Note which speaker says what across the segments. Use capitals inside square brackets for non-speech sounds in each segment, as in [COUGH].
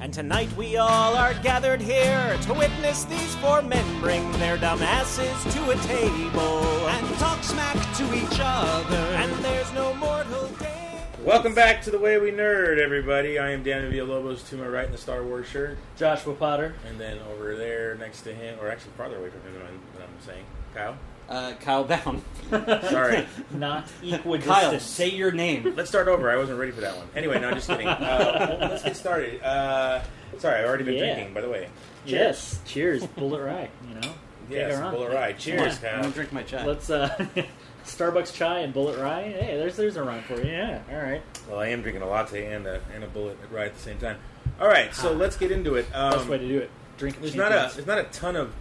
Speaker 1: And tonight we all are gathered here to witness these four men bring their dumb asses to a table and talk smack to each other. And there's no mortal game.
Speaker 2: Welcome back to the way we nerd, everybody. I am Dan Villalobos to my right in the Star Wars shirt,
Speaker 3: Joshua Potter.
Speaker 2: and then over there next to him, or actually farther away from him than I'm- than I'm saying, Kyle.
Speaker 4: Uh, Kyle [LAUGHS] Baum.
Speaker 2: Sorry,
Speaker 1: [LAUGHS]
Speaker 3: Not
Speaker 4: Kyle,
Speaker 3: equidistant.
Speaker 4: say your name.
Speaker 2: let's start over. I wasn't ready for that one. Anyway, no, I'm just kidding. Uh, well, let's get started. Uh, sorry, I've already been
Speaker 3: Yeah.
Speaker 2: drinking, by the way.
Speaker 3: yes, cheers. Bullet rye,
Speaker 2: [LAUGHS]
Speaker 3: you know. Take
Speaker 2: Yes,
Speaker 3: her on.
Speaker 2: Bull Rye. Cheers,
Speaker 4: I'm gonna
Speaker 2: Kyle.
Speaker 4: drink my chai.
Speaker 3: Let's uh [LAUGHS] Starbucks chai and bullet rye. Hey, there's there's a rhyme for you. Yeah, all right.
Speaker 2: Well, I am drinking a latte and a and a bullet right at the same time. All right, so let's get into it.
Speaker 3: Best
Speaker 2: Um,
Speaker 3: way to do it. Drink of
Speaker 2: There's not a
Speaker 3: champions.
Speaker 2: there's not a ton of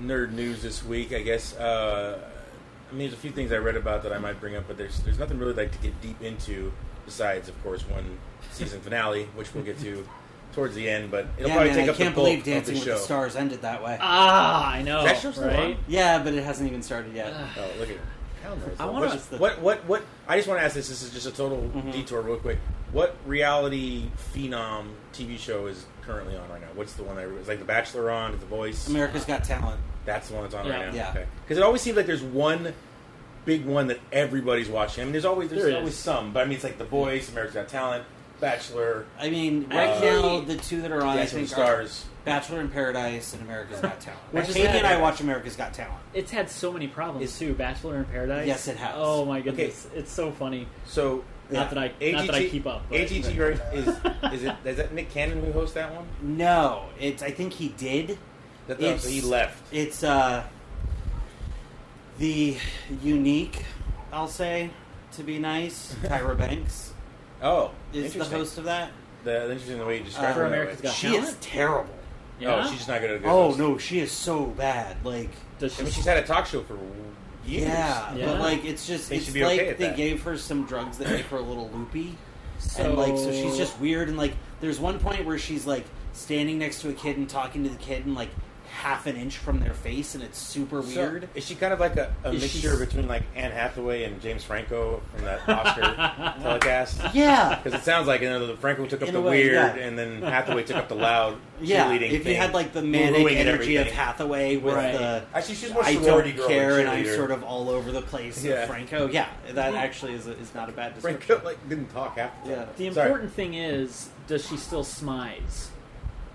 Speaker 2: nerd news this week. I guess uh, I mean there's a few things I read about that I might bring up, but there's there's nothing really like to get deep into besides, of course, one season finale, which we'll get to towards the end. But it'll
Speaker 4: yeah,
Speaker 2: probably
Speaker 4: man,
Speaker 2: take
Speaker 4: I
Speaker 2: up
Speaker 4: can't
Speaker 2: the bulk
Speaker 4: believe
Speaker 2: of the
Speaker 4: Dancing with
Speaker 2: show.
Speaker 4: the Stars ended that way.
Speaker 3: Ah, I know.
Speaker 2: Is that show still on?
Speaker 3: right?
Speaker 4: yeah, but it hasn't even started yet.
Speaker 3: Ah.
Speaker 2: Oh, look at Hell knows.
Speaker 4: I wanna- Mm-hmm.
Speaker 2: what, what what what? I just want to ask this. This is just a total detour, real quick. What reality phenom TV show is currently on right now? What's the one that is like The Bachelor on? The Voice?
Speaker 4: America's Got Talent.
Speaker 2: That's the one that's on
Speaker 3: Yeah.
Speaker 2: right now.
Speaker 4: Yeah.
Speaker 2: Okay. Because it always seems like there's one big one that everybody's watching. I mean, there's always there's
Speaker 3: There is.
Speaker 2: always some, but I mean, it's like The Voice, America's Got Talent, Bachelor,
Speaker 4: I mean, right
Speaker 2: Uh,
Speaker 4: now the two that are on, I
Speaker 2: Dancing with
Speaker 4: think,
Speaker 2: the
Speaker 4: are
Speaker 2: Stars.
Speaker 4: Bachelor in Paradise and America's Got Talent.
Speaker 3: Which is
Speaker 4: Katie
Speaker 3: bad.
Speaker 4: and I watch America's Got Talent.
Speaker 3: It's had so many problems too. Bachelor in Paradise.
Speaker 4: Yes, it has.
Speaker 3: Oh my goodness, it's so funny.
Speaker 2: So
Speaker 3: Not that I not that I keep up. but-
Speaker 2: AGT right,
Speaker 3: [LAUGHS]
Speaker 2: is is it is that Nick Cannon who hosts that one?
Speaker 4: No, it's. I think he did.
Speaker 2: That, no, so he
Speaker 4: It's-
Speaker 2: left.
Speaker 4: It's uh, the unique, I'll say, to
Speaker 2: [LAUGHS]
Speaker 4: be nice, Tyra Banks
Speaker 2: Oh,
Speaker 4: is the
Speaker 2: interesting.
Speaker 4: host of that.
Speaker 2: The, interesting the way you describe
Speaker 4: Uh,
Speaker 2: her. that
Speaker 3: America's
Speaker 2: way.
Speaker 3: Got
Speaker 4: she
Speaker 3: Talent?
Speaker 4: is terrible.
Speaker 3: Yeah?
Speaker 2: Oh, she's just not good at a good
Speaker 4: Oh
Speaker 2: host.
Speaker 4: no, she is so bad. Like,
Speaker 3: Does
Speaker 2: I
Speaker 3: she-
Speaker 2: mean, she's had a talk show for years.
Speaker 4: yeah,
Speaker 3: Yeah.
Speaker 4: but like it's just
Speaker 2: They
Speaker 4: it's
Speaker 2: should be
Speaker 4: like
Speaker 2: okay at
Speaker 4: they
Speaker 2: that.
Speaker 4: gave her some drugs that make her a little loopy,
Speaker 3: so,
Speaker 4: and like so she's just weird. And like there's one point where she's like standing next to a kid and talking to the kid and like half an inch from their face, and it's super
Speaker 2: So,
Speaker 4: weird.
Speaker 2: [LAUGHS] is she kind of like a, a
Speaker 4: Is
Speaker 2: mixture
Speaker 4: she-
Speaker 2: between like Anne Hathaway and James Franco from that
Speaker 4: [LAUGHS]
Speaker 2: Oscar telecast?
Speaker 4: yeah,
Speaker 2: Because it sounds like you know, the Franco took up
Speaker 4: In
Speaker 2: the
Speaker 4: a way,
Speaker 2: weird,
Speaker 4: yeah.
Speaker 2: and then Hathaway took up the
Speaker 4: [LAUGHS]
Speaker 2: loud
Speaker 4: yeah.
Speaker 2: cheerleading.
Speaker 4: If
Speaker 2: thing,
Speaker 4: you had like the manic
Speaker 2: ruined
Speaker 4: energy of
Speaker 2: everything.
Speaker 4: Hathaway with
Speaker 3: Right.
Speaker 4: the
Speaker 2: actually, she's more
Speaker 4: I
Speaker 2: sorority
Speaker 4: don't
Speaker 2: girl
Speaker 4: care and I'm
Speaker 2: cheerleader.
Speaker 4: sort of all over the place.
Speaker 2: Yeah.
Speaker 4: Of Franco, yeah, that actually is a, is not a bad description.
Speaker 2: Franco like didn't talk after.
Speaker 4: Yeah.
Speaker 3: The
Speaker 2: Sorry.
Speaker 3: important thing is, does she still smize?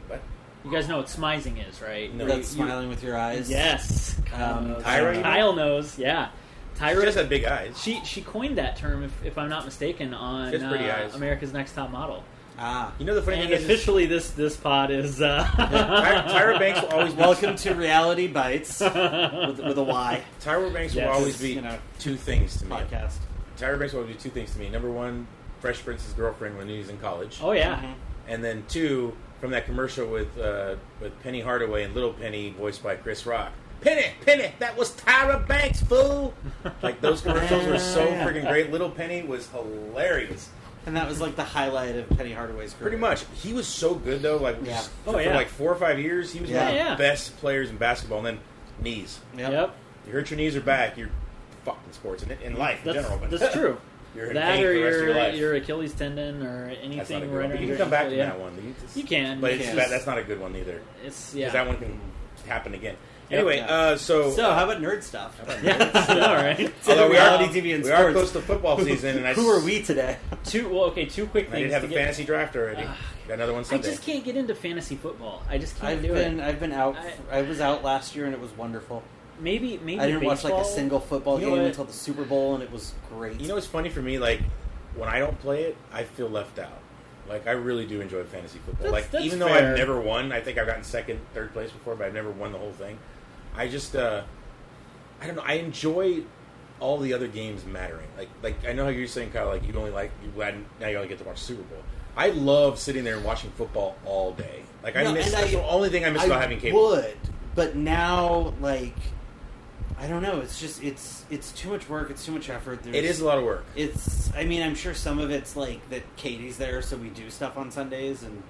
Speaker 2: But
Speaker 3: You guys know what smizing is, right?
Speaker 2: No.
Speaker 3: Where
Speaker 4: That's
Speaker 3: you- you-
Speaker 4: smiling with your eyes.
Speaker 3: Yes, Kyle
Speaker 4: Um,
Speaker 3: knows.
Speaker 2: Tyra, you
Speaker 3: Kyle knows. Yeah,
Speaker 2: she just
Speaker 3: Tyra.
Speaker 2: had big eyes.
Speaker 3: She she coined that term, if, if I'm not mistaken, on
Speaker 2: She has pretty
Speaker 3: uh,
Speaker 2: eyes.
Speaker 3: America's Next Top Model.
Speaker 4: Ah.
Speaker 2: you know the funny
Speaker 3: And
Speaker 2: thing is, is [LAUGHS]
Speaker 3: officially, this this pod is uh,
Speaker 2: Tyra, Tyra
Speaker 3: [LAUGHS]
Speaker 2: Banks will always be,
Speaker 4: Welcome to Reality Bites with, with a Y
Speaker 2: Tyra Banks will
Speaker 3: Yes,
Speaker 2: always be
Speaker 4: you know.
Speaker 2: two things to me.
Speaker 4: podcast.
Speaker 2: Tyra Banks will always be two things to me. Number one, Fresh Prince's girlfriend when he's in college.
Speaker 3: Oh yeah,
Speaker 4: Mhm.
Speaker 2: and then two from that commercial with uh, with Penny Hardaway and Little Penny, voiced by Chris Rock. Penny, Penny, that was Tyra Banks,
Speaker 3: [LAUGHS]
Speaker 2: fool. Like those commercials were so
Speaker 4: Yeah.
Speaker 2: freaking great. Little Penny was hilarious.
Speaker 4: And that was like the highlight of Penny Hardaway's career.
Speaker 2: Pretty much, he was so good though. Like
Speaker 4: Yeah.
Speaker 2: just
Speaker 3: Oh,
Speaker 2: for
Speaker 3: yeah.
Speaker 2: like four or five years, he was one of
Speaker 4: Yeah,
Speaker 2: the
Speaker 3: yeah.
Speaker 2: best players in basketball. And then knees,
Speaker 3: yep.
Speaker 2: you hurt your knees or back, you're fucked in sports and in life in
Speaker 3: That's,
Speaker 2: general. But [LAUGHS]
Speaker 3: that's true.
Speaker 2: You're in
Speaker 3: that
Speaker 2: pain
Speaker 3: or
Speaker 2: for the rest of
Speaker 3: your
Speaker 2: your life.
Speaker 3: Achilles tendon or
Speaker 2: That's not a
Speaker 3: anything
Speaker 2: good
Speaker 3: right
Speaker 2: one. But
Speaker 3: under
Speaker 2: you can
Speaker 3: your
Speaker 2: come back
Speaker 3: Achilles,
Speaker 2: from
Speaker 3: yeah.
Speaker 2: that one. just-
Speaker 3: You can,
Speaker 2: but
Speaker 3: you
Speaker 2: it's
Speaker 3: can.
Speaker 2: bad. That's not a good one either.
Speaker 3: It's
Speaker 2: because
Speaker 3: yeah.
Speaker 2: that one can happen again.
Speaker 3: Yep.
Speaker 2: Anyway,
Speaker 3: Yeah.
Speaker 2: uh, so,
Speaker 4: So, how about nerd stuff?
Speaker 3: [LAUGHS] yeah. All right.
Speaker 2: [LAUGHS] although we are
Speaker 4: reality TV and
Speaker 2: we are
Speaker 4: sports.
Speaker 2: close to
Speaker 3: [LAUGHS]
Speaker 2: football season, and I
Speaker 4: Who are we today?
Speaker 3: Um, Two. Well, okay. Two quick
Speaker 2: s-
Speaker 3: things.
Speaker 2: I did have
Speaker 3: to
Speaker 2: a
Speaker 3: get-
Speaker 2: fantasy draft
Speaker 3: [SIGHS]
Speaker 2: already. Got another one
Speaker 3: I
Speaker 2: Sunday.
Speaker 3: just can't get into fantasy football. I just can't
Speaker 4: I've
Speaker 3: do
Speaker 4: been
Speaker 3: it.
Speaker 4: I've been out.
Speaker 3: I-
Speaker 4: I, was out last year and it was wonderful.
Speaker 3: Maybe maybe
Speaker 4: I didn't watch like a
Speaker 3: baseball?
Speaker 4: single football
Speaker 3: You know
Speaker 4: game
Speaker 3: what?
Speaker 4: until the Super Bowl and it was great.
Speaker 2: You know, it's funny for me. Like when I don't play it, I feel left out. Like I really do enjoy fantasy football.
Speaker 3: That's-
Speaker 2: like
Speaker 3: that's
Speaker 2: even though
Speaker 3: fair.
Speaker 2: I've never won, I think I've gotten second, third place before, but I've never won the whole thing. I just, uh, I don't know. I enjoy all the other games mattering. Like, like I know how you're saying, Kyle. Like you only like you glad now you only get to watch Super Bowl. I love sitting there and watching football all day. Like I
Speaker 4: No,
Speaker 2: miss.
Speaker 4: and
Speaker 2: That's
Speaker 4: I-
Speaker 2: the only thing I miss
Speaker 4: I
Speaker 2: about having cable.
Speaker 4: would, but now like I don't know. It's just it's it's too much work. It's too much effort. There's,
Speaker 2: It is a lot of work.
Speaker 4: It's. I mean, I'm sure some of it's like that. Katie's there, so we do stuff on Sundays, and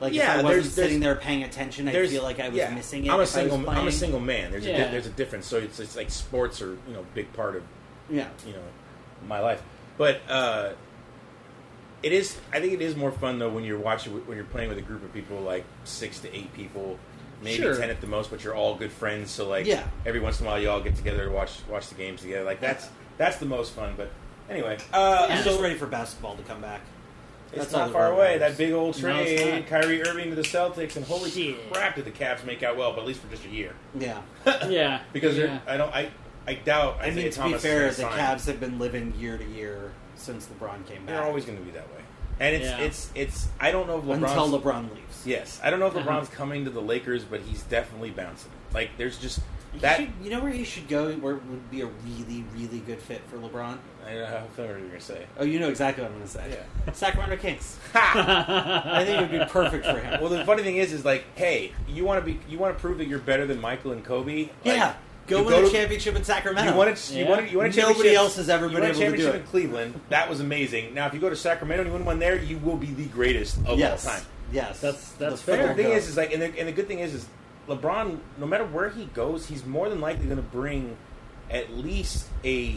Speaker 4: like
Speaker 2: Yeah,
Speaker 4: if I wasn't
Speaker 2: there's- there's-
Speaker 4: sitting there paying attention, I
Speaker 2: There's-
Speaker 4: feel like I was
Speaker 2: yeah,
Speaker 4: missing it.
Speaker 2: I'm a
Speaker 4: if I was
Speaker 2: single. I'm a
Speaker 4: playing.
Speaker 2: single man. There's a
Speaker 3: Yeah.
Speaker 2: di- there's a difference. So it's it's like sports are you know a big part of
Speaker 4: Yeah,
Speaker 2: you know my life. But uh, It is. I think it is more fun though when you're watching when you're playing with a group of people, like six to eight people, maybe
Speaker 4: Sure.
Speaker 2: ten at the most. But you're all good friends, so like
Speaker 4: Yeah.
Speaker 2: every once in a while you all get together to watch watch the games together. Like that's that's the most fun. But anyway, uh,
Speaker 4: I'm
Speaker 2: so
Speaker 4: just ready for basketball to come back.
Speaker 2: it's
Speaker 4: that's all
Speaker 2: not
Speaker 4: that
Speaker 2: far
Speaker 4: really
Speaker 2: away.
Speaker 4: matters.
Speaker 2: That big old
Speaker 3: No, it's
Speaker 2: trade,
Speaker 3: not.
Speaker 2: Kyrie Irving to the Celtics, and holy
Speaker 3: Shit.
Speaker 2: crap, did the Cavs make out well? But at least for just a year,
Speaker 4: Yeah.
Speaker 3: [LAUGHS] yeah.
Speaker 2: because they're-
Speaker 3: yeah.
Speaker 2: I don't. I I doubt.
Speaker 4: I mean,
Speaker 2: Isaiah
Speaker 4: to be
Speaker 2: Thomas
Speaker 4: fair,
Speaker 2: is
Speaker 4: the
Speaker 2: gonna sign.
Speaker 4: Cavs have been living year to year since LeBron came back.
Speaker 2: They're always going to be that way. And it's
Speaker 3: Yeah.
Speaker 2: it's it's. I don't know if LeBron's
Speaker 4: until LeBron leaves.
Speaker 2: Yes, I don't know if
Speaker 3: Uh-huh.
Speaker 2: LeBron's coming to the Lakers, but he's definitely bouncing. Like, there's just
Speaker 4: He
Speaker 2: that.
Speaker 4: should- you know where he should go? Where it would be a really, really good fit for LeBron?
Speaker 2: I don't know how familiar you're gonna
Speaker 3: [LAUGHS]
Speaker 2: say.
Speaker 4: Oh, you know exactly what I'm going to say. Sacramento Kings.
Speaker 2: Ha! [LAUGHS]
Speaker 4: I think it would be perfect for him.
Speaker 2: well, the funny thing is, is [LAUGHS] like, hey, you want to be, you want to prove that you're better than Michael and Kobe. Like,
Speaker 4: yeah, go
Speaker 2: you
Speaker 4: win a
Speaker 2: to-
Speaker 4: championship in Sacramento.
Speaker 2: You want it? You
Speaker 3: Yeah.
Speaker 2: want it? You want a
Speaker 4: Nobody
Speaker 2: championship-
Speaker 4: else has ever
Speaker 2: you
Speaker 4: been
Speaker 2: won a
Speaker 4: able to do
Speaker 2: championship
Speaker 4: it.
Speaker 2: in Cleveland. That was amazing. Now, if you go to Sacramento and you win one there, you will be the greatest of
Speaker 4: yes.
Speaker 2: all time.
Speaker 4: Yes,
Speaker 3: That's- that's
Speaker 4: The
Speaker 2: But
Speaker 3: fair.
Speaker 2: the thing
Speaker 4: go.
Speaker 2: is, is like, and the, and the good thing is, is LeBron. No matter where he goes, he's more than likely going to bring at least a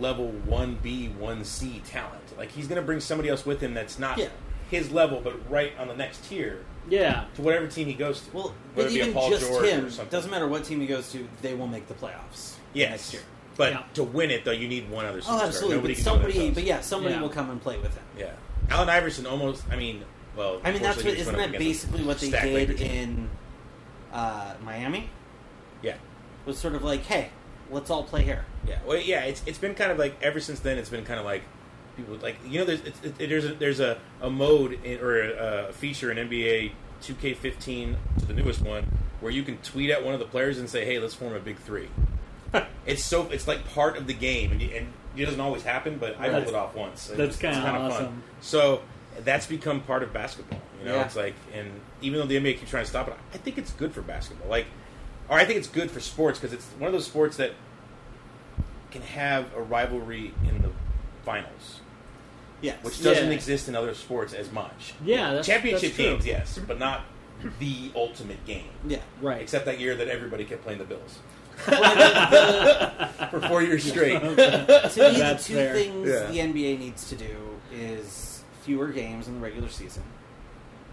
Speaker 2: level one B, one C talent. Like he's going to bring somebody else with him that's not
Speaker 4: Yeah.
Speaker 2: his level, but right on the next tier
Speaker 3: yeah.
Speaker 2: to whatever team he goes to.
Speaker 4: well,
Speaker 2: Whether
Speaker 4: but
Speaker 2: it be a
Speaker 4: even
Speaker 2: Paul
Speaker 4: just
Speaker 2: George or
Speaker 4: him
Speaker 2: something.
Speaker 4: doesn't matter what team he goes to, they will make the playoffs
Speaker 2: yes.
Speaker 4: next year.
Speaker 2: But
Speaker 3: Yeah.
Speaker 2: to win it though, you need one other.
Speaker 4: Oh,
Speaker 2: superstar. Nobody
Speaker 4: absolutely.
Speaker 2: can
Speaker 4: but
Speaker 2: do it
Speaker 4: somebody,
Speaker 2: themselves.
Speaker 4: but yeah, somebody
Speaker 3: Yeah.
Speaker 4: will come and play with him.
Speaker 2: yeah. Allen Iverson almost. I mean, well,
Speaker 4: I mean, that's
Speaker 2: unfortunately,
Speaker 4: what
Speaker 2: he just
Speaker 4: isn't
Speaker 2: went up against
Speaker 4: that
Speaker 2: a
Speaker 4: basically what they
Speaker 2: stacked
Speaker 4: did
Speaker 2: Laker team.
Speaker 4: in uh, Miami?
Speaker 2: Yeah.
Speaker 4: Was sort of like, hey, let's all play here.
Speaker 2: Yeah, well, yeah. It's it's been kind of like ever since then. It's been kind of like people like you know there's it's, it, there's a, there's a, a mode in, or a, a feature in NBA 2K15 to the newest one where you can tweet at one of the players and say, "Hey, let's form a big three. it's so it's like part of the game, and, you- and it doesn't always happen, but I pulled
Speaker 3: That's-
Speaker 2: it off once. It was-
Speaker 3: that's
Speaker 2: it's
Speaker 3: kinda
Speaker 2: kinda
Speaker 3: awesome.
Speaker 2: So that's become part of basketball. You know,
Speaker 4: Yeah.
Speaker 2: it's like, and even though the NBA keeps trying to stop it, I think it's good for basketball. Like, or I think it's good for sports because it's one of those sports that can have a rivalry in the finals,
Speaker 4: Yes.
Speaker 2: which doesn't
Speaker 3: Yeah.
Speaker 2: exist in other sports as much.
Speaker 3: Yeah, that's-
Speaker 2: championship
Speaker 3: that's true.
Speaker 2: games, yes, but not the ultimate game.
Speaker 4: yeah.
Speaker 3: Right.
Speaker 2: Except that year that everybody kept playing the Bills [LAUGHS]
Speaker 4: Well, the-
Speaker 2: for four years straight.
Speaker 3: [LAUGHS]
Speaker 4: to me,
Speaker 3: That's
Speaker 4: the two
Speaker 3: fair.
Speaker 4: things
Speaker 2: Yeah.
Speaker 4: the NBA needs to do is fewer games in the regular season.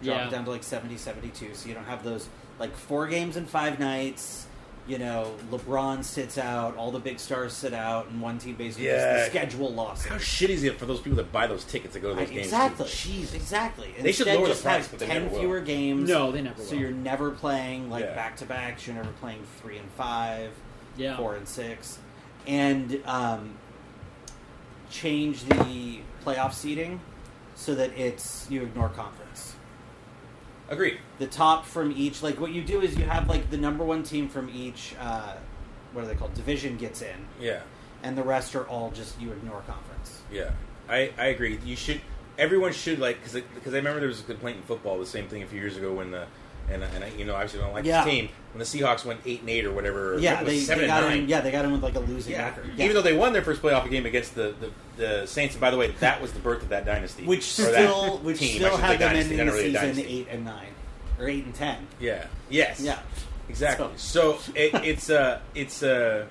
Speaker 4: Drop
Speaker 3: Yeah.
Speaker 4: it down to like 70, 72, so you don't have those like four games in five nights. You know, LeBron sits out, all the big stars sit out, and one team basically
Speaker 2: Yeah.
Speaker 4: just the schedule losses.
Speaker 2: How shitty is it for those people that buy those tickets to go to those
Speaker 4: Right,
Speaker 2: games?
Speaker 4: exactly.
Speaker 2: too?
Speaker 4: Exactly.
Speaker 2: They should
Speaker 4: Instead,
Speaker 2: lower the
Speaker 4: just
Speaker 2: price,
Speaker 4: have
Speaker 2: but they
Speaker 4: ten
Speaker 2: never will.
Speaker 4: fewer games.
Speaker 3: No, they never
Speaker 4: So
Speaker 3: will.
Speaker 4: you're never playing like
Speaker 2: Yeah.
Speaker 4: back to backs. You're never playing three and five,
Speaker 3: Yeah.
Speaker 4: four and six, and um, change the playoff seating so that it's you ignore conference.
Speaker 2: Agreed.
Speaker 4: The top from each, like what you do is you have like the number one team from each, uh, what are they called? Division gets in,
Speaker 2: Yeah.
Speaker 4: and the rest are all just you ignore conference.
Speaker 2: Yeah, I, I agree. You should everyone should like because because I remember there was a complaint in football the same thing a few years ago when the and and I, you know obviously I don't like
Speaker 4: Yeah.
Speaker 2: this team when the Seahawks went eight and eight or whatever. or
Speaker 4: Yeah,
Speaker 2: it was
Speaker 4: they,
Speaker 2: seven
Speaker 4: they
Speaker 2: and
Speaker 4: got
Speaker 2: nine.
Speaker 4: in. Yeah, they got in with like a losing
Speaker 2: Yeah.
Speaker 4: record.
Speaker 2: even though they won their first playoff game against the, the, the Saints, and by the way, that was the birth of that dynasty,
Speaker 4: which
Speaker 2: Or that
Speaker 4: still which
Speaker 2: team, I
Speaker 4: still
Speaker 2: should say
Speaker 4: had them
Speaker 2: dynasty,
Speaker 4: in
Speaker 2: not
Speaker 4: the
Speaker 2: really a
Speaker 4: season
Speaker 2: dynasty.
Speaker 4: eight and nine or eight and ten.
Speaker 2: Yeah. Yes.
Speaker 4: Yeah,
Speaker 2: Exactly. So, it, it's uh, it's uh,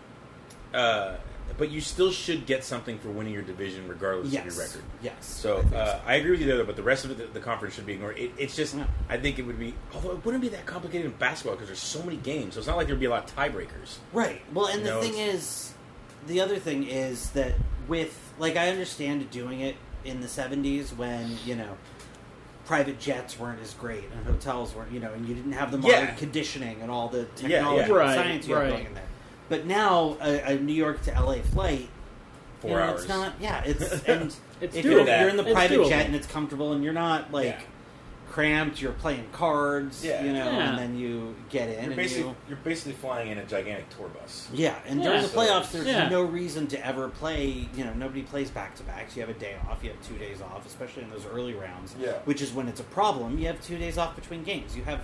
Speaker 2: uh, but you still should get something for winning your division regardless
Speaker 4: yes,
Speaker 2: of your record.
Speaker 4: yes.
Speaker 2: So
Speaker 4: I think
Speaker 2: uh, I agree with you there, but the rest of it, the, the conference should be ignored. It, it's just
Speaker 4: Yeah.
Speaker 2: I think it would be, although it wouldn't be that complicated in basketball because there's so many games, so it's not like there'd be a lot of tiebreakers.
Speaker 4: Right. Well, and the
Speaker 2: No,
Speaker 4: thing
Speaker 2: it's-
Speaker 4: is, the other thing is that with like I understand doing it in the '70s when you know private jets weren't as great and hotels weren't you know and you didn't have the modern
Speaker 2: Mm-hmm. Yeah.
Speaker 4: conditioning and all the
Speaker 2: Yeah,
Speaker 4: technology and
Speaker 2: yeah.
Speaker 3: Right,
Speaker 4: science you have
Speaker 3: right.
Speaker 4: going in there. But now a, a New York to LA flight.
Speaker 2: Four
Speaker 4: you know,
Speaker 2: hours.
Speaker 4: It's not.
Speaker 2: [LAUGHS]
Speaker 4: Yeah. It's and
Speaker 3: It's
Speaker 4: if you're,
Speaker 2: doable.
Speaker 4: you're in the
Speaker 3: It's
Speaker 4: private
Speaker 3: doable.
Speaker 4: jet and it's comfortable and you're not like.
Speaker 2: Yeah.
Speaker 4: Cramped, you're playing cards,
Speaker 2: Yeah.
Speaker 4: you know,
Speaker 3: Yeah.
Speaker 4: and then you get in.
Speaker 2: You're
Speaker 4: and
Speaker 2: basically
Speaker 4: you,
Speaker 2: you're basically flying in a gigantic tour bus.
Speaker 4: yeah, and
Speaker 3: Yeah.
Speaker 4: during the playoffs, there's
Speaker 3: Yeah.
Speaker 4: no reason to ever play. You know, nobody plays back to backs. You have a day off. You have two days off, especially in those early rounds.
Speaker 2: Yeah.
Speaker 4: which is when it's a problem. You have two days off between games. You have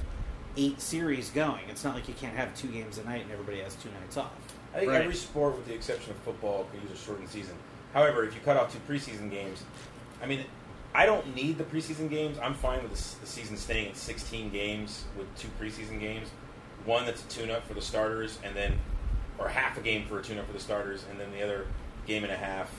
Speaker 4: eight series going. It's not like you can't have two games a night and everybody has two nights off.
Speaker 2: I think
Speaker 3: Right.
Speaker 2: every sport, with the exception of football, could use a shortened season. However, if you cut off two preseason games, I mean, I don't need the preseason games. I'm fine with the, s- the season staying at 16 games with two preseason games, one that's a tune-up for the starters, and then or half a game for a tune-up for the starters, and then the other game and a half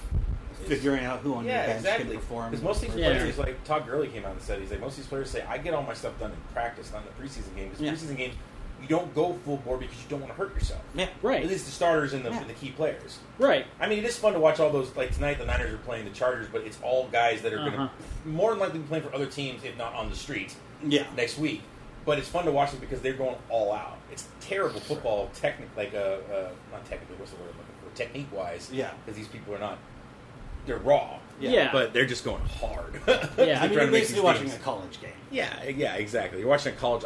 Speaker 4: figuring out who on your
Speaker 2: Yeah,
Speaker 4: bench
Speaker 2: exactly.
Speaker 4: can perform.
Speaker 2: Because most of these
Speaker 3: Yeah.
Speaker 2: players, like Todd Gurley came out and said, he's like, most of these players say, I get all my stuff done in practice, not in the preseason game. Because
Speaker 4: Yeah.
Speaker 2: preseason games, you don't go full bore because you don't want to hurt yourself.
Speaker 4: yeah,
Speaker 2: At
Speaker 3: Right.
Speaker 2: least the starters and the,
Speaker 4: Yeah.
Speaker 2: the key players.
Speaker 3: Right.
Speaker 2: I mean, it is fun to watch all those. Like tonight, the Niners are playing the Chargers, but it's all guys that are
Speaker 3: Uh-huh.
Speaker 2: going to more than likely be playing for other teams, if not on the street
Speaker 4: yeah.
Speaker 2: next week. But it's fun to watch them because they're going all out. It's terrible football, technic, like uh, uh, not technically, what's the word I'm looking for? Technique wise,
Speaker 4: Yeah.
Speaker 2: Because these people are not, they're raw,
Speaker 4: Yeah,
Speaker 3: Yeah.
Speaker 2: but they're just going hard. [LAUGHS]
Speaker 3: Yeah,
Speaker 4: I
Speaker 2: They're
Speaker 4: mean,
Speaker 2: trying
Speaker 4: you're
Speaker 2: to make
Speaker 4: basically
Speaker 2: these
Speaker 4: watching a
Speaker 2: games.
Speaker 4: college game. [LAUGHS]
Speaker 2: Yeah, yeah, exactly. You're watching a college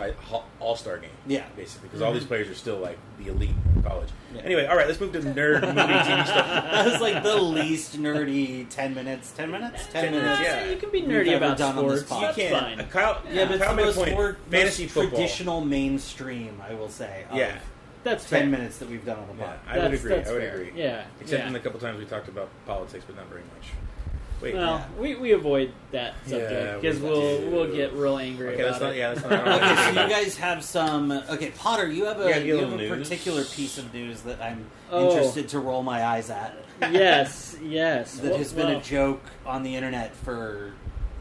Speaker 2: all star game.
Speaker 4: Yeah.
Speaker 2: basically, because all these
Speaker 3: Mm-hmm.
Speaker 2: players are still like the elite in college.
Speaker 4: Yeah.
Speaker 2: Anyway, all right, let's move to nerd movie
Speaker 3: [LAUGHS]
Speaker 2: TV stuff.
Speaker 4: that was like the least nerdy ten minutes. Ten minutes. Ten,
Speaker 2: 10
Speaker 4: minutes.
Speaker 2: minutes, yeah.
Speaker 3: You can be
Speaker 4: We've
Speaker 3: nerdy
Speaker 4: ever
Speaker 3: about
Speaker 4: done on this
Speaker 3: sports.
Speaker 4: pod.
Speaker 3: That's
Speaker 2: you can.
Speaker 3: fine.
Speaker 2: Kyle,
Speaker 4: Yeah, but
Speaker 2: Kyle
Speaker 4: it's the
Speaker 2: made a
Speaker 4: most,
Speaker 2: point.
Speaker 4: more,
Speaker 2: fantasy
Speaker 4: most
Speaker 2: football.
Speaker 4: traditional mainstream. I will say. of
Speaker 2: Yeah.
Speaker 3: That's
Speaker 4: ten
Speaker 3: fair.
Speaker 4: minutes that we've done on the
Speaker 2: Yeah,
Speaker 4: pod.
Speaker 2: I would
Speaker 3: That's-
Speaker 2: agree.
Speaker 3: that's
Speaker 2: I would
Speaker 3: fair.
Speaker 2: agree.
Speaker 3: Yeah,
Speaker 2: Except
Speaker 3: yeah.
Speaker 2: in the couple times we talked about politics, but not very much. Wait.
Speaker 3: Well,
Speaker 4: Yeah.
Speaker 3: we, we avoid that
Speaker 2: Yeah,
Speaker 3: subject because
Speaker 2: we
Speaker 3: we'll
Speaker 2: do.
Speaker 3: we'll get real angry
Speaker 2: okay,
Speaker 3: about
Speaker 2: that's not.
Speaker 3: it.
Speaker 2: Yeah, that's not.
Speaker 3: [LAUGHS]
Speaker 2: I don't
Speaker 4: Okay, so
Speaker 2: wanna-
Speaker 4: you guys have some. Okay, Potter, you have a
Speaker 2: Yeah,
Speaker 4: you have a
Speaker 2: little news.
Speaker 4: particular piece of news that I'm
Speaker 3: Oh.
Speaker 4: interested to roll my eyes at.
Speaker 3: yes, yes.
Speaker 4: that
Speaker 3: Well-
Speaker 4: has been
Speaker 3: well,
Speaker 4: a joke on the internet for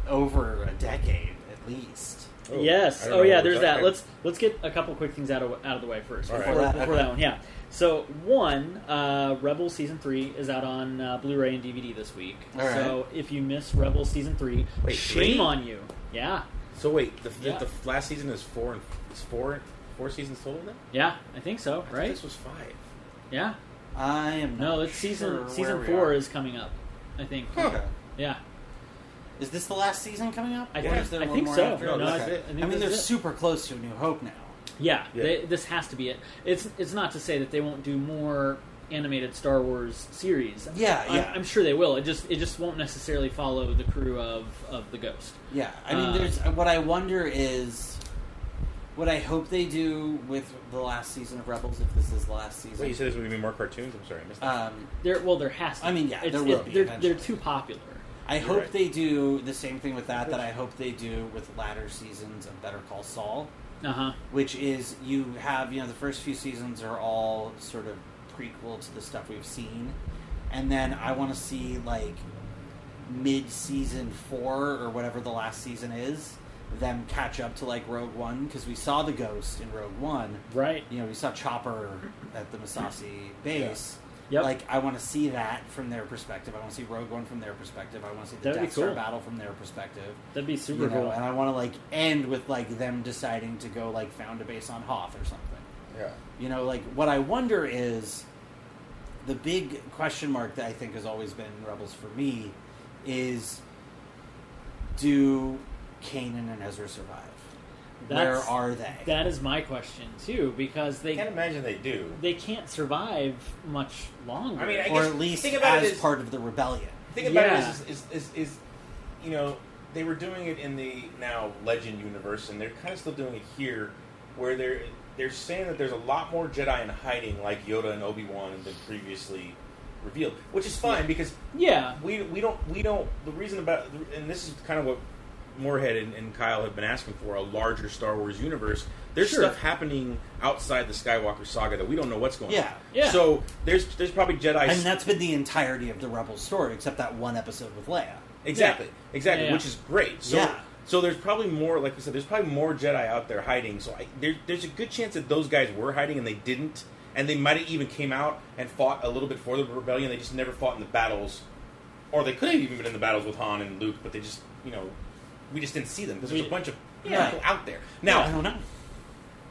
Speaker 4: over a decade at least.
Speaker 2: Oh, I
Speaker 3: yes.
Speaker 2: don't
Speaker 3: Oh
Speaker 2: know
Speaker 3: yeah.
Speaker 2: what
Speaker 3: There's
Speaker 2: we're
Speaker 3: that.
Speaker 2: talking-
Speaker 3: Let's let's get a couple quick things out of out of the way first
Speaker 2: All right.
Speaker 3: before,
Speaker 4: Okay.
Speaker 3: before that one. Yeah. So one, uh, Rebel season three is out on uh, Blu-ray and DVD this week.
Speaker 4: All right.
Speaker 3: So if you miss Rebel season three,
Speaker 2: Wait,
Speaker 3: shame
Speaker 2: three?
Speaker 3: on you. Yeah.
Speaker 2: So wait, the, the,
Speaker 3: Yeah.
Speaker 2: the last season is four and is four four seasons total now.
Speaker 3: Yeah. I think so.
Speaker 2: I thought
Speaker 3: Right.
Speaker 2: This was five.
Speaker 3: Yeah.
Speaker 4: I am
Speaker 3: No,
Speaker 4: not
Speaker 3: it's season
Speaker 4: sure where
Speaker 3: season
Speaker 4: we
Speaker 3: four
Speaker 4: are.
Speaker 3: is coming up. I think.
Speaker 4: Okay.
Speaker 3: Yeah.
Speaker 4: Is this the last season coming up?
Speaker 3: I
Speaker 4: Or
Speaker 3: think,
Speaker 4: is there
Speaker 3: I
Speaker 4: one
Speaker 3: think
Speaker 4: more
Speaker 3: so.
Speaker 4: after?
Speaker 2: No,
Speaker 3: No,
Speaker 2: that's
Speaker 4: Okay.
Speaker 2: it.
Speaker 3: I,
Speaker 4: I
Speaker 3: think
Speaker 4: mean,
Speaker 3: this
Speaker 4: they're
Speaker 3: is it.
Speaker 4: super close to A New Hope now.
Speaker 3: Yeah,
Speaker 2: Yeah.
Speaker 3: They, this has to be it. It's it's not to say that they won't do more animated Star Wars series.
Speaker 4: Yeah,
Speaker 3: I'm,
Speaker 4: yeah.
Speaker 3: I'm sure they will. It just it just won't necessarily follow the crew of of the Ghost.
Speaker 4: Yeah, I mean,
Speaker 3: Uh,
Speaker 4: there's what I wonder is what I hope they do with the last season of Rebels if this is the last season.
Speaker 2: Wait, you said there's going to be more cartoons. I'm sorry, I
Speaker 3: Uh,
Speaker 2: missed that.
Speaker 4: um,
Speaker 3: There, well, there has. to
Speaker 4: I
Speaker 3: be.
Speaker 4: mean, yeah,
Speaker 3: It's-
Speaker 4: there will
Speaker 3: it-
Speaker 4: be
Speaker 3: They're
Speaker 4: eventually.
Speaker 3: they're too popular.
Speaker 4: I
Speaker 2: You're
Speaker 4: hope
Speaker 2: right.
Speaker 4: they do the same thing with that that I hope they do with latter seasons of Better Call Saul,
Speaker 3: Uh huh.
Speaker 4: which is you have you know the first few seasons are all sort of prequel to the stuff we've seen, and then I want to see like mid season four or whatever the last season is them catch up to like Rogue One because we saw the ghost in Rogue One.
Speaker 3: Right.
Speaker 4: You know, we saw Chopper at the Masasi base.
Speaker 3: Yep.
Speaker 4: Like, I want to see that from their perspective. I want to see Rogue One from their perspective. I want to see the
Speaker 3: That'd be
Speaker 4: Death Star
Speaker 3: cool.
Speaker 4: battle from their perspective.
Speaker 3: That'd be
Speaker 4: You
Speaker 3: super
Speaker 4: know,
Speaker 3: cool.
Speaker 4: And I want to like end with like them deciding to go like found a base on Hoth or something.
Speaker 2: yeah.
Speaker 4: You know, like what I wonder is the big question mark that I think has always been Rebels for me is do Kanan and Ezra survive? Where
Speaker 3: That's-
Speaker 4: are they?
Speaker 3: That is my question too, because
Speaker 2: I
Speaker 3: they
Speaker 2: can't imagine they do.
Speaker 3: they can't survive much longer.
Speaker 2: I mean, I
Speaker 4: or
Speaker 2: guess-
Speaker 4: at least
Speaker 2: think about it
Speaker 4: as
Speaker 2: as-
Speaker 4: part of the rebellion.
Speaker 2: The thing about
Speaker 3: Yeah.
Speaker 2: it is is, is, is, is, you know, they were doing it in the now Legend universe, and they're kind of still doing it here, where they're they're saying that there's a lot more Jedi in hiding, like Yoda and Obi Wan, than previously revealed, which is fine because
Speaker 3: yeah.
Speaker 2: we we don't we don't the reason about and this is kind of what Moorhead and, and Kyle have been asking for a larger Star Wars universe. There's
Speaker 3: Sure.
Speaker 2: stuff happening outside the Skywalker saga that we don't know what's going
Speaker 4: Yeah.
Speaker 2: on.
Speaker 3: Yeah.
Speaker 2: So there's there's probably Jedi
Speaker 4: and that's been the entirety of the rebel story, except that one episode with Leia.
Speaker 2: Exactly. Exactly.
Speaker 3: Yeah, yeah.
Speaker 2: Which is great. So,
Speaker 4: Yeah.
Speaker 2: so there's probably more, like we said, there's probably more Jedi out there hiding. So I, there, there's a good chance that those guys were hiding and they didn't, and they might have even came out and fought a little bit for the rebellion. They just never fought in the battles, or they could have even been in the battles with Han and Luke, but they just, you know, we just didn't see them because there's
Speaker 3: We-
Speaker 2: a bunch of
Speaker 4: Yeah.
Speaker 2: people out there. Now,
Speaker 4: I don't know.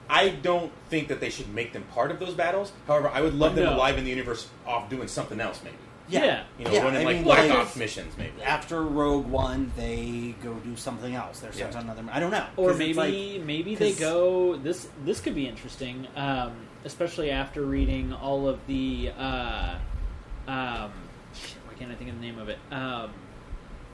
Speaker 2: I don't think that they should make them part of those battles. However, I would love
Speaker 4: Oh,
Speaker 2: them
Speaker 3: No.
Speaker 2: alive in the universe, off doing something else, maybe.
Speaker 4: Yeah,
Speaker 3: Yeah.
Speaker 2: You know,
Speaker 4: Yeah,
Speaker 2: running
Speaker 4: I
Speaker 2: like
Speaker 4: mean,
Speaker 2: Black
Speaker 4: like-
Speaker 2: Ops missions, maybe.
Speaker 4: After Rogue One, they go do something else. They're sent
Speaker 2: Yeah.
Speaker 4: on another. I don't know.
Speaker 3: or
Speaker 4: 'Cause
Speaker 3: maybe
Speaker 4: it's like-
Speaker 3: maybe they
Speaker 4: 'cause-
Speaker 3: go this this could be interesting um, especially after reading all of the uh, um, shit, why can't i think of the name of it um,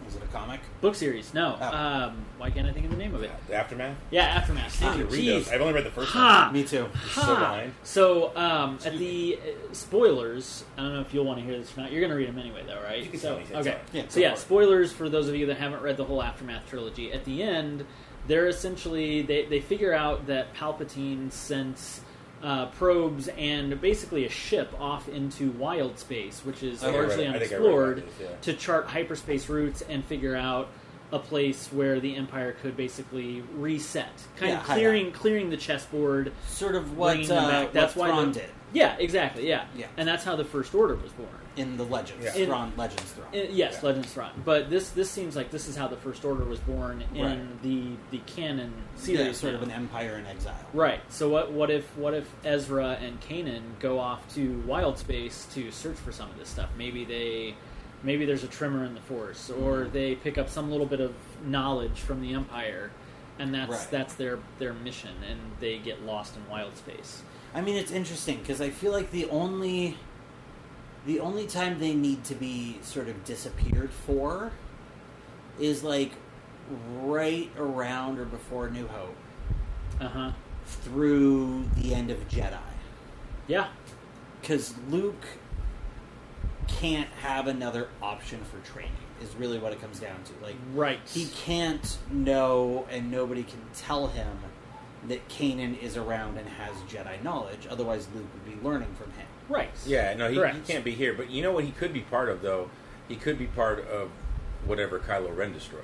Speaker 4: was it a comic?
Speaker 3: book series no
Speaker 4: Oh.
Speaker 3: um, why can't i think of the name of it
Speaker 2: The aftermath.
Speaker 3: yeah aftermath
Speaker 2: I need to
Speaker 3: Ah,
Speaker 2: read those.
Speaker 3: jeez.
Speaker 2: I've only read the first
Speaker 3: Ha!
Speaker 4: Me too.
Speaker 2: So
Speaker 3: Ha!
Speaker 2: blind.
Speaker 3: So, um, at the uh, spoilers, I don't know if you'll want to hear this or not. You're going to read them anyway, though, right?
Speaker 2: You can
Speaker 3: so,
Speaker 2: tell me, it's
Speaker 3: okay.
Speaker 2: all right.
Speaker 4: Yeah,
Speaker 3: so
Speaker 4: go
Speaker 3: yeah,
Speaker 4: for it.
Speaker 3: spoilers for those of you that haven't read the whole aftermath trilogy. At the end, they're essentially they they figure out that Palpatine sent uh, probes and basically a ship off into wild space, which is
Speaker 4: I think I read
Speaker 3: largely
Speaker 2: it. I think I read
Speaker 3: unexplored,
Speaker 2: about this, yeah.
Speaker 3: to chart hyperspace routes and figure out a place where the Empire could basically reset, kind of
Speaker 4: Yeah, hideout.
Speaker 3: clearing clearing the chessboard.
Speaker 4: Sort of
Speaker 3: bringing
Speaker 4: what
Speaker 3: them
Speaker 4: uh,
Speaker 3: back. That's
Speaker 4: what
Speaker 3: why
Speaker 4: Thrawn
Speaker 3: the-
Speaker 4: did
Speaker 3: Yeah, exactly. Yeah,
Speaker 4: Yeah.
Speaker 3: and that's how the First Order was born.
Speaker 4: in the Legends.
Speaker 2: Yeah.
Speaker 3: In-
Speaker 4: Thrawn, Legends Thrawn.
Speaker 3: Uh, yes,
Speaker 2: Yeah.
Speaker 3: Legends Thrawn. But this this seems like this is how the First Order was born in
Speaker 4: Right.
Speaker 3: the the canon
Speaker 4: Yeah,
Speaker 3: series.
Speaker 4: sort of
Speaker 3: now.
Speaker 4: an empire in exile.
Speaker 3: Right. So what what if what if Ezra and Kanan go off to wild space to search for some of this stuff? Maybe they maybe there's a tremor in the force or
Speaker 4: Mm-hmm.
Speaker 3: they pick up some little bit of knowledge from the empire and that's
Speaker 4: Right.
Speaker 3: that's their their mission and they get lost in wild space.
Speaker 4: I mean, it's interesting because I feel like the only, the only time they need to be sort of disappeared for, is like right around or before New Hope
Speaker 3: Uh-huh.
Speaker 4: through the end of Jedi,
Speaker 3: Yeah.
Speaker 4: because Luke can't have another option for training. Is really what it comes down to. Like
Speaker 3: Right.
Speaker 4: he can't know, and nobody can tell him that Kanan is around and has Jedi knowledge. Otherwise, Luke would be learning from him.
Speaker 3: right.
Speaker 2: Yeah, no, he, he
Speaker 3: Correct.
Speaker 2: can't be here. But you know what? He could be part of though. He could be part of whatever Kylo Ren destroyed.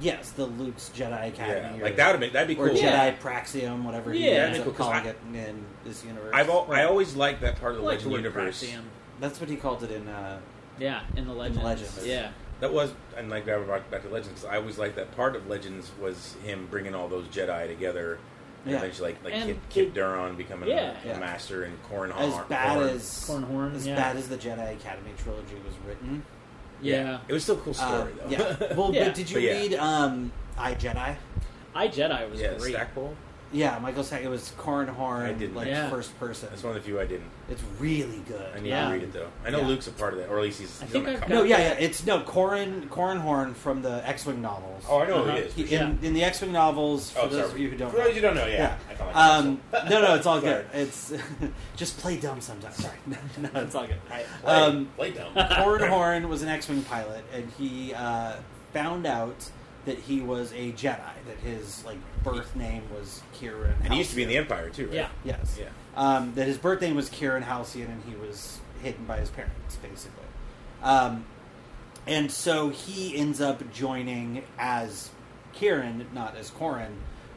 Speaker 4: Yes, the Luke's Jedi Academy.
Speaker 2: yeah,
Speaker 4: or-
Speaker 2: like that would be that'd be
Speaker 4: Or
Speaker 2: cool.
Speaker 4: Jedi
Speaker 3: Yeah.
Speaker 4: Praxium, whatever
Speaker 3: Yeah.
Speaker 4: he ends
Speaker 2: That'd
Speaker 4: up
Speaker 2: be cool, 'cause
Speaker 4: calling
Speaker 2: I-
Speaker 4: it in this universe.
Speaker 2: I've al- I
Speaker 3: Right.
Speaker 2: always liked that part of
Speaker 3: I
Speaker 2: the
Speaker 3: like the
Speaker 2: Legend
Speaker 3: word
Speaker 2: universe.
Speaker 3: praxium.
Speaker 4: That's what he called it in. Uh,
Speaker 3: Yeah, in the legends.
Speaker 4: Legends.
Speaker 3: Yeah.
Speaker 2: That was and like that brought back to Legends because I always liked that part of Legends was him bringing all those Jedi together. And
Speaker 4: Yeah.
Speaker 2: eventually, like like
Speaker 3: And
Speaker 2: Kid,
Speaker 3: it-
Speaker 2: Kid Duron becoming
Speaker 3: Yeah.
Speaker 2: a, a
Speaker 4: Yeah.
Speaker 2: master and Corn
Speaker 4: as
Speaker 2: Har-
Speaker 4: bad
Speaker 2: Corn.
Speaker 4: as
Speaker 3: Cornhorn,
Speaker 4: as
Speaker 3: yeah.
Speaker 4: bad as the Jedi Academy trilogy was written.
Speaker 3: Yeah.
Speaker 2: it was still a cool
Speaker 4: uh,
Speaker 2: story though. [LAUGHS]
Speaker 4: yeah. Well,
Speaker 3: Yeah.
Speaker 4: but did you
Speaker 2: But yeah.
Speaker 4: read um, I Jedi?
Speaker 3: I Jedi was
Speaker 2: yeah,
Speaker 3: great.
Speaker 2: Stackpole.
Speaker 4: Yeah, Michael Sack. It was Cornhorn,
Speaker 2: I didn't.
Speaker 4: like
Speaker 3: Yeah.
Speaker 4: first person.
Speaker 2: That's one of the few I didn't.
Speaker 4: It's really
Speaker 2: I
Speaker 4: good.
Speaker 2: need
Speaker 3: Yeah.
Speaker 2: to read it though. I know
Speaker 4: Yeah.
Speaker 2: Luke's a part of that, or at least he's.
Speaker 3: I
Speaker 2: he's
Speaker 3: think
Speaker 2: on the
Speaker 3: I've
Speaker 2: cover.
Speaker 4: No, yeah, yeah. It's no Corrin Cornhorn from the X-wing novels.
Speaker 2: Oh, I know who
Speaker 3: Uh-huh.
Speaker 2: it is.
Speaker 4: He- in,
Speaker 3: Yeah.
Speaker 4: in the X-wing novels, for
Speaker 2: oh,
Speaker 4: those
Speaker 2: sorry.
Speaker 4: of you who don't,
Speaker 2: for
Speaker 4: know,
Speaker 2: those who don't know, yeah. I felt like
Speaker 4: Um, no, no,
Speaker 2: [LAUGHS]
Speaker 4: it's all
Speaker 2: Sorry.
Speaker 4: good. It's [LAUGHS] just play dumb sometimes. Sorry, [LAUGHS] no, it's all good.
Speaker 2: I,
Speaker 4: um,
Speaker 2: play dumb.
Speaker 4: [LAUGHS] Horn Horn was an X-wing pilot, and he uh, found out that he was a Jedi. That his like birth name was Kieran.
Speaker 2: and he used to be in the
Speaker 4: Halcyon.
Speaker 2: Empire too, right?
Speaker 3: Yeah.
Speaker 4: Yes.
Speaker 2: Yeah.
Speaker 4: Um, that his birth name was Kieran Halcyon, and he was hidden by his parents, basically. Um, and so he ends up joining as Kieran, not as Corrin,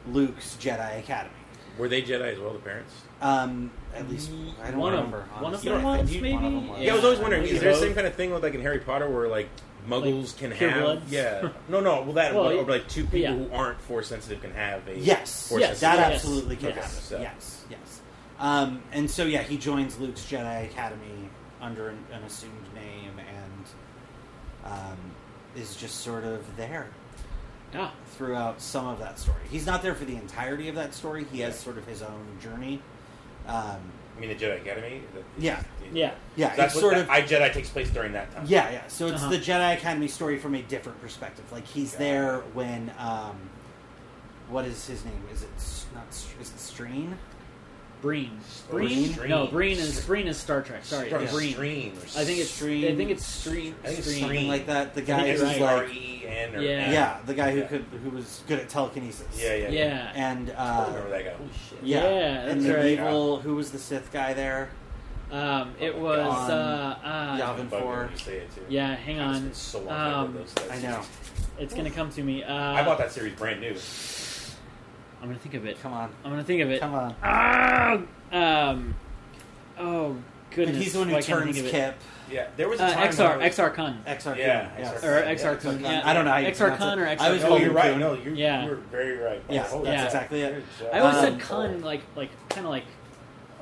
Speaker 4: Luke's Jedi Academy.
Speaker 2: Were they Jedi as well, the parents?
Speaker 4: Um, at least I don't
Speaker 3: Mm, One of-
Speaker 4: remember.
Speaker 3: one of
Speaker 4: honestly.
Speaker 3: them
Speaker 4: I think
Speaker 3: was,
Speaker 4: one of them
Speaker 3: maybe?
Speaker 4: was.
Speaker 2: Yeah, I was always wondering,
Speaker 3: Yeah.
Speaker 2: is there the same kind of thing with like in Harry Potter where like muggles can
Speaker 3: pure
Speaker 2: have
Speaker 3: bloods?
Speaker 2: Yeah. No, no, well that
Speaker 3: Well,
Speaker 2: or, like two people
Speaker 3: yeah.
Speaker 2: who aren't force sensitive can have a
Speaker 4: Yes,
Speaker 2: force
Speaker 3: Yes,
Speaker 4: that
Speaker 2: sensitive.
Speaker 3: yes.
Speaker 4: absolutely can
Speaker 2: Okay,
Speaker 4: happen.
Speaker 2: so-
Speaker 4: Yes, yes. Um, and so yeah, he joins Luke's Jedi Academy under an, an assumed name and um, is just sort of there
Speaker 3: Yeah.
Speaker 4: throughout some of that story. He's not there for the entirety of that story. He has
Speaker 2: Yeah.
Speaker 4: sort of his own journey. Um,
Speaker 2: I mean the Jedi Academy. that-
Speaker 4: Yeah.
Speaker 3: Yeah.
Speaker 4: yeah,
Speaker 2: that's
Speaker 4: it's
Speaker 2: what
Speaker 4: sort
Speaker 2: that-
Speaker 4: of
Speaker 2: I Jedi takes place during that time.
Speaker 4: Yeah, yeah. So it's
Speaker 3: Uh-huh.
Speaker 4: the Jedi Academy story from a different perspective. Like he's
Speaker 2: Yeah.
Speaker 4: there when, um, what is his name? Is it S- not? S- Is it Streen?
Speaker 3: Breen.
Speaker 2: Breen?
Speaker 3: Oh, Breen? No, Breen is Breen is Star Trek. Sorry,
Speaker 2: Sorry,
Speaker 3: Breen.
Speaker 2: Stream or
Speaker 3: I think it's
Speaker 4: Stream.
Speaker 3: I think it's Stream.
Speaker 2: I think it's
Speaker 3: Stream.
Speaker 2: Stream.
Speaker 4: Something like that. The guy
Speaker 3: you're
Speaker 4: who's
Speaker 3: right.
Speaker 4: like,
Speaker 2: S-R-E-N E or
Speaker 3: Yeah.
Speaker 4: yeah, the guy who
Speaker 2: Yeah.
Speaker 4: could who was good at telekinesis.
Speaker 2: Yeah, yeah.
Speaker 3: Yeah.
Speaker 4: And
Speaker 2: I
Speaker 4: uh,
Speaker 2: remember that guy.
Speaker 4: yeah,
Speaker 3: Yeah,
Speaker 4: and
Speaker 3: that's
Speaker 4: the
Speaker 3: right.
Speaker 4: evil who was the Sith guy there?
Speaker 3: Um, it
Speaker 2: Oh my
Speaker 3: was
Speaker 4: God.
Speaker 3: uh, uh,
Speaker 4: Yeah.
Speaker 2: Bug me
Speaker 4: Four.
Speaker 2: when you say it, too.
Speaker 3: yeah. Hang
Speaker 2: It's
Speaker 3: on.
Speaker 2: been so long since I read
Speaker 3: Um,
Speaker 2: those things.
Speaker 4: I know.
Speaker 3: it's gonna come to me. Uh,
Speaker 2: I bought that series brand new.
Speaker 3: I'm gonna think of it.
Speaker 4: Come on,
Speaker 3: I'm gonna think of it.
Speaker 4: come on.
Speaker 3: Ah, um. Oh
Speaker 4: And
Speaker 3: goodness.
Speaker 4: he's the one who
Speaker 3: why can't I
Speaker 4: turns
Speaker 3: think of it?
Speaker 4: Kip.
Speaker 2: Yeah, there was a
Speaker 3: Uh,
Speaker 2: time
Speaker 3: XR
Speaker 2: when I was-
Speaker 3: XR Kun.
Speaker 4: XR.
Speaker 2: Yeah,
Speaker 4: yes.
Speaker 3: Or
Speaker 2: XR.
Speaker 3: XR Kun.
Speaker 4: XR-kun.
Speaker 3: Yeah.
Speaker 4: I don't know how you
Speaker 3: XR
Speaker 4: pronounce
Speaker 3: Kun
Speaker 4: it.
Speaker 3: or XR.
Speaker 4: I was
Speaker 2: No,
Speaker 4: holding
Speaker 2: you're right.
Speaker 4: Kun.
Speaker 2: No, you're,
Speaker 3: Yeah.
Speaker 2: you're very right.
Speaker 4: Yeah,
Speaker 2: Oh,
Speaker 4: that's
Speaker 3: yeah.
Speaker 4: exactly it.
Speaker 2: Good job.
Speaker 3: I always
Speaker 4: Um,
Speaker 3: said Kun like like kind of like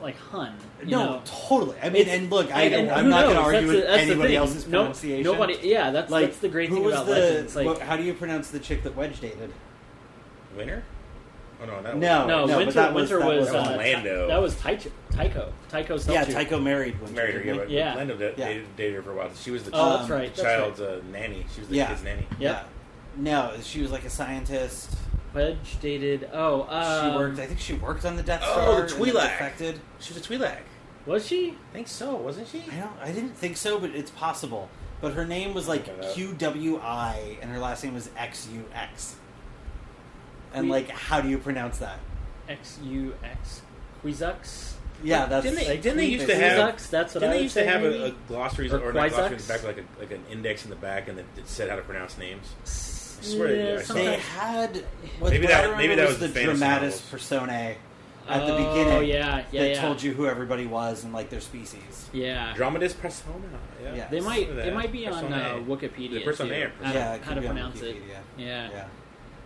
Speaker 3: like Hun. You
Speaker 4: No,
Speaker 3: know?
Speaker 4: totally. I mean,
Speaker 3: It's-
Speaker 4: and look, I,
Speaker 3: And- and
Speaker 4: I'm
Speaker 3: who
Speaker 4: not going
Speaker 3: knows?
Speaker 4: to argue
Speaker 3: That's
Speaker 4: with
Speaker 3: the- that's the
Speaker 4: anybody
Speaker 3: thing.
Speaker 4: else's
Speaker 3: No-
Speaker 4: pronunciation.
Speaker 3: nobody, yeah, that's
Speaker 4: like
Speaker 3: that's the great
Speaker 4: who
Speaker 3: thing
Speaker 4: was
Speaker 3: about
Speaker 4: the,
Speaker 3: legends. Like,
Speaker 4: what- how do you pronounce the chick that Wedge dated?
Speaker 2: Winner? Oh no, that
Speaker 4: No,
Speaker 3: no,
Speaker 4: but
Speaker 3: Winter,
Speaker 4: that was-
Speaker 3: Winter
Speaker 4: that
Speaker 3: was,
Speaker 4: was
Speaker 3: uh,
Speaker 2: on Lando.
Speaker 3: Ty- That was Tycho. Tycho. Tycho.
Speaker 4: yeah,
Speaker 3: Seljuk.
Speaker 4: Tycho married one.
Speaker 2: was married her. Yeah, but
Speaker 3: Yeah.
Speaker 2: Lando did,
Speaker 4: Yeah.
Speaker 2: dated, dated her for a while. She was the
Speaker 3: Oh,
Speaker 2: child-
Speaker 3: that's right. That's
Speaker 2: child's
Speaker 3: right.
Speaker 2: uh, nanny. She was the
Speaker 4: Yeah.
Speaker 2: kid's nanny.
Speaker 3: Yeah.
Speaker 4: No, she was like a scientist.
Speaker 3: Wedge dated. Oh, um,
Speaker 4: she worked. I think she worked on the Death
Speaker 2: Oh,
Speaker 4: Star.
Speaker 2: the
Speaker 4: and then
Speaker 2: Twi'lek.
Speaker 4: Defected.
Speaker 2: She was a Twi'lek.
Speaker 3: Was she?
Speaker 2: I think so, wasn't she?
Speaker 4: I don't. I didn't think so, but it's possible. But her name was like
Speaker 2: Look it up.
Speaker 4: Q W I, and her last name was X U X. And
Speaker 3: We-
Speaker 4: like, how do you pronounce that?
Speaker 3: X U X. Quizux.
Speaker 4: Yeah, that's
Speaker 2: didn't they,
Speaker 3: like
Speaker 2: didn't they
Speaker 3: Queen
Speaker 2: used to
Speaker 3: Bee
Speaker 2: have?
Speaker 3: Sucks, that's what
Speaker 2: didn't
Speaker 3: I
Speaker 2: they
Speaker 3: would
Speaker 2: used
Speaker 3: say,
Speaker 2: to have
Speaker 3: maybe?
Speaker 2: a, a glossaries
Speaker 3: Or
Speaker 2: or, not
Speaker 3: Quisucks?
Speaker 2: glossaries back like a, like an index in the back and it it said how to pronounce names. I swear they
Speaker 3: Yeah,
Speaker 2: do. I saw
Speaker 4: They
Speaker 3: sometimes.
Speaker 2: it.
Speaker 4: had what,
Speaker 2: Maybe
Speaker 4: what
Speaker 2: that-
Speaker 4: I remember
Speaker 2: maybe that
Speaker 4: was,
Speaker 2: was
Speaker 4: the
Speaker 2: the fantasy
Speaker 4: dramatis
Speaker 2: novels.
Speaker 4: personae at the
Speaker 3: Oh,
Speaker 4: beginning.
Speaker 3: yeah, yeah,
Speaker 4: that
Speaker 3: yeah.
Speaker 4: told you who everybody was and like their species.
Speaker 3: Yeah.
Speaker 2: Dramadis persona. Yeah.
Speaker 4: Yeah.
Speaker 3: They might.
Speaker 2: That.
Speaker 3: It might be on uh,
Speaker 2: Personae.
Speaker 3: Wikipedia.
Speaker 2: The personae
Speaker 3: too.
Speaker 2: or
Speaker 3: How to,
Speaker 4: Yeah, it
Speaker 3: how
Speaker 4: could
Speaker 3: to
Speaker 4: be on
Speaker 3: pronounce it?
Speaker 4: Wikipedia.
Speaker 3: Yeah.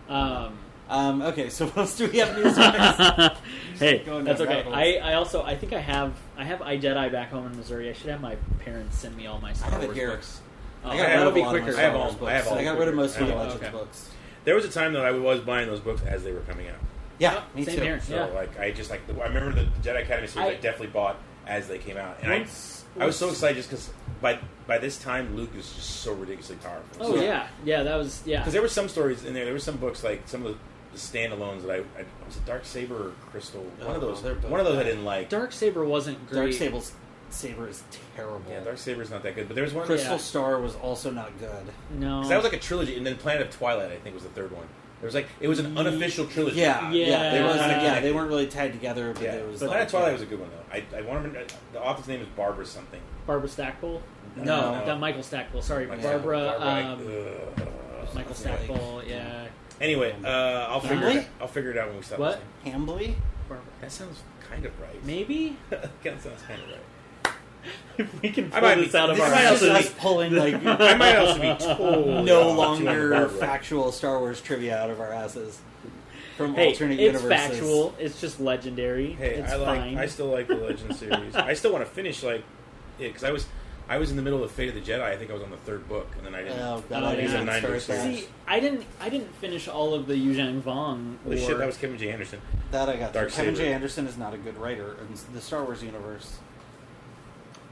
Speaker 4: Yeah. [LAUGHS]
Speaker 3: Um,
Speaker 4: Um, okay, so [LAUGHS] what else do we have news wise?
Speaker 3: [LAUGHS] hey,
Speaker 4: going
Speaker 3: that's
Speaker 4: down
Speaker 3: okay.
Speaker 4: rabbit holes.
Speaker 3: I, I also I think I have I have iDeadeye back home in Missouri. I should have my parents send me all my
Speaker 4: I
Speaker 3: Star
Speaker 4: have it
Speaker 3: Wars
Speaker 4: here.
Speaker 3: books. Oh,
Speaker 4: I got
Speaker 3: that
Speaker 4: rid
Speaker 3: would
Speaker 4: of
Speaker 3: be
Speaker 4: a lot of my
Speaker 3: quicker.
Speaker 2: I have
Speaker 4: Star Wars
Speaker 2: all- I
Speaker 4: books.
Speaker 2: have all
Speaker 4: I got rid of most of
Speaker 2: I
Speaker 4: my
Speaker 2: have all-
Speaker 4: Legends
Speaker 3: okay.
Speaker 4: books.
Speaker 2: There was a time though I was buying those books as they were coming out.
Speaker 4: Yeah,
Speaker 3: Oh,
Speaker 4: me
Speaker 3: same
Speaker 4: too.
Speaker 3: here.
Speaker 2: So
Speaker 3: Yeah.
Speaker 2: like I just like the, I remember the Jedi Academy series I,
Speaker 3: I-
Speaker 2: definitely bought as they came out, and
Speaker 3: Once-
Speaker 2: I I was so
Speaker 3: once-
Speaker 2: excited just because by by this time Luke is just so ridiculously powerful.
Speaker 3: Oh
Speaker 2: So-
Speaker 3: yeah. yeah, that was yeah.
Speaker 2: Because there were some stories in there. There were some books like some of the standalones that I, I was it Dark Saber or Crystal. One
Speaker 4: Oh,
Speaker 2: of those.
Speaker 4: they're both
Speaker 2: One of those I
Speaker 4: bad.
Speaker 2: didn't like.
Speaker 3: Dark Saber wasn't great.
Speaker 4: Dark Sable's Saber is terrible.
Speaker 2: yeah, Dark Saber's not that good. But there was one.
Speaker 4: Crystal
Speaker 3: Yeah.
Speaker 4: Star was also not good.
Speaker 3: No,
Speaker 2: 'cause that was like a trilogy, and then Planet of Twilight I think was the third one. There was like it was an unofficial trilogy.
Speaker 4: Yeah, yeah,
Speaker 3: Yeah.
Speaker 4: they
Speaker 2: They were
Speaker 4: wasn't-
Speaker 2: kinda
Speaker 4: yeah, they
Speaker 2: connected.
Speaker 4: weren't really tied together, but
Speaker 2: Yeah.
Speaker 4: there was.
Speaker 2: But
Speaker 4: like,
Speaker 2: Planet of Twilight was a good one though. I I want to. The author's name is Barbara something.
Speaker 3: Barbara Stackpole.
Speaker 4: No,
Speaker 2: no.
Speaker 3: not Michael Stackpole. Sorry,
Speaker 2: Like,
Speaker 3: Barbara.
Speaker 2: Barbara,
Speaker 3: um,
Speaker 2: like, ugh.
Speaker 3: Michael
Speaker 4: Something like-
Speaker 3: Stackpole. yeah.
Speaker 2: Anyway, uh, I'll figure it.
Speaker 4: Really?
Speaker 2: Out. I'll figure it out when we stop.
Speaker 3: What?
Speaker 2: listening.
Speaker 4: Hambly.
Speaker 3: Barbara.
Speaker 2: That sounds kind of right.
Speaker 3: Maybe
Speaker 2: [LAUGHS] that sounds kind of right.
Speaker 3: if we can
Speaker 2: I
Speaker 3: pull
Speaker 2: might be-
Speaker 3: this out of
Speaker 2: this
Speaker 3: our
Speaker 2: might
Speaker 4: Just
Speaker 2: also
Speaker 4: us
Speaker 2: be- [LAUGHS]
Speaker 4: pulling like
Speaker 2: I might also be totally
Speaker 4: no
Speaker 2: off, too, on the
Speaker 4: longer
Speaker 2: Barbara.
Speaker 4: factual Star Wars trivia out of our asses from
Speaker 3: Hey,
Speaker 4: alternate
Speaker 3: it's
Speaker 4: universes.
Speaker 3: factual. It's just legendary.
Speaker 2: Hey,
Speaker 3: it's
Speaker 2: I like.
Speaker 3: fine.
Speaker 2: I still like the Legend series. I still want to finish like it because I was, I was in the middle of Fate of the Jedi. I think I was on the third book, and then I didn't.
Speaker 4: Oh
Speaker 3: Oh,
Speaker 4: god, I
Speaker 3: yeah.
Speaker 4: didn't
Speaker 2: Nine
Speaker 4: start
Speaker 2: books.
Speaker 4: that.
Speaker 3: See, I didn't. I didn't finish all of the Yu Zhang Vong.
Speaker 2: Holy
Speaker 3: or-
Speaker 2: shit, that was Kevin J. Anderson.
Speaker 4: that I got.
Speaker 2: Dark
Speaker 4: through. Kevin
Speaker 2: Saber.
Speaker 4: J. Anderson is not a good writer in the Star Wars universe.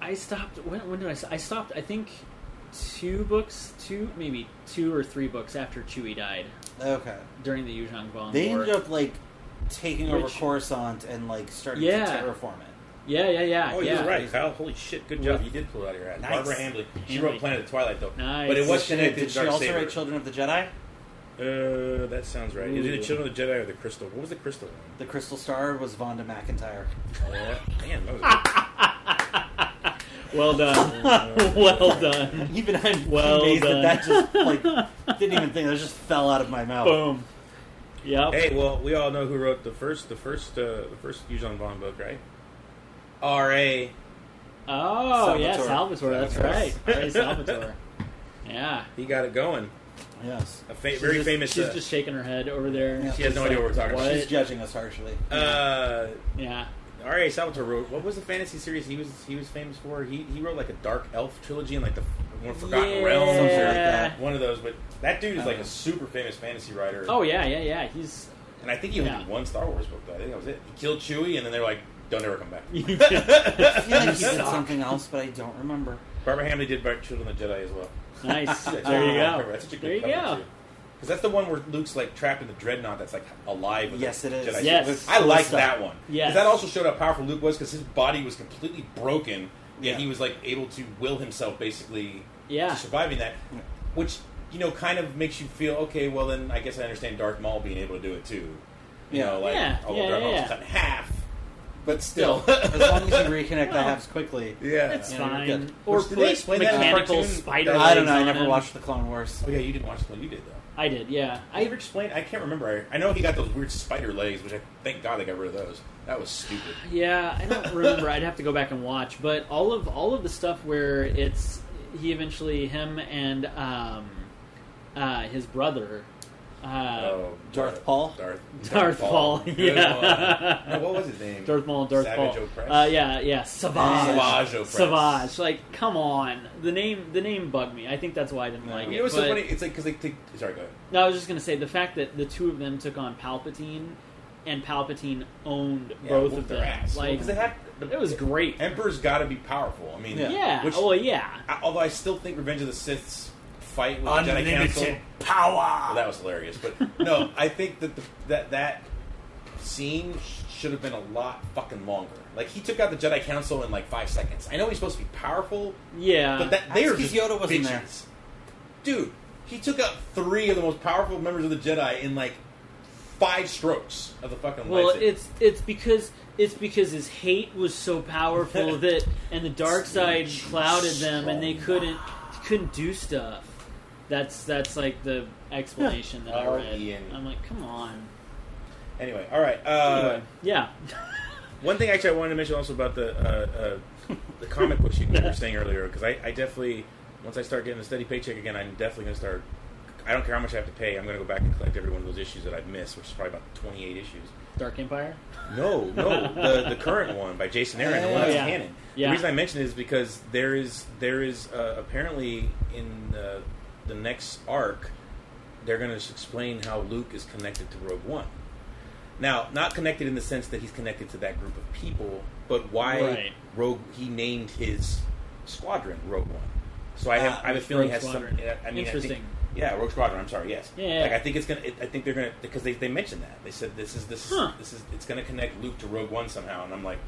Speaker 3: I stopped. When, when did I? s- I stopped. I think two books, two maybe two or three books after Chewie died
Speaker 4: Okay,
Speaker 3: during the Yu Zhang Vong.
Speaker 4: they
Speaker 3: War.
Speaker 4: ended up like taking over
Speaker 3: Which-
Speaker 4: Coruscant and like starting
Speaker 3: Yeah.
Speaker 4: to terraform it.
Speaker 3: Yeah, yeah, yeah.
Speaker 2: Oh,
Speaker 3: yeah.
Speaker 2: you're right, Kyle. Holy shit, good job. You did pull it out of your ass.
Speaker 4: Nice.
Speaker 2: Barbara Hambly. She
Speaker 3: Hambly.
Speaker 2: wrote Planet of the Twilight though,
Speaker 3: Nice.
Speaker 2: but it was
Speaker 4: Did she-
Speaker 2: connected
Speaker 4: Did
Speaker 2: to
Speaker 4: she
Speaker 2: Dark
Speaker 4: also
Speaker 2: Saber.
Speaker 4: write Children of the Jedi,
Speaker 2: uh, that sounds right. It was
Speaker 3: Ooh.
Speaker 2: either Children of the Jedi or the Crystal. What was the Crystal
Speaker 4: [LAUGHS]
Speaker 2: one?
Speaker 4: The Crystal Star was Vonda McIntyre.
Speaker 2: Yeah. Man, that was a-
Speaker 4: [LAUGHS]
Speaker 3: Well done. well done.
Speaker 4: Even I'm
Speaker 3: Well
Speaker 4: amazed
Speaker 3: done.
Speaker 4: that
Speaker 3: [LAUGHS]
Speaker 4: that just like didn't even think that just fell out of my mouth.
Speaker 3: Boom. Yep.
Speaker 2: Uh, hey, well, we all know who wrote the first, the first, uh, the first Yuuzhan Vong book, right? R.A.
Speaker 3: Oh yeah, Salvatore.
Speaker 4: Salvatore.
Speaker 3: That's right.
Speaker 2: [LAUGHS]
Speaker 3: Ray Salvatore. Yeah.
Speaker 2: He got it going.
Speaker 4: Yes.
Speaker 2: A fa-
Speaker 3: She's
Speaker 2: very
Speaker 3: just-
Speaker 2: famous.
Speaker 3: She's
Speaker 2: uh,
Speaker 3: just shaking her head over there.
Speaker 4: Yeah.
Speaker 2: She has
Speaker 3: She's
Speaker 2: no
Speaker 3: like,
Speaker 2: idea what we're talking about.
Speaker 4: She's
Speaker 3: what?
Speaker 4: judging us
Speaker 3: [LAUGHS]
Speaker 4: harshly.
Speaker 2: Uh,
Speaker 3: Yeah.
Speaker 2: R.A. Salvatore wrote what was the fantasy series he was he was famous for? He he wrote like a dark elf trilogy and like the one Forgotten
Speaker 3: yeah.
Speaker 2: Realms,
Speaker 4: something
Speaker 2: or
Speaker 4: like that.
Speaker 2: one of those. But that dude is like
Speaker 4: Uh-huh.
Speaker 2: a super famous fantasy writer.
Speaker 3: Oh yeah, yeah, yeah.
Speaker 2: [LAUGHS]
Speaker 3: He's [LAUGHS]
Speaker 2: and I think he only
Speaker 3: yeah.
Speaker 2: did one Star Wars book. Though. I think that was it. He killed Chewie, and then they were like, "Don't ever come back."
Speaker 4: I feel like he did
Speaker 3: Suck.
Speaker 4: something else, but I don't remember.
Speaker 2: Barbara Hamley did Bar- Children of the Jedi as well.
Speaker 3: nice.
Speaker 2: That's
Speaker 3: there you
Speaker 2: a good
Speaker 3: go.
Speaker 2: cover. That's such a
Speaker 3: there you
Speaker 2: good
Speaker 3: go.
Speaker 2: Because that's the one where Luke's like trapped in the dreadnought that's like alive. With
Speaker 4: Yes,
Speaker 2: the
Speaker 4: it is.
Speaker 2: Jedi
Speaker 3: Yes.
Speaker 2: suit. I like
Speaker 4: Stuff.
Speaker 2: that one.
Speaker 3: Yes.
Speaker 2: because that also showed how powerful Luke was. Because his body was completely broken, yet
Speaker 4: Yeah.
Speaker 2: he was like able to will himself basically
Speaker 3: Yeah.
Speaker 2: to surviving that,
Speaker 4: Yeah.
Speaker 2: which you know kind of makes you feel okay. Well, then I guess I understand Darth Maul being able to do it too. You
Speaker 4: Yeah.
Speaker 2: know, like
Speaker 3: Yeah,
Speaker 2: although
Speaker 3: yeah,
Speaker 2: Darth Maul
Speaker 3: yeah,
Speaker 2: was
Speaker 3: yeah.
Speaker 2: cut in half,
Speaker 4: But still, as long as
Speaker 3: [LAUGHS]
Speaker 4: you reconnect the halves quickly.
Speaker 2: [LAUGHS] yeah.
Speaker 3: It's
Speaker 4: Yeah, you're
Speaker 3: fine.
Speaker 4: good.
Speaker 3: Or
Speaker 2: Which, did they
Speaker 3: put
Speaker 2: explain that in the
Speaker 3: mechanical
Speaker 2: cartoon?
Speaker 3: spider.
Speaker 4: I don't know. I
Speaker 3: legs on
Speaker 4: never
Speaker 3: him.
Speaker 4: watched the Clone Wars.
Speaker 2: oh yeah, you didn't watch the You did though.
Speaker 3: I did. Yeah.
Speaker 2: I
Speaker 3: I
Speaker 2: ever explained? I can't remember. I, I know he got those weird spider legs, which I thank God they got rid of those. That was stupid.
Speaker 3: Yeah, I
Speaker 2: [LAUGHS]
Speaker 3: don't remember. I'd have to go back and watch. But all of all of the stuff where it's he eventually him and um, uh, his brother. Uh,
Speaker 2: Oh,
Speaker 4: Darth Paul?
Speaker 3: [LAUGHS]
Speaker 2: Darth,
Speaker 3: Darth Paul,
Speaker 2: Good
Speaker 3: yeah.
Speaker 2: one. No, what was his name?
Speaker 3: Darth Maul, Darth
Speaker 2: Savage
Speaker 3: Paul.
Speaker 2: Opress.
Speaker 3: Uh, yeah, yeah, Savage.
Speaker 2: Savage Opress.
Speaker 3: Savage. Like, come on. The name the name bugged me. I think that's why I didn't
Speaker 4: No.
Speaker 3: like
Speaker 2: You
Speaker 3: it.
Speaker 2: know what's so
Speaker 3: but-
Speaker 2: funny? It's like because they take. Sorry, go ahead.
Speaker 3: No, I was just gonna say the fact that the two of them took on Palpatine, and Palpatine owned
Speaker 2: Yeah,
Speaker 3: both
Speaker 2: whoop
Speaker 3: of
Speaker 2: their
Speaker 3: them.
Speaker 2: ass. Well,
Speaker 3: Like
Speaker 2: 'cause they have- the-
Speaker 3: it was great.
Speaker 2: Emperor's got to be powerful. I mean,
Speaker 4: Yeah.
Speaker 3: yeah. Oh,
Speaker 2: Which,
Speaker 3: well, yeah.
Speaker 2: I- although I still think Revenge of the Sith's fight with the Jedi Council. Well,
Speaker 4: power.
Speaker 2: that was hilarious, but no, I think that the, that that scene sh- should have been a lot fucking longer. Like he took out the Jedi Council in like five seconds. I know he's supposed to be powerful,
Speaker 3: Yeah.
Speaker 2: But that they
Speaker 4: That's
Speaker 2: are
Speaker 4: 'cause
Speaker 2: just
Speaker 4: Uh, Yoda wasn't
Speaker 2: bitches.
Speaker 4: there.
Speaker 2: Dude, he took out three of the most powerful members of the Jedi in like five strokes of the fucking
Speaker 3: Well,
Speaker 2: lightsaber.
Speaker 3: it's it's because it's because his hate was so
Speaker 4: [LAUGHS]
Speaker 3: powerful that and the dark side clouded them and they couldn't couldn't do stuff. That's that's like the explanation that I
Speaker 2: Oh,
Speaker 3: read.
Speaker 2: Ian.
Speaker 3: I'm like, come on.
Speaker 2: anyway. All right. Uh,
Speaker 3: Anyway,
Speaker 4: [LAUGHS]
Speaker 3: yeah.
Speaker 2: One thing actually I wanted to mention also about the uh, uh, the comic book shooting you were saying earlier because I, I definitely once I start getting a steady paycheck again I'm definitely going to start I don't care how much I have to pay I'm going to go back and collect every one of those issues that I've missed which is probably about 28 issues
Speaker 3: Dark Empire.
Speaker 2: no no the, the current one by Jason Aaron the one
Speaker 3: Oh,
Speaker 2: that's
Speaker 3: yeah.
Speaker 2: canon
Speaker 3: Yeah.
Speaker 2: the reason I mention it is because there is there is uh, apparently in uh, the next arc they're going to explain how Luke is connected to Rogue One now, not connected in the sense that he's connected to that group of people, but why
Speaker 3: Right.
Speaker 2: Rogue? He named his squadron Rogue One. So I have,
Speaker 4: Ah,
Speaker 2: I have a feeling
Speaker 3: Rogue
Speaker 2: it has some.
Speaker 3: Squadron.
Speaker 2: I mean, I
Speaker 3: Interesting.
Speaker 2: think, yeah, Rogue Squadron. I'm sorry. Yes.
Speaker 3: Yeah, yeah.
Speaker 2: Like I think it's gonna. It, I think they're gonna because they, they mentioned that they said this is this is
Speaker 3: Huh.
Speaker 2: this is it's gonna connect Luke to Rogue One somehow, and I'm like,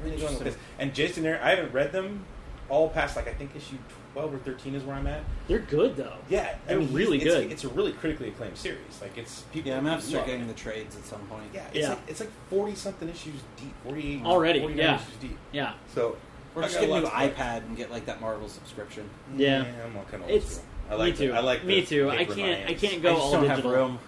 Speaker 2: where are they going with
Speaker 4: Interesting.
Speaker 2: this? And Jason, there, I haven't read them all past like I think issue twelve or thirteen is where I'm at.
Speaker 3: They're good though.
Speaker 2: Yeah, I
Speaker 3: They're
Speaker 2: mean, he's-
Speaker 3: really
Speaker 2: it's-
Speaker 3: good.
Speaker 2: It's a really critically acclaimed series. Like it's people.
Speaker 4: Yeah, I'm gonna have to start
Speaker 2: love it.
Speaker 4: getting the trades at some point.
Speaker 2: Yeah, it's
Speaker 3: Yeah.
Speaker 2: like it's like forty something issues deep, forty eight
Speaker 3: Already,
Speaker 2: 49
Speaker 3: yeah.
Speaker 2: issues deep.
Speaker 3: Yeah.
Speaker 2: So
Speaker 4: Or
Speaker 2: I
Speaker 4: just
Speaker 2: got
Speaker 4: get a
Speaker 2: lots
Speaker 4: new
Speaker 2: of books.
Speaker 4: iPad and get like that Marvel subscription. [LAUGHS]
Speaker 3: Yeah.
Speaker 2: I'm all kind of
Speaker 3: It's
Speaker 2: I like
Speaker 3: me too.
Speaker 2: The, I like
Speaker 3: me
Speaker 2: the
Speaker 3: too. I
Speaker 2: paper in my
Speaker 3: can't. I
Speaker 2: hands.
Speaker 3: can't go
Speaker 4: I just
Speaker 3: all
Speaker 4: don't
Speaker 3: digital.
Speaker 4: have room.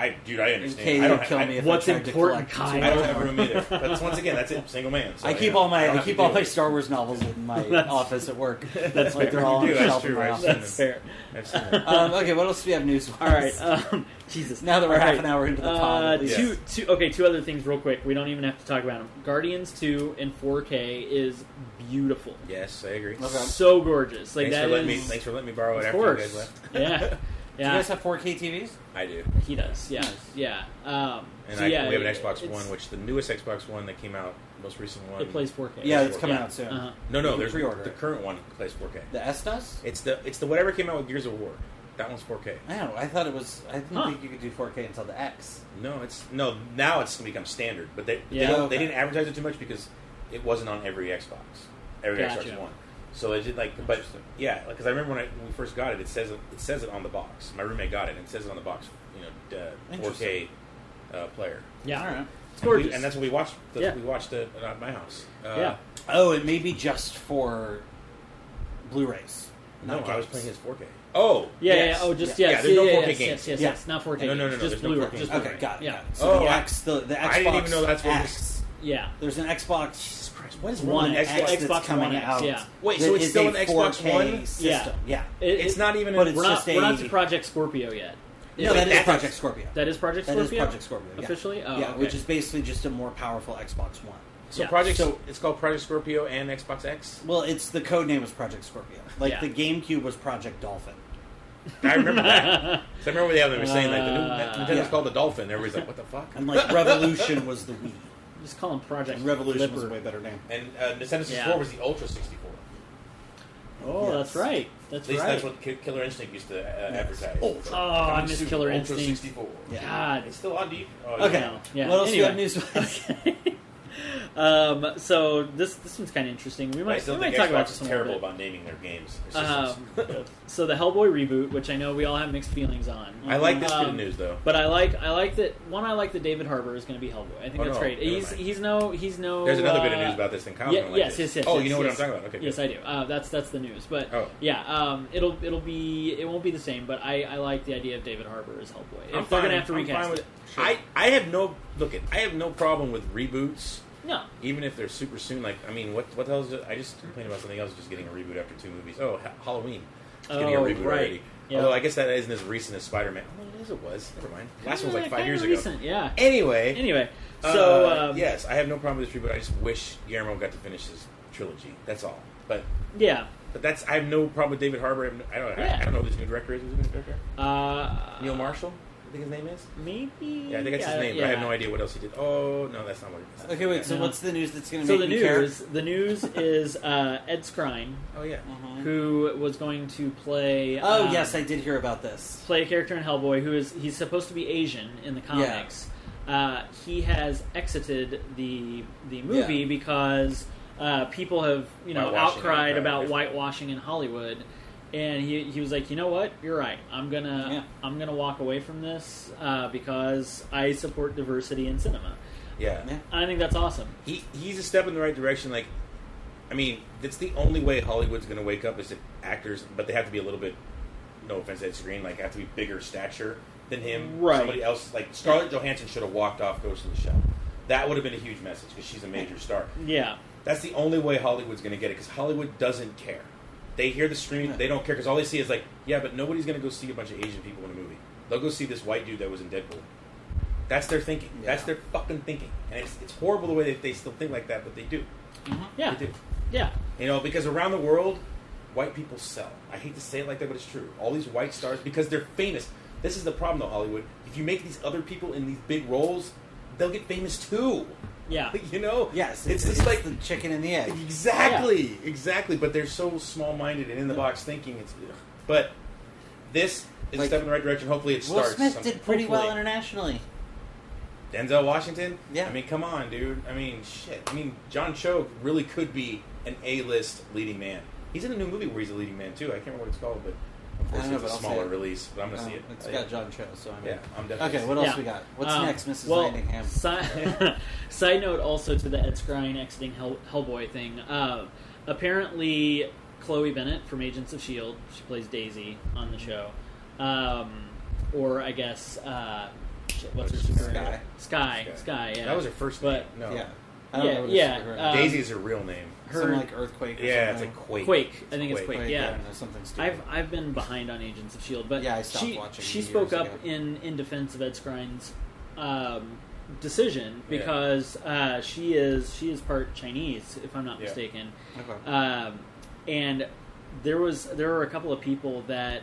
Speaker 2: I dude, I
Speaker 4: And
Speaker 2: understand.
Speaker 4: Katie
Speaker 2: I
Speaker 4: would
Speaker 2: don't
Speaker 4: kill
Speaker 2: I,
Speaker 4: me if
Speaker 3: What's
Speaker 4: I tried
Speaker 3: important,
Speaker 4: to collect.
Speaker 3: Kyle?
Speaker 2: I don't have room either. But once again, that's it. Single man. So
Speaker 4: I keep
Speaker 2: know,
Speaker 4: all my
Speaker 2: don't
Speaker 4: I
Speaker 2: have
Speaker 4: keep
Speaker 2: to
Speaker 4: all
Speaker 2: do
Speaker 4: my
Speaker 2: it.
Speaker 4: Star Wars novels in
Speaker 3: [LAUGHS]
Speaker 4: my
Speaker 3: That's-
Speaker 4: office at
Speaker 3: [LAUGHS]
Speaker 4: work.
Speaker 3: that's
Speaker 4: like they're
Speaker 3: fair.
Speaker 4: all on
Speaker 2: You do,
Speaker 4: a
Speaker 2: that's
Speaker 4: shelf in
Speaker 2: true,
Speaker 4: my
Speaker 2: right?
Speaker 4: office.
Speaker 3: [LAUGHS] That's fair.
Speaker 2: I've seen it.
Speaker 4: Um, okay, what else do we have news?
Speaker 3: All right, um, Jesus.
Speaker 4: Now that we're
Speaker 3: All
Speaker 4: half an hour into the pod,
Speaker 3: uh,
Speaker 4: at least.
Speaker 3: two, two, okay, two other things real quick. We don't even have to talk about them. Guardians two in 4K is beautiful,
Speaker 2: Yes, I agree.
Speaker 4: Okay.
Speaker 3: so gorgeous. Like
Speaker 2: thanks
Speaker 3: that
Speaker 2: for letting me.
Speaker 3: is-
Speaker 2: Thanks for letting me borrow it
Speaker 3: of
Speaker 2: after
Speaker 3: course,
Speaker 2: you guys left.
Speaker 3: [LAUGHS] yeah,
Speaker 4: do you
Speaker 3: yeah.
Speaker 4: guys have 4K TVs?
Speaker 2: [LAUGHS] I do,
Speaker 3: he does, yeah, yeah. Um,
Speaker 2: and
Speaker 3: so
Speaker 2: I,
Speaker 3: yeah,
Speaker 2: we have an
Speaker 3: it-
Speaker 2: Xbox
Speaker 3: it's-
Speaker 2: One, which the newest Xbox One that came out, most recent one.
Speaker 3: it plays 4K.
Speaker 4: Yeah, it's coming
Speaker 3: Yeah.
Speaker 4: out soon.
Speaker 3: Uh-huh.
Speaker 2: No,
Speaker 4: You
Speaker 2: no,
Speaker 4: can
Speaker 2: there's
Speaker 4: pre-order
Speaker 2: the
Speaker 4: it.
Speaker 2: current one plays 4K.
Speaker 4: The S does?
Speaker 2: It's the it's the whatever came out with Gears of War. That one's 4K.
Speaker 4: I don't know. I thought it was. I didn't
Speaker 3: Huh.
Speaker 4: think you could do 4K until the X.
Speaker 2: No, it's no. Now it's become standard, but they
Speaker 3: Yeah.
Speaker 2: they, don't,
Speaker 4: Okay.
Speaker 2: they didn't advertise it too much because it wasn't on every Xbox, every
Speaker 3: Gotcha.
Speaker 2: Xbox One. So it did like, but
Speaker 4: Interesting.
Speaker 2: yeah, because I remember when, I, when we first got it, it says it it says it on the box. My roommate got it, and it says it on the box. You know, uh, 4K uh, player.
Speaker 3: yeah.
Speaker 4: All right.
Speaker 3: It's
Speaker 2: And we-
Speaker 3: gorgeous,
Speaker 2: and that's what we watched. That's
Speaker 3: Yeah.
Speaker 2: what we watched it at my house. Uh,
Speaker 3: yeah.
Speaker 4: Oh, it may be just for Blu-rays.
Speaker 2: No,
Speaker 4: not
Speaker 2: I was
Speaker 4: games.
Speaker 2: playing his 4K. Oh,
Speaker 3: Yeah,
Speaker 4: Yes.
Speaker 3: yeah, oh, just
Speaker 2: Yeah.
Speaker 3: yes,
Speaker 2: Yeah, there's no
Speaker 3: yeah,
Speaker 2: 4K
Speaker 3: yes,
Speaker 2: games.
Speaker 3: yes, yes,
Speaker 4: Yeah.
Speaker 3: yes, not 4K.
Speaker 2: No, no, no,
Speaker 3: games,
Speaker 2: no,
Speaker 3: just
Speaker 2: there's no
Speaker 3: Blu-ray,
Speaker 2: 4K.
Speaker 3: just
Speaker 4: Okay,
Speaker 3: Blu-ray.
Speaker 4: got it.
Speaker 3: Yeah,
Speaker 4: Got it. So
Speaker 2: Oh,
Speaker 4: the
Speaker 2: I-
Speaker 4: X, the, the Xbox
Speaker 2: I didn't even know that's what was-
Speaker 4: X.
Speaker 3: yeah.
Speaker 4: There's an Xbox
Speaker 2: Jesus Christ! What is wrong
Speaker 4: One
Speaker 3: One
Speaker 2: with
Speaker 4: X,
Speaker 2: Xbox?
Speaker 4: that's
Speaker 3: Xbox One
Speaker 4: coming
Speaker 3: X,
Speaker 4: out.
Speaker 3: yeah.
Speaker 2: Wait,
Speaker 4: that
Speaker 2: so it's
Speaker 4: is
Speaker 2: still
Speaker 4: a
Speaker 2: an Xbox
Speaker 4: 4K
Speaker 2: One?
Speaker 4: system? Yeah.
Speaker 3: It-
Speaker 2: It's
Speaker 3: it-
Speaker 2: not even.
Speaker 4: but
Speaker 2: in
Speaker 4: it's
Speaker 3: We're
Speaker 4: just
Speaker 3: not, we're not
Speaker 4: a-
Speaker 3: to Project Scorpio yet.
Speaker 4: No, that is
Speaker 2: that's-
Speaker 4: Project Scorpio.
Speaker 3: That is Project
Speaker 4: That
Speaker 3: Scorpio.
Speaker 4: is Project Scorpio. yeah.
Speaker 3: Officially, oh,
Speaker 4: yeah,
Speaker 3: okay.
Speaker 4: which is basically just a more powerful Xbox One.
Speaker 2: So
Speaker 3: Yeah.
Speaker 2: Project
Speaker 4: So-
Speaker 2: it's called Project Scorpio and Xbox [LAUGHS] X.
Speaker 4: Well, it's the code name was Project Scorpio. Like
Speaker 3: Yeah.
Speaker 4: the GameCube was Project Dolphin.
Speaker 2: I remember that. So I remember the other they were saying like the new
Speaker 3: Uh,
Speaker 2: Nintendo's
Speaker 4: yeah.
Speaker 2: called the Dolphin. Everybody's like, what the [LAUGHS] fuck?
Speaker 4: And [LAUGHS] like Revolution was the Wii.
Speaker 3: Just call him Project
Speaker 4: And Revolution
Speaker 3: Flipper.
Speaker 4: was a way better name.
Speaker 2: And uh, Nintendo 64
Speaker 3: Yeah.
Speaker 2: was the Ultra 64.
Speaker 3: Oh,
Speaker 4: Yes.
Speaker 3: that's right. That's
Speaker 2: At least
Speaker 3: right.
Speaker 2: that's what Ki- Killer Instinct used to uh, advertise.
Speaker 4: Ultra.
Speaker 2: So,
Speaker 3: Oh, I
Speaker 2: coming
Speaker 3: miss
Speaker 2: soon,
Speaker 3: Killer
Speaker 2: Ultra
Speaker 3: Instinct.
Speaker 2: 64.
Speaker 4: Yeah.
Speaker 3: God.
Speaker 2: It's still on deep. Oh, yeah.
Speaker 4: Okay.
Speaker 3: Yeah.
Speaker 4: What else
Speaker 3: anyway.
Speaker 4: do you have news?
Speaker 3: [LAUGHS] um, so this this one's kind of interesting. We
Speaker 2: I
Speaker 3: might, we
Speaker 2: still
Speaker 3: might
Speaker 2: think
Speaker 3: talk about
Speaker 2: Xbox is
Speaker 3: this one a little
Speaker 2: terrible
Speaker 3: bit.
Speaker 2: about naming their games. It's just-
Speaker 3: Um, so the Hellboy reboot, which I know we all have mixed feelings on.
Speaker 2: I like this bit of
Speaker 3: um,
Speaker 2: news though.
Speaker 3: But I like I like that one. I like that David Harbour is going to be Hellboy. I think
Speaker 2: Oh,
Speaker 3: that's
Speaker 2: no,
Speaker 3: great.
Speaker 2: never
Speaker 3: He's
Speaker 2: mind.
Speaker 3: he's no he's no.
Speaker 2: There's another bit of
Speaker 3: uh,
Speaker 2: news about this thing. Kyle's
Speaker 3: yeah,
Speaker 2: gonna like
Speaker 3: yes,
Speaker 2: this.
Speaker 3: yes, yes,
Speaker 2: Oh, you
Speaker 3: yes,
Speaker 2: know what
Speaker 3: yes.
Speaker 2: I'm talking about? Okay.
Speaker 3: Yes,
Speaker 2: good.
Speaker 3: I do. Uh, that's that's the news, but
Speaker 2: Oh.
Speaker 3: yeah, um, it'll it'll be it won't be the same. But I, I like the idea of David Harbour as Hellboy. If
Speaker 2: I'm
Speaker 3: they're
Speaker 2: fine.
Speaker 3: gonna have to
Speaker 2: I'm
Speaker 3: recast
Speaker 2: fine with
Speaker 3: it.
Speaker 2: it. I I have no look. It. I have no problem with reboots.
Speaker 3: no,
Speaker 2: even if they're super soon, like I mean, what what the hell is it? I just complained about something else, just getting a reboot after two movies. Oh, ha- Halloween, it's getting a
Speaker 3: Oh,
Speaker 2: reboot
Speaker 3: right.
Speaker 2: already.
Speaker 3: Yeah.
Speaker 2: Although I guess that isn't as recent as Spider Man. Oh, it is. It was. Never mind. Last one was like
Speaker 3: Kinda-
Speaker 2: five
Speaker 3: Eh, kinda
Speaker 2: years ago.
Speaker 3: recent, Yeah.
Speaker 2: Anyway,
Speaker 3: Anyway,
Speaker 2: uh,
Speaker 3: so um,
Speaker 2: yes, I have no problem with this reboot. I just wish Guillermo got to finish his trilogy. That's all. But
Speaker 3: yeah.
Speaker 2: but that's I have no problem with David Harbour. I have no- I don't know. I,
Speaker 3: Yeah.
Speaker 2: I don't know who this new director is. Who's the new director?
Speaker 3: Uh,
Speaker 2: Neil Marshall. I think his name is.
Speaker 3: Maybe.
Speaker 2: Yeah, I think that's his name. But I have
Speaker 3: yeah.
Speaker 2: no idea what else he did. Oh no, that's not what. It is.
Speaker 4: [LAUGHS] okay, wait. So
Speaker 3: Yeah.
Speaker 4: what's the news that's going to
Speaker 3: So the
Speaker 4: make me care?
Speaker 3: news,
Speaker 2: [LAUGHS]
Speaker 3: the news is uh, Ed Skrine,
Speaker 2: Oh yeah.
Speaker 3: Uh-huh.
Speaker 4: Mhm.
Speaker 3: who was going to play.
Speaker 4: Oh
Speaker 3: um,
Speaker 4: yes, I did hear about this.
Speaker 3: play a character in Hellboy who is he's supposed to be Asian in the comics. Uh, he has exited the the movie
Speaker 4: Yeah.
Speaker 3: because uh, people have you know
Speaker 2: Whitewashing,
Speaker 3: outcried
Speaker 2: right,
Speaker 3: about
Speaker 2: right.
Speaker 3: whitewashing in Hollywood, and he, he was like, you know what, you're right. I'm gonna
Speaker 4: Yeah.
Speaker 3: I'm gonna walk away from this uh, because I support diversity in cinema.
Speaker 2: Yeah.
Speaker 4: Yeah.
Speaker 3: I think that's awesome.
Speaker 2: He he's a step in the right direction. Like, I mean, that's the only way Hollywood's going to wake up is if actors, but they have to be a little bit. No offense, Ed Screen, like have to be bigger stature than him.
Speaker 3: Right.
Speaker 2: Somebody else, like Scarlett Johansson, should have walked off Ghost in the Shell. That would have been a huge message because she's a major star.
Speaker 3: Yeah,
Speaker 2: That's the only way Hollywood's going to get it because Hollywood doesn't care. They hear the scream, they don't care because all they see is like, yeah, but nobody's going to go see a bunch of Asian people in a movie. They'll go see this white dude that was in Deadpool. That's their thinking. That's
Speaker 4: Yeah.
Speaker 2: their fucking thinking, and it's, it's horrible the way that they still think like that, but they do.
Speaker 3: yeah,
Speaker 2: They do.
Speaker 3: yeah.
Speaker 2: You know, because around the world, white people sell. I hate to say it like that, but it's true. All these white stars, because they're famous. This is the problem, though, Hollywood. If you make these other people in these big roles, they'll get famous too. [LAUGHS]
Speaker 3: Yeah.
Speaker 2: You know?
Speaker 4: Yes,
Speaker 2: It's, just like
Speaker 4: the chicken and the egg.
Speaker 2: Exactly, exactly. But they're so small-minded and in the box thinking. It's ugh. but this is a
Speaker 4: Like,
Speaker 2: step in the right direction. Hopefully, it
Speaker 4: Will
Speaker 2: starts.
Speaker 4: Smith
Speaker 2: something.
Speaker 4: did pretty well
Speaker 2: Hopefully.
Speaker 4: internationally.
Speaker 2: Denzel Washington.
Speaker 4: Yeah.
Speaker 2: I mean, come on, dude. I mean, shit. I mean, John Cho really could be an A-list leading man. He's in a new movie where he's a leading man too. I can't remember what it's called, but
Speaker 4: I don't know,
Speaker 2: unfortunately, it's
Speaker 4: but
Speaker 2: a
Speaker 4: I'll
Speaker 2: smaller
Speaker 4: see it.
Speaker 2: release. But I'm gonna
Speaker 4: Uh,
Speaker 2: see it.
Speaker 4: It's
Speaker 2: I-
Speaker 4: got John Cho, so I mean.
Speaker 2: Yeah, I'm definitely.
Speaker 4: Okay, what else
Speaker 3: Yeah.
Speaker 4: we got? What's
Speaker 3: Um,
Speaker 4: next, Mrs.
Speaker 3: well,
Speaker 4: Landingham?
Speaker 3: si- [LAUGHS] side note also to the Ed Skrein exiting Hell- Hellboy thing. Uh, apparently, Chloe Bennett from Agents of S.H.I.E.L.D., E she plays Daisy on the show. Um, or, I guess, uh, shit, what's her super
Speaker 4: Sky.
Speaker 3: Sky.
Speaker 2: Sky.
Speaker 3: Sky, yeah.
Speaker 2: That was her first.
Speaker 3: But-
Speaker 2: name. no,
Speaker 4: Yeah. I don't
Speaker 3: Yeah,
Speaker 4: know what
Speaker 3: yeah,
Speaker 4: it's
Speaker 3: uh,
Speaker 2: Daisy is her real name.
Speaker 3: her-
Speaker 4: Something like earthquake. Or
Speaker 2: Yeah, it's
Speaker 4: something.
Speaker 2: like Quake.
Speaker 3: Quake. I think it's Quake, yeah.
Speaker 4: I don't know, something stupid.
Speaker 3: I've I've been behind on Agents of Shield, E but
Speaker 4: Yeah, I stopped
Speaker 3: she
Speaker 4: watching
Speaker 3: she
Speaker 4: years
Speaker 3: spoke up
Speaker 4: ago.
Speaker 3: in in defense of Ed Skrine's um, decision because uh, she is she is part Chinese, if I'm not
Speaker 2: Yeah.
Speaker 3: mistaken.
Speaker 4: okay.
Speaker 3: Um, and there was there were a couple of people that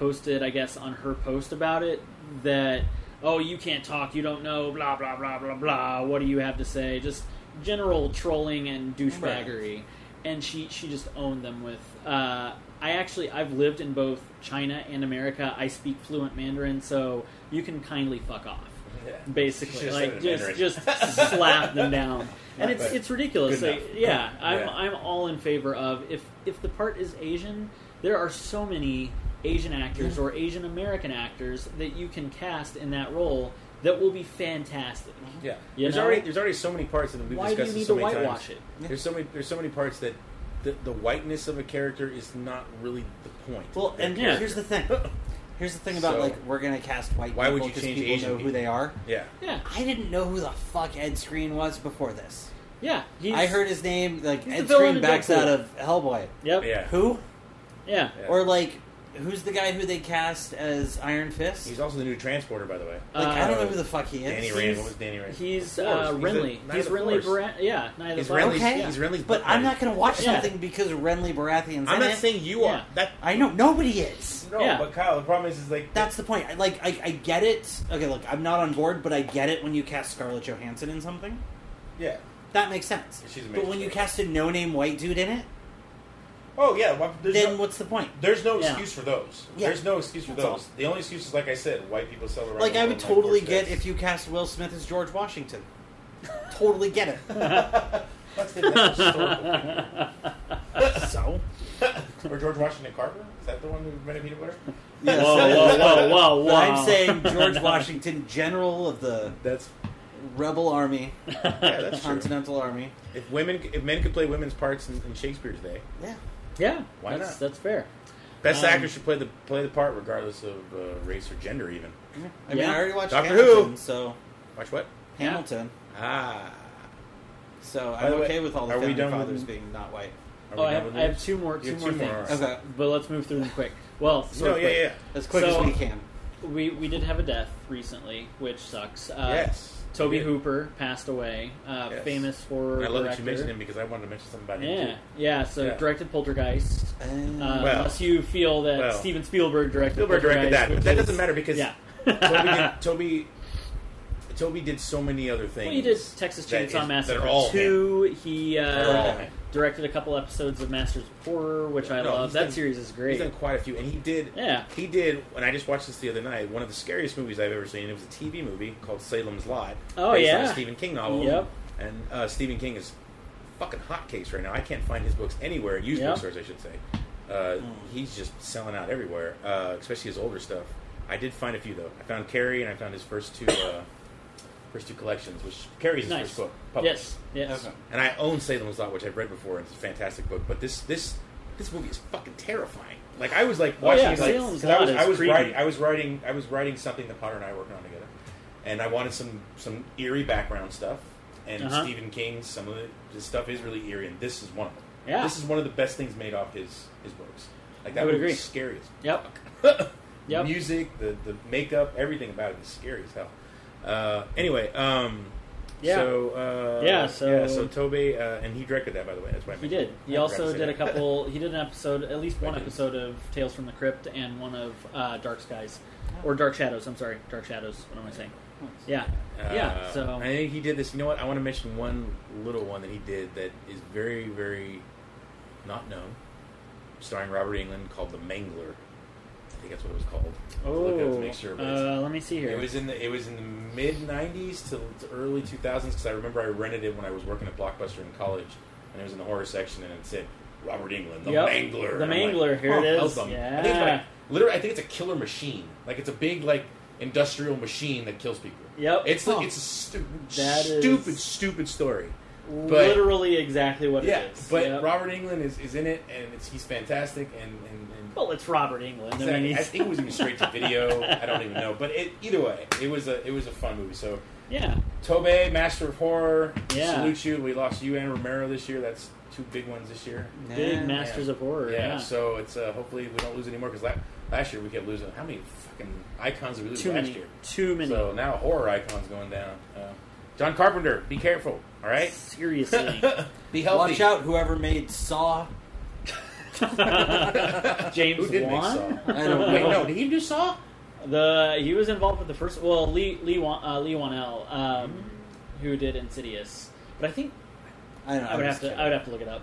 Speaker 3: posted, I guess, on her post about it that oh you can't talk, you don't know, blah blah blah blah blah. What do you have to say? Just general trolling and douchebaggery. And she she just owned them with. Uh, I actually I've lived in both China and America. I speak fluent Mandarin, so you can kindly fuck off.
Speaker 2: Yeah.
Speaker 3: Basically,
Speaker 2: Should've
Speaker 3: like
Speaker 2: said it in
Speaker 3: just
Speaker 2: Mandarin.
Speaker 3: just slap them
Speaker 2: [LAUGHS]
Speaker 3: down, and it's
Speaker 2: But-
Speaker 3: it's ridiculous.
Speaker 2: Good
Speaker 3: Like,
Speaker 2: enough.
Speaker 3: yeah, I'm
Speaker 2: Yeah.
Speaker 3: I'm all in favor of if if the part is Asian, there are so many Asian actors or Asian American actors that you can cast in that role that will be fantastic.
Speaker 2: Yeah,
Speaker 3: You
Speaker 2: there's
Speaker 3: know?
Speaker 2: already there's already so many parts that we've
Speaker 3: Why do you
Speaker 2: discussed
Speaker 3: need
Speaker 2: so
Speaker 3: to
Speaker 2: many
Speaker 3: whitewash
Speaker 2: times.
Speaker 3: it?
Speaker 2: There's so many there's so many parts that the, the whiteness of a character is not really the point.
Speaker 4: Well, and
Speaker 3: Yeah.
Speaker 4: here's the thing. Here's the thing about
Speaker 2: So-
Speaker 4: like we're gonna cast white
Speaker 2: Why would
Speaker 4: people
Speaker 2: you
Speaker 4: because
Speaker 2: change
Speaker 4: people
Speaker 2: Asian
Speaker 4: know who
Speaker 2: people?
Speaker 4: they are.
Speaker 2: [LAUGHS] yeah,
Speaker 3: Yeah,
Speaker 4: I didn't know who the fuck Ed Screen was before this.
Speaker 3: yeah. He's,
Speaker 4: I heard his name like
Speaker 3: he's the
Speaker 4: Ed
Speaker 3: villain
Speaker 4: Screen
Speaker 3: in
Speaker 4: backs
Speaker 3: Deadpool.
Speaker 4: out of Hellboy.
Speaker 3: Yep.
Speaker 2: yeah.
Speaker 4: Who?
Speaker 3: Yeah.
Speaker 2: Yeah.
Speaker 4: Or like who's the guy who they cast as Iron Fist?
Speaker 2: He's also the new transporter, by the way.
Speaker 4: like I don't
Speaker 2: Uh,
Speaker 4: know who the fuck he is.
Speaker 2: Danny Rand. What was Danny Rand?
Speaker 3: He's
Speaker 2: Of course,
Speaker 3: uh,
Speaker 2: he's a-
Speaker 3: Renly.
Speaker 2: Knight
Speaker 3: He's
Speaker 2: of the
Speaker 3: Renly.
Speaker 2: Force.
Speaker 3: Bar- yeah, neither
Speaker 2: He's
Speaker 3: the Force.
Speaker 2: Renly's.
Speaker 4: Okay.
Speaker 2: He's Renly's.
Speaker 4: But I'm not gonna watch
Speaker 3: Yeah.
Speaker 4: something because Renly Baratheon's
Speaker 2: I'm
Speaker 4: in
Speaker 2: not
Speaker 4: it.
Speaker 2: saying you are.
Speaker 3: Yeah.
Speaker 2: That
Speaker 4: I know nobody is.
Speaker 2: no.
Speaker 3: Yeah.
Speaker 2: But Kyle, the problem is, is like
Speaker 4: That's the point. I, like I, I get it. Okay, look, I'm not on board, but I get it when you cast Scarlett Johansson in something.
Speaker 2: yeah.
Speaker 4: That makes sense.
Speaker 2: She's a
Speaker 4: but
Speaker 2: major
Speaker 4: when you
Speaker 2: star.
Speaker 4: cast a no-name white dude in it,
Speaker 2: Oh yeah. Well, there's
Speaker 4: then
Speaker 2: no,
Speaker 4: what's the point?
Speaker 2: there's no
Speaker 3: Yeah.
Speaker 2: excuse for those.
Speaker 4: Yeah.
Speaker 2: There's no excuse for
Speaker 4: That's all.
Speaker 2: those. The only excuse is, like I said, white people sell around.
Speaker 4: Like,
Speaker 2: the
Speaker 4: I would
Speaker 2: world
Speaker 4: totally
Speaker 2: horse
Speaker 4: get
Speaker 2: guys.
Speaker 4: if you cast Will Smith as George Washington. totally
Speaker 2: [LAUGHS]
Speaker 4: get it.
Speaker 2: That's the that's historical figure.
Speaker 4: so,
Speaker 2: Or George Washington Carver? Is that the one who invented peanut butter?
Speaker 3: Whoa, [LAUGHS] whoa, whoa, whoa,
Speaker 4: [LAUGHS]
Speaker 3: whoa!
Speaker 4: I'm
Speaker 3: [LAUGHS]
Speaker 4: saying George Washington, general of the
Speaker 2: That's
Speaker 4: rebel army,
Speaker 2: yeah, that's true.
Speaker 4: Continental Army.
Speaker 2: If women, if men could play women's parts in, in Shakespeare today,
Speaker 4: Yeah.
Speaker 3: Yeah,
Speaker 2: Why
Speaker 3: that's,
Speaker 2: not?
Speaker 3: That's fair.
Speaker 2: best
Speaker 3: Um,
Speaker 2: actor should play the play the part regardless of uh, race or gender. Even
Speaker 4: I mean,
Speaker 3: Yeah.
Speaker 4: I already watched
Speaker 2: Doctor
Speaker 4: Hamilton,
Speaker 2: Who.
Speaker 4: so
Speaker 2: watch what?
Speaker 3: Yeah.
Speaker 4: Hamilton.
Speaker 2: Ah,
Speaker 4: So
Speaker 2: By
Speaker 4: I'm
Speaker 2: the way,
Speaker 4: okay with all the
Speaker 2: are we
Speaker 4: family
Speaker 2: done with-
Speaker 4: fathers being not white.
Speaker 2: Are we
Speaker 3: Oh, I
Speaker 2: done
Speaker 3: have,
Speaker 2: with
Speaker 3: I have
Speaker 2: these?
Speaker 3: two more,
Speaker 2: You
Speaker 3: two
Speaker 2: have
Speaker 3: more
Speaker 2: two more,
Speaker 3: things.
Speaker 2: all
Speaker 4: right. Okay.
Speaker 3: But let's move through them quick. Well, sort
Speaker 2: No,
Speaker 3: of
Speaker 2: yeah,
Speaker 3: quick.
Speaker 2: yeah.
Speaker 4: As quick
Speaker 3: So-
Speaker 4: as we can.
Speaker 3: We we did have a death recently, which sucks. Uh,
Speaker 2: yes,
Speaker 3: Toby
Speaker 2: Yeah.
Speaker 3: Hooper passed away. Uh,
Speaker 2: Yes.
Speaker 3: Famous for
Speaker 2: I love
Speaker 3: director.
Speaker 2: that you mentioned him because I wanted to mention something about him.
Speaker 3: Yeah, yeah. So
Speaker 2: Yeah.
Speaker 3: directed Poltergeist.
Speaker 4: Uh,
Speaker 3: Uh,
Speaker 2: Well.
Speaker 3: unless you feel that
Speaker 2: Well.
Speaker 3: Steven Spielberg directed
Speaker 2: Spielberg directed that, but
Speaker 3: Poltergeist,
Speaker 2: that
Speaker 3: which
Speaker 2: doesn't
Speaker 3: is-
Speaker 2: matter because
Speaker 3: Yeah.
Speaker 2: Toby,
Speaker 3: [LAUGHS]
Speaker 2: did, Toby, Toby did so many other things.
Speaker 3: Well, he did Texas
Speaker 2: that is-
Speaker 3: Chainsaw
Speaker 2: that
Speaker 3: Massacre
Speaker 2: are all
Speaker 3: two. He
Speaker 2: They're all
Speaker 3: uh,
Speaker 2: him.
Speaker 3: directed a couple episodes of Masters of Horror, which I
Speaker 2: No,
Speaker 3: love.
Speaker 2: he's
Speaker 3: That
Speaker 2: done-
Speaker 3: series is
Speaker 2: He's
Speaker 3: great.
Speaker 2: done quite a few, and he did.
Speaker 3: Yeah.
Speaker 2: he did. And I just watched this the other night. One of the scariest movies I've ever seen. It was a TV movie called Salem's Lot.
Speaker 3: Oh,
Speaker 2: based on
Speaker 3: yeah.
Speaker 2: a Stephen King novel.
Speaker 3: Yep.
Speaker 2: And uh, Stephen King is fucking hotcakes right now. I can't find his books anywhere. Used
Speaker 3: Yep.
Speaker 2: bookstores, I should say. Uh,
Speaker 3: Hmm.
Speaker 2: He's just selling out everywhere, uh, especially his older stuff. I did find a few though. I found Carrie, and I found his first two, uh, first two collections, which Carrie's his
Speaker 3: Nice.
Speaker 2: first book. published.
Speaker 3: Yes, yes.
Speaker 4: Okay.
Speaker 2: And I own Salem's Lot, which I've read before, and it's a fantastic book. But this this this movie is fucking terrifying. Like I was like
Speaker 3: Oh,
Speaker 2: watching
Speaker 3: yeah,
Speaker 2: it, like,
Speaker 3: Salem's
Speaker 2: 'cause I
Speaker 3: Lot
Speaker 2: was,
Speaker 3: is
Speaker 2: I was
Speaker 3: creepy.
Speaker 2: writing I was writing I was writing something that Potter and I were working on together, and I wanted some some eerie background stuff. And
Speaker 3: Uh-huh.
Speaker 2: Stephen King, some of the, his stuff is really eerie, and this is one of them.
Speaker 3: Yeah.
Speaker 2: this is one of the best things made off his his books. Like that
Speaker 3: I would
Speaker 2: movie
Speaker 3: agree.
Speaker 2: is scary as
Speaker 3: Yep.
Speaker 2: [LAUGHS]
Speaker 3: Yep.
Speaker 2: music, the the makeup, everything about it is scary as hell. Uh, anyway, um,
Speaker 3: Yeah.
Speaker 2: So uh,
Speaker 3: Yeah, so-
Speaker 2: yeah, so Toby uh, and he directed that by the way. That's right.
Speaker 3: He did.
Speaker 2: I forgot
Speaker 3: He
Speaker 2: to
Speaker 3: also
Speaker 2: say
Speaker 3: did a
Speaker 2: that. [LAUGHS]
Speaker 3: couple. He did an episode, at least one
Speaker 2: did.
Speaker 3: episode of Tales from the Crypt and one of uh, Dark Skies, or Dark Shadows. I'm sorry, Dark Shadows. What am I saying? Yeah, yeah.
Speaker 2: Uh,
Speaker 3: So
Speaker 2: I think he did this. You know what? I want to mention one little one that he did that is very very not known, starring Robert England called The Mangler. I think that's what it was called. I have to look it up to make sure. but it's-
Speaker 3: uh, let me see here.
Speaker 2: It was in the it was in the mid '90s to, to early 2000s because I remember I rented it when I was working at Blockbuster in college, and it was in the horror section, and it said Robert England, the
Speaker 3: Yep.
Speaker 2: Mangler.
Speaker 3: The
Speaker 2: And I'm like,
Speaker 3: Mangler, here
Speaker 2: "Huh,
Speaker 3: it
Speaker 2: hell's
Speaker 3: is."
Speaker 2: them." I think it's like,
Speaker 3: Yeah.
Speaker 2: literally, I think it's a killer machine. Like it's a big like industrial machine that kills people.
Speaker 3: Yep.
Speaker 2: It's like
Speaker 3: Huh.
Speaker 2: it's a stu-
Speaker 3: That is-
Speaker 2: stupid, stupid story. but-
Speaker 3: Literally exactly what
Speaker 2: yeah,
Speaker 3: it is.
Speaker 2: but
Speaker 3: Yep.
Speaker 2: Robert England is, is in it, and it's, he's fantastic, and and, and
Speaker 3: well, it's Robert England. I mean,
Speaker 2: Exactly. I
Speaker 3: he's-
Speaker 2: think it was even straight to video. I don't even know, but it, either way, it was a it was a fun movie. So
Speaker 3: [LAUGHS] yeah.
Speaker 2: Tobey, Master of Horror,
Speaker 3: Yeah.
Speaker 2: salute you. We lost you and Romero this year. That's two big ones this year.
Speaker 3: Big
Speaker 4: Nah.
Speaker 3: Masters of Horror.
Speaker 2: yeah,
Speaker 3: Yeah.
Speaker 2: so it's uh, hopefully we don't lose anymore because last, last year we kept losing. How many fucking icons did we lose
Speaker 3: Too
Speaker 2: last
Speaker 3: many.
Speaker 2: year?
Speaker 3: Too many.
Speaker 2: So now horror icons going down. Uh, John Carpenter, be careful. All right, [LAUGHS]
Speaker 3: Seriously.
Speaker 2: be healthy.
Speaker 4: Watch out, whoever made Saw.
Speaker 3: [LAUGHS] James
Speaker 2: Who did make [LAUGHS] Saw?
Speaker 3: Wan?
Speaker 4: I don't know.
Speaker 2: Wait, no, did he do Saw?
Speaker 3: The he was involved with the first. Well, Lee Lee Wan, uh, Lee Wanell, um,
Speaker 2: Mm-hmm.
Speaker 3: who did Insidious, but I think
Speaker 4: I don't know.
Speaker 3: I would have to. I would have to look it up.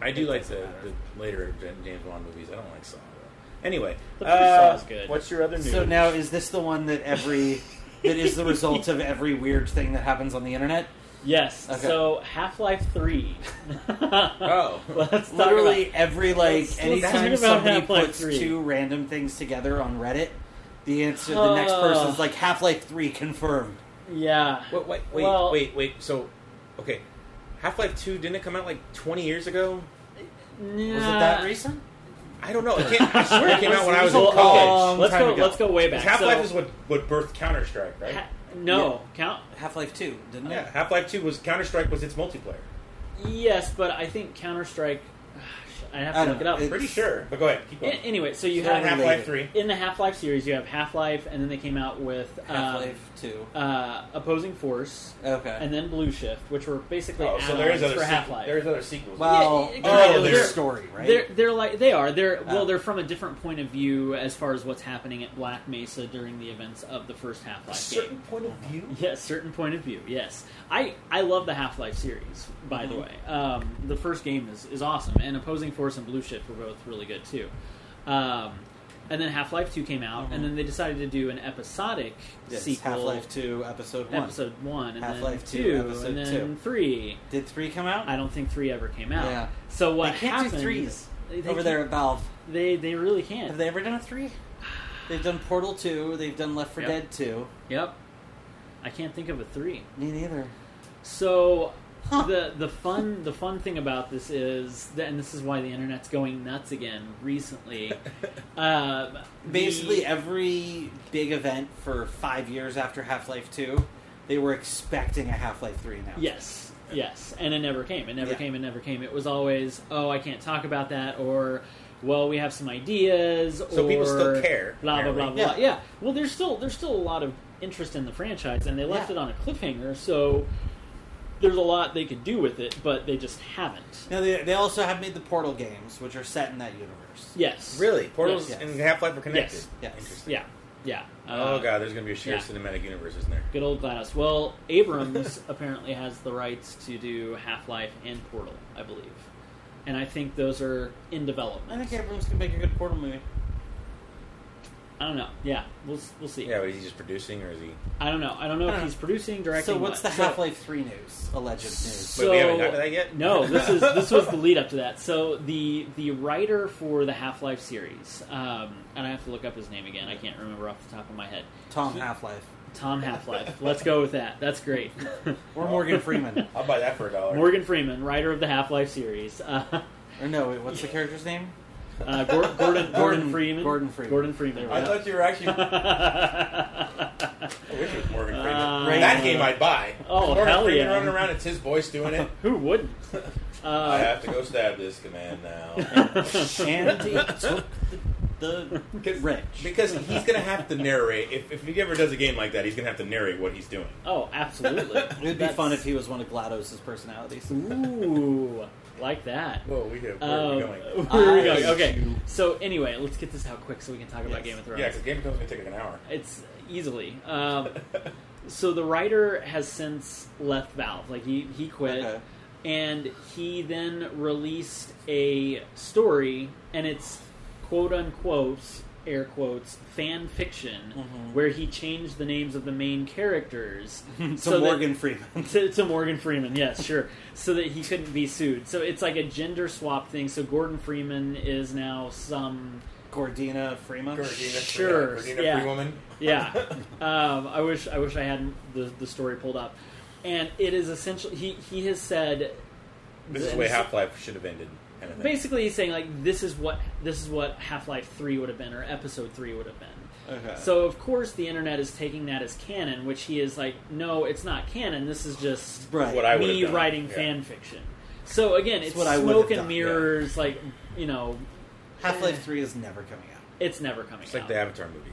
Speaker 2: I do
Speaker 4: It
Speaker 2: like
Speaker 4: doesn't
Speaker 2: the,
Speaker 4: matter.
Speaker 2: the later Jan- James Bond movies. I don't like Saw. though. Anyway, uh,
Speaker 3: The first Saw is good.
Speaker 2: What's your other news?
Speaker 4: So now, is this the one that
Speaker 3: [LAUGHS]
Speaker 4: every that is the result of every weird thing that happens on the internet?
Speaker 3: Yes.
Speaker 4: Okay.
Speaker 3: So Half Life Three.
Speaker 2: [LAUGHS] Oh.
Speaker 3: [LAUGHS] let's talk
Speaker 4: Literally
Speaker 3: about-
Speaker 4: every like
Speaker 3: Let's- let's
Speaker 4: anytime
Speaker 3: talk about
Speaker 4: somebody
Speaker 3: Half-Life
Speaker 4: puts
Speaker 3: 3.
Speaker 4: two random things together on Reddit, the answer the next
Speaker 3: Huh.
Speaker 4: person's like Half Life Three confirmed.
Speaker 3: Yeah.
Speaker 2: Wait, wait, wait,
Speaker 3: Well-
Speaker 2: wait, wait. So, okay, Half Life Two didn't it come out like twenty years ago?
Speaker 4: Was it
Speaker 3: Nah.
Speaker 4: that
Speaker 3: [LAUGHS]
Speaker 4: recent?
Speaker 2: I don't know. It can't, I swear it came out when I was in
Speaker 3: Well,
Speaker 4: Well,
Speaker 3: okay,
Speaker 2: college.
Speaker 3: let's
Speaker 4: Long time
Speaker 3: go.
Speaker 4: ago.
Speaker 3: Let's go way back.
Speaker 2: Half Life
Speaker 3: So,
Speaker 2: is what what birthed Counter Strike, right?
Speaker 3: ha- no count.
Speaker 4: Half Life Two, didn't
Speaker 2: yeah,
Speaker 4: it?
Speaker 2: Half Life Two was Counter Strike was its multiplayer.
Speaker 3: Yes, but I think Counter Strike. [SIGHS] I have to
Speaker 4: I
Speaker 3: look
Speaker 4: don't
Speaker 3: it
Speaker 4: know.
Speaker 3: up.
Speaker 4: It-
Speaker 2: Pretty sure. But go ahead, keep
Speaker 3: A-
Speaker 2: going.
Speaker 3: anyway, so you
Speaker 4: So
Speaker 3: have
Speaker 2: Half Life Three.
Speaker 3: in the Half Life series, you have Half Life, and then they came out with um,
Speaker 4: Half Life Two.
Speaker 3: uh, Opposing Force,
Speaker 4: Okay.
Speaker 3: and then Blue Shift, which were basically
Speaker 2: Oh,
Speaker 3: add-ons
Speaker 2: so there is other
Speaker 3: for
Speaker 2: sequ-
Speaker 3: Half Life.
Speaker 2: there is other sequels.
Speaker 4: well,
Speaker 3: Yeah, it-
Speaker 2: Oh,
Speaker 4: oh,
Speaker 2: they're-
Speaker 4: their story, right?
Speaker 3: They're they're like they are they're
Speaker 2: Uh.
Speaker 4: Oh.
Speaker 3: well they're from a different point of view as far as what's happening at Black Mesa during the events of the first Half
Speaker 2: A
Speaker 3: Life
Speaker 2: certain
Speaker 3: game.
Speaker 2: point of view.
Speaker 3: [LAUGHS] Yes, certain point of view. Yes, I I love the Half Life series. By
Speaker 4: Mm-hmm.
Speaker 3: the way, um, the first game is is awesome, and Opposing Force and Blue Shift were both really good too. Um, and then Half Life Two came out, and then they decided to do an episodic
Speaker 4: Mm-hmm. yes,
Speaker 3: sequel,
Speaker 4: Half Life Two, Episode One.
Speaker 3: episode one, and
Speaker 4: Half-Life 2,
Speaker 3: then two,
Speaker 4: episode
Speaker 3: and then
Speaker 4: two.
Speaker 3: three.
Speaker 4: Did three come out?
Speaker 3: I don't think three ever came out.
Speaker 4: Yeah.
Speaker 3: So what
Speaker 4: they can't
Speaker 3: happened?
Speaker 4: do threes
Speaker 3: they- they
Speaker 4: over
Speaker 3: can't-
Speaker 4: there at Valve.
Speaker 3: They they really can't.
Speaker 4: Have they ever done a three? They've done Portal Two. They've done Left 4
Speaker 3: Yep.
Speaker 4: Dead Two.
Speaker 3: Yep. I can't think of a three.
Speaker 4: Me neither.
Speaker 3: So the the fun the fun thing about this is that, and this is why the internet's going nuts again
Speaker 2: [LAUGHS]
Speaker 3: recently. um,
Speaker 4: Basically,
Speaker 3: the-
Speaker 4: every big event for five years after Half Life Two, they were expecting a Half Life Three now.
Speaker 3: yes, yes, and it never came. It never
Speaker 4: Yeah.
Speaker 3: came. It never came. It was always, oh, I can't talk about that, or well, we have some ideas.
Speaker 2: So
Speaker 3: or,
Speaker 2: people still care,
Speaker 3: Blah blah blah
Speaker 2: apparently.
Speaker 3: blah. Yeah.
Speaker 4: Yeah.
Speaker 3: Well, there's still there's still a lot of interest in the franchise, and they left
Speaker 4: Yeah.
Speaker 3: it on a cliffhanger. So there's a lot they could do with it, but they just haven't.
Speaker 4: Now they, they also have made the Portal games, which are set in that universe.
Speaker 3: Yes.
Speaker 2: Really, Portals
Speaker 4: Yes.
Speaker 2: and Half Life are connected.
Speaker 3: Yes.
Speaker 4: Yes.
Speaker 2: Interesting.
Speaker 3: Yeah. Yeah.
Speaker 2: Oh
Speaker 3: Uh,
Speaker 2: god, there's gonna be a shared
Speaker 3: yeah.
Speaker 2: cinematic universe, isn't there?
Speaker 3: Good old GLaDOS. Well,
Speaker 4: [LAUGHS]
Speaker 3: Abrams apparently has the rights to do Half Life and Portal, I believe. And I think those are in development.
Speaker 4: I think Abrams can make a good Portal movie.
Speaker 3: I don't know. Yeah, we'll s- we'll see.
Speaker 2: Yeah, but is he just producing or is he?
Speaker 3: I don't know. I don't know if
Speaker 4: Huh.
Speaker 3: he's producing, directing.
Speaker 4: Uh, so what's
Speaker 3: what.
Speaker 4: the Half Life Three news? Alleged news.
Speaker 3: So-
Speaker 2: Wait, we haven't gotten to that yet.
Speaker 3: No, this is
Speaker 2: [LAUGHS]
Speaker 3: this was the lead up to that. So the the writer for the Half Life series, um, and I have to look up his name again. I can't remember off the top of my head.
Speaker 4: Tom Half Life
Speaker 3: Tom Half Life. Let's go with that. That's great. [LAUGHS]
Speaker 4: or Morgan Freeman
Speaker 2: I'll buy that for a dollar.
Speaker 3: Morgan Freeman, writer of the Half Life series. Uh,
Speaker 4: or no? Wait, what's the character's name?
Speaker 3: uh, Gor- Gordon, Gordon
Speaker 4: Gordon-
Speaker 3: Freeman.
Speaker 4: Gordon Freeman.
Speaker 3: Gordon Freeman.
Speaker 2: I thought you were
Speaker 3: [LAUGHS]
Speaker 2: actually. I wish it was Morgan Freeman.
Speaker 3: Uh,
Speaker 2: that game I'd buy.
Speaker 3: Oh,
Speaker 2: Morgan
Speaker 3: hell
Speaker 2: Freeman
Speaker 3: yeah.
Speaker 2: running around, it's his voice doing it.
Speaker 3: [LAUGHS] Who wouldn't?
Speaker 2: I
Speaker 3: [LAUGHS] Uh,
Speaker 2: have to go stab this command
Speaker 3: [LAUGHS]
Speaker 2: now.
Speaker 4: And [LAUGHS] he took the, the wrench.
Speaker 2: Because he's going to have to narrate. If, if he ever does a game like that, he's going to have to narrate what he's doing.
Speaker 3: oh,
Speaker 4: [LAUGHS]
Speaker 3: absolutely.
Speaker 4: It would be fun if he was one of GLaDOS's personalities.
Speaker 3: Ooh, like that.
Speaker 2: Whoa, we have, where are
Speaker 3: Um,
Speaker 2: we going?
Speaker 3: [LAUGHS] where are we
Speaker 4: I
Speaker 3: going? Okay.
Speaker 4: shoot.
Speaker 3: So anyway, let's get this out quick so we can talk about
Speaker 4: Yes.
Speaker 3: Game of Thrones.
Speaker 2: Yeah, because Game of Thrones is going to take like an hour.
Speaker 3: It's easily.
Speaker 4: [LAUGHS]
Speaker 3: Um, so the writer has since left Valve. Like he he quit,
Speaker 4: Okay.
Speaker 3: and he then released a story, and it's quote unquote air quotes fan fiction
Speaker 4: Mm-hmm.
Speaker 3: where he changed the names of the main characters
Speaker 4: [LAUGHS] To
Speaker 3: so that-
Speaker 4: Morgan Freeman.
Speaker 3: [LAUGHS]
Speaker 4: [LAUGHS]
Speaker 3: to, to Morgan Freeman, yes, sure, so that he couldn't be sued. So it's like a gender swap thing. So Gordon Freeman is now some
Speaker 4: Gordina Freeman.
Speaker 2: Gordina
Speaker 3: Sure,
Speaker 2: Free, Gordina
Speaker 3: yeah.
Speaker 2: Free Woman.
Speaker 3: yeah.
Speaker 2: [LAUGHS]
Speaker 3: Um, I wish I wish I had the the story pulled up. And it is essentially he he has said
Speaker 2: This is the way Half Life should have ended. Kind of thing.
Speaker 3: basically he's saying like this is what this is what Half Life Three would have been or Episode Three would have been.
Speaker 4: Okay.
Speaker 3: So of course the internet is taking that as canon, which he is like, no, it's not canon. This is just
Speaker 4: Right.
Speaker 2: What I would
Speaker 3: me
Speaker 2: have done.
Speaker 3: writing
Speaker 2: Yeah.
Speaker 3: fan fiction. So again,
Speaker 4: It's
Speaker 3: it's,
Speaker 4: what I would have
Speaker 3: smoke
Speaker 4: done,
Speaker 3: and mirrors. Like you know,
Speaker 4: Half
Speaker 3: uh,
Speaker 4: Life Three is never coming out.
Speaker 3: it's never coming
Speaker 2: It's like
Speaker 3: out.
Speaker 2: the Avatar movies.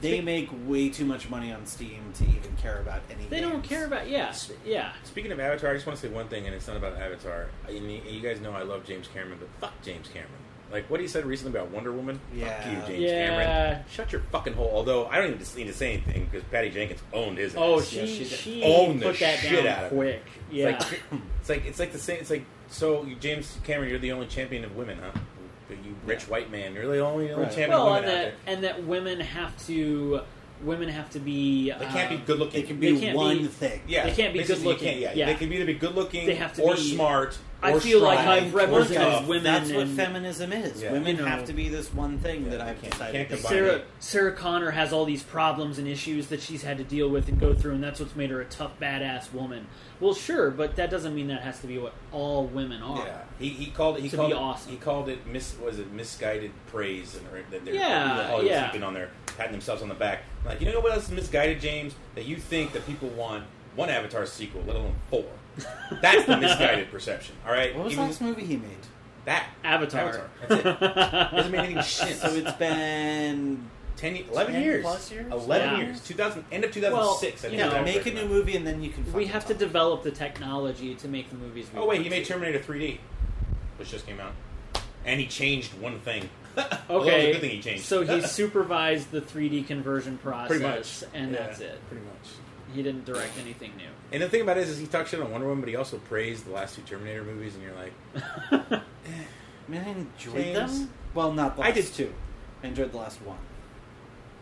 Speaker 4: They make way too much money on Steam to even care about anything.
Speaker 3: They don't care about yeah, yeah.
Speaker 2: Speaking of Avatar, I just want to say one thing, and it's not about Avatar. I- and you- you guys know I love James Cameron, but fuck James Cameron. Like what he said recently about Wonder Woman.
Speaker 4: Yeah.
Speaker 2: Fuck you, James
Speaker 3: Yeah.
Speaker 2: Cameron. Shut your fucking hole. Although I don't even need to say anything because Patty Jenkins owned his.
Speaker 3: Oh,
Speaker 2: ass.
Speaker 3: she
Speaker 4: Yeah, she
Speaker 3: she,
Speaker 4: did.
Speaker 2: Owned the
Speaker 3: put that
Speaker 2: shit
Speaker 3: down
Speaker 2: out of it.
Speaker 3: quick.
Speaker 2: It's
Speaker 3: Yeah,
Speaker 2: Like, [LAUGHS] it's like it's like the same. It's like so you- James Cameron, you're the only champion of women, huh? You rich white man, you're the only, only
Speaker 4: Right.
Speaker 2: champion
Speaker 3: well,
Speaker 2: of
Speaker 3: and
Speaker 2: women out
Speaker 3: that and that women have to women have to be
Speaker 2: there. They can't
Speaker 3: um,
Speaker 2: be good looking.
Speaker 4: It can be
Speaker 3: They can't
Speaker 4: one
Speaker 3: be-
Speaker 4: thing.
Speaker 2: Yeah,
Speaker 3: They can't be
Speaker 2: basically,
Speaker 3: good-looking.
Speaker 2: you can't-
Speaker 3: Yeah.
Speaker 2: yeah, they can either be good looking,
Speaker 3: They have to
Speaker 2: or
Speaker 3: be-
Speaker 2: smart.
Speaker 3: I
Speaker 2: or
Speaker 3: feel like
Speaker 2: strong,
Speaker 3: I've
Speaker 2: or
Speaker 3: represented
Speaker 2: tough.
Speaker 3: women
Speaker 4: That's what
Speaker 3: and-
Speaker 4: feminism is.
Speaker 2: Yeah.
Speaker 4: Women
Speaker 3: You know.
Speaker 4: have to be this one thing that I've
Speaker 2: can't- can't
Speaker 4: decided. to
Speaker 2: combine
Speaker 4: be.
Speaker 3: Sarah
Speaker 2: it.
Speaker 3: Sarah Connor has all these problems and issues that she's had to deal with and go through, and that's what's made her a tough, badass woman. Well, sure, but that doesn't mean that has to be what all women are.
Speaker 2: Yeah, he, he called it. He
Speaker 3: To
Speaker 2: called
Speaker 3: be
Speaker 2: it,
Speaker 3: awesome.
Speaker 2: He called it mis. Was it misguided praise and or that they're
Speaker 3: Yeah,
Speaker 2: Hollywood
Speaker 3: yeah.
Speaker 2: sleeping on their patting themselves on the back. Like you know what else is misguided, James? That you think that people want one Avatar sequel, let alone
Speaker 3: [LAUGHS]
Speaker 2: four. That's the misguided perception. All right,
Speaker 4: What was the
Speaker 2: Even
Speaker 4: last movie he made?
Speaker 3: [LAUGHS]
Speaker 2: that
Speaker 3: Avatar.
Speaker 2: That's it. Doesn't mean anything shit.
Speaker 4: [LAUGHS] So it's been
Speaker 2: ten, ye- eleven
Speaker 4: 10
Speaker 2: years,
Speaker 4: plus years?
Speaker 2: eleven
Speaker 3: Yeah.
Speaker 2: years, two thousand, end of two thousand six.
Speaker 4: You
Speaker 2: I think
Speaker 4: know,
Speaker 2: that was
Speaker 4: make a
Speaker 2: written
Speaker 4: new
Speaker 2: up.
Speaker 4: movie and then you can.
Speaker 3: [LAUGHS] we
Speaker 4: fucking
Speaker 3: have to
Speaker 4: talk.
Speaker 3: develop the technology to make the movies. we
Speaker 2: Oh wait,
Speaker 3: want
Speaker 2: he made
Speaker 3: to.
Speaker 2: Terminator 3D, which just came out, and he changed one thing. Well, that was
Speaker 3: Okay,
Speaker 2: a good thing he changed. [LAUGHS]
Speaker 3: so he supervised the 3D conversion process,
Speaker 2: Pretty much.
Speaker 3: and
Speaker 2: Yeah,
Speaker 3: that's it.
Speaker 2: Pretty much.
Speaker 3: He didn't direct anything new.
Speaker 2: And the thing about it is, is he talks shit on Wonder Woman, but he also praised the last two Terminator movies, and you're like,
Speaker 4: I mean, I enjoyed
Speaker 2: James.
Speaker 4: them. Well, not the
Speaker 2: I
Speaker 4: last
Speaker 2: did
Speaker 4: two. I enjoyed the last one.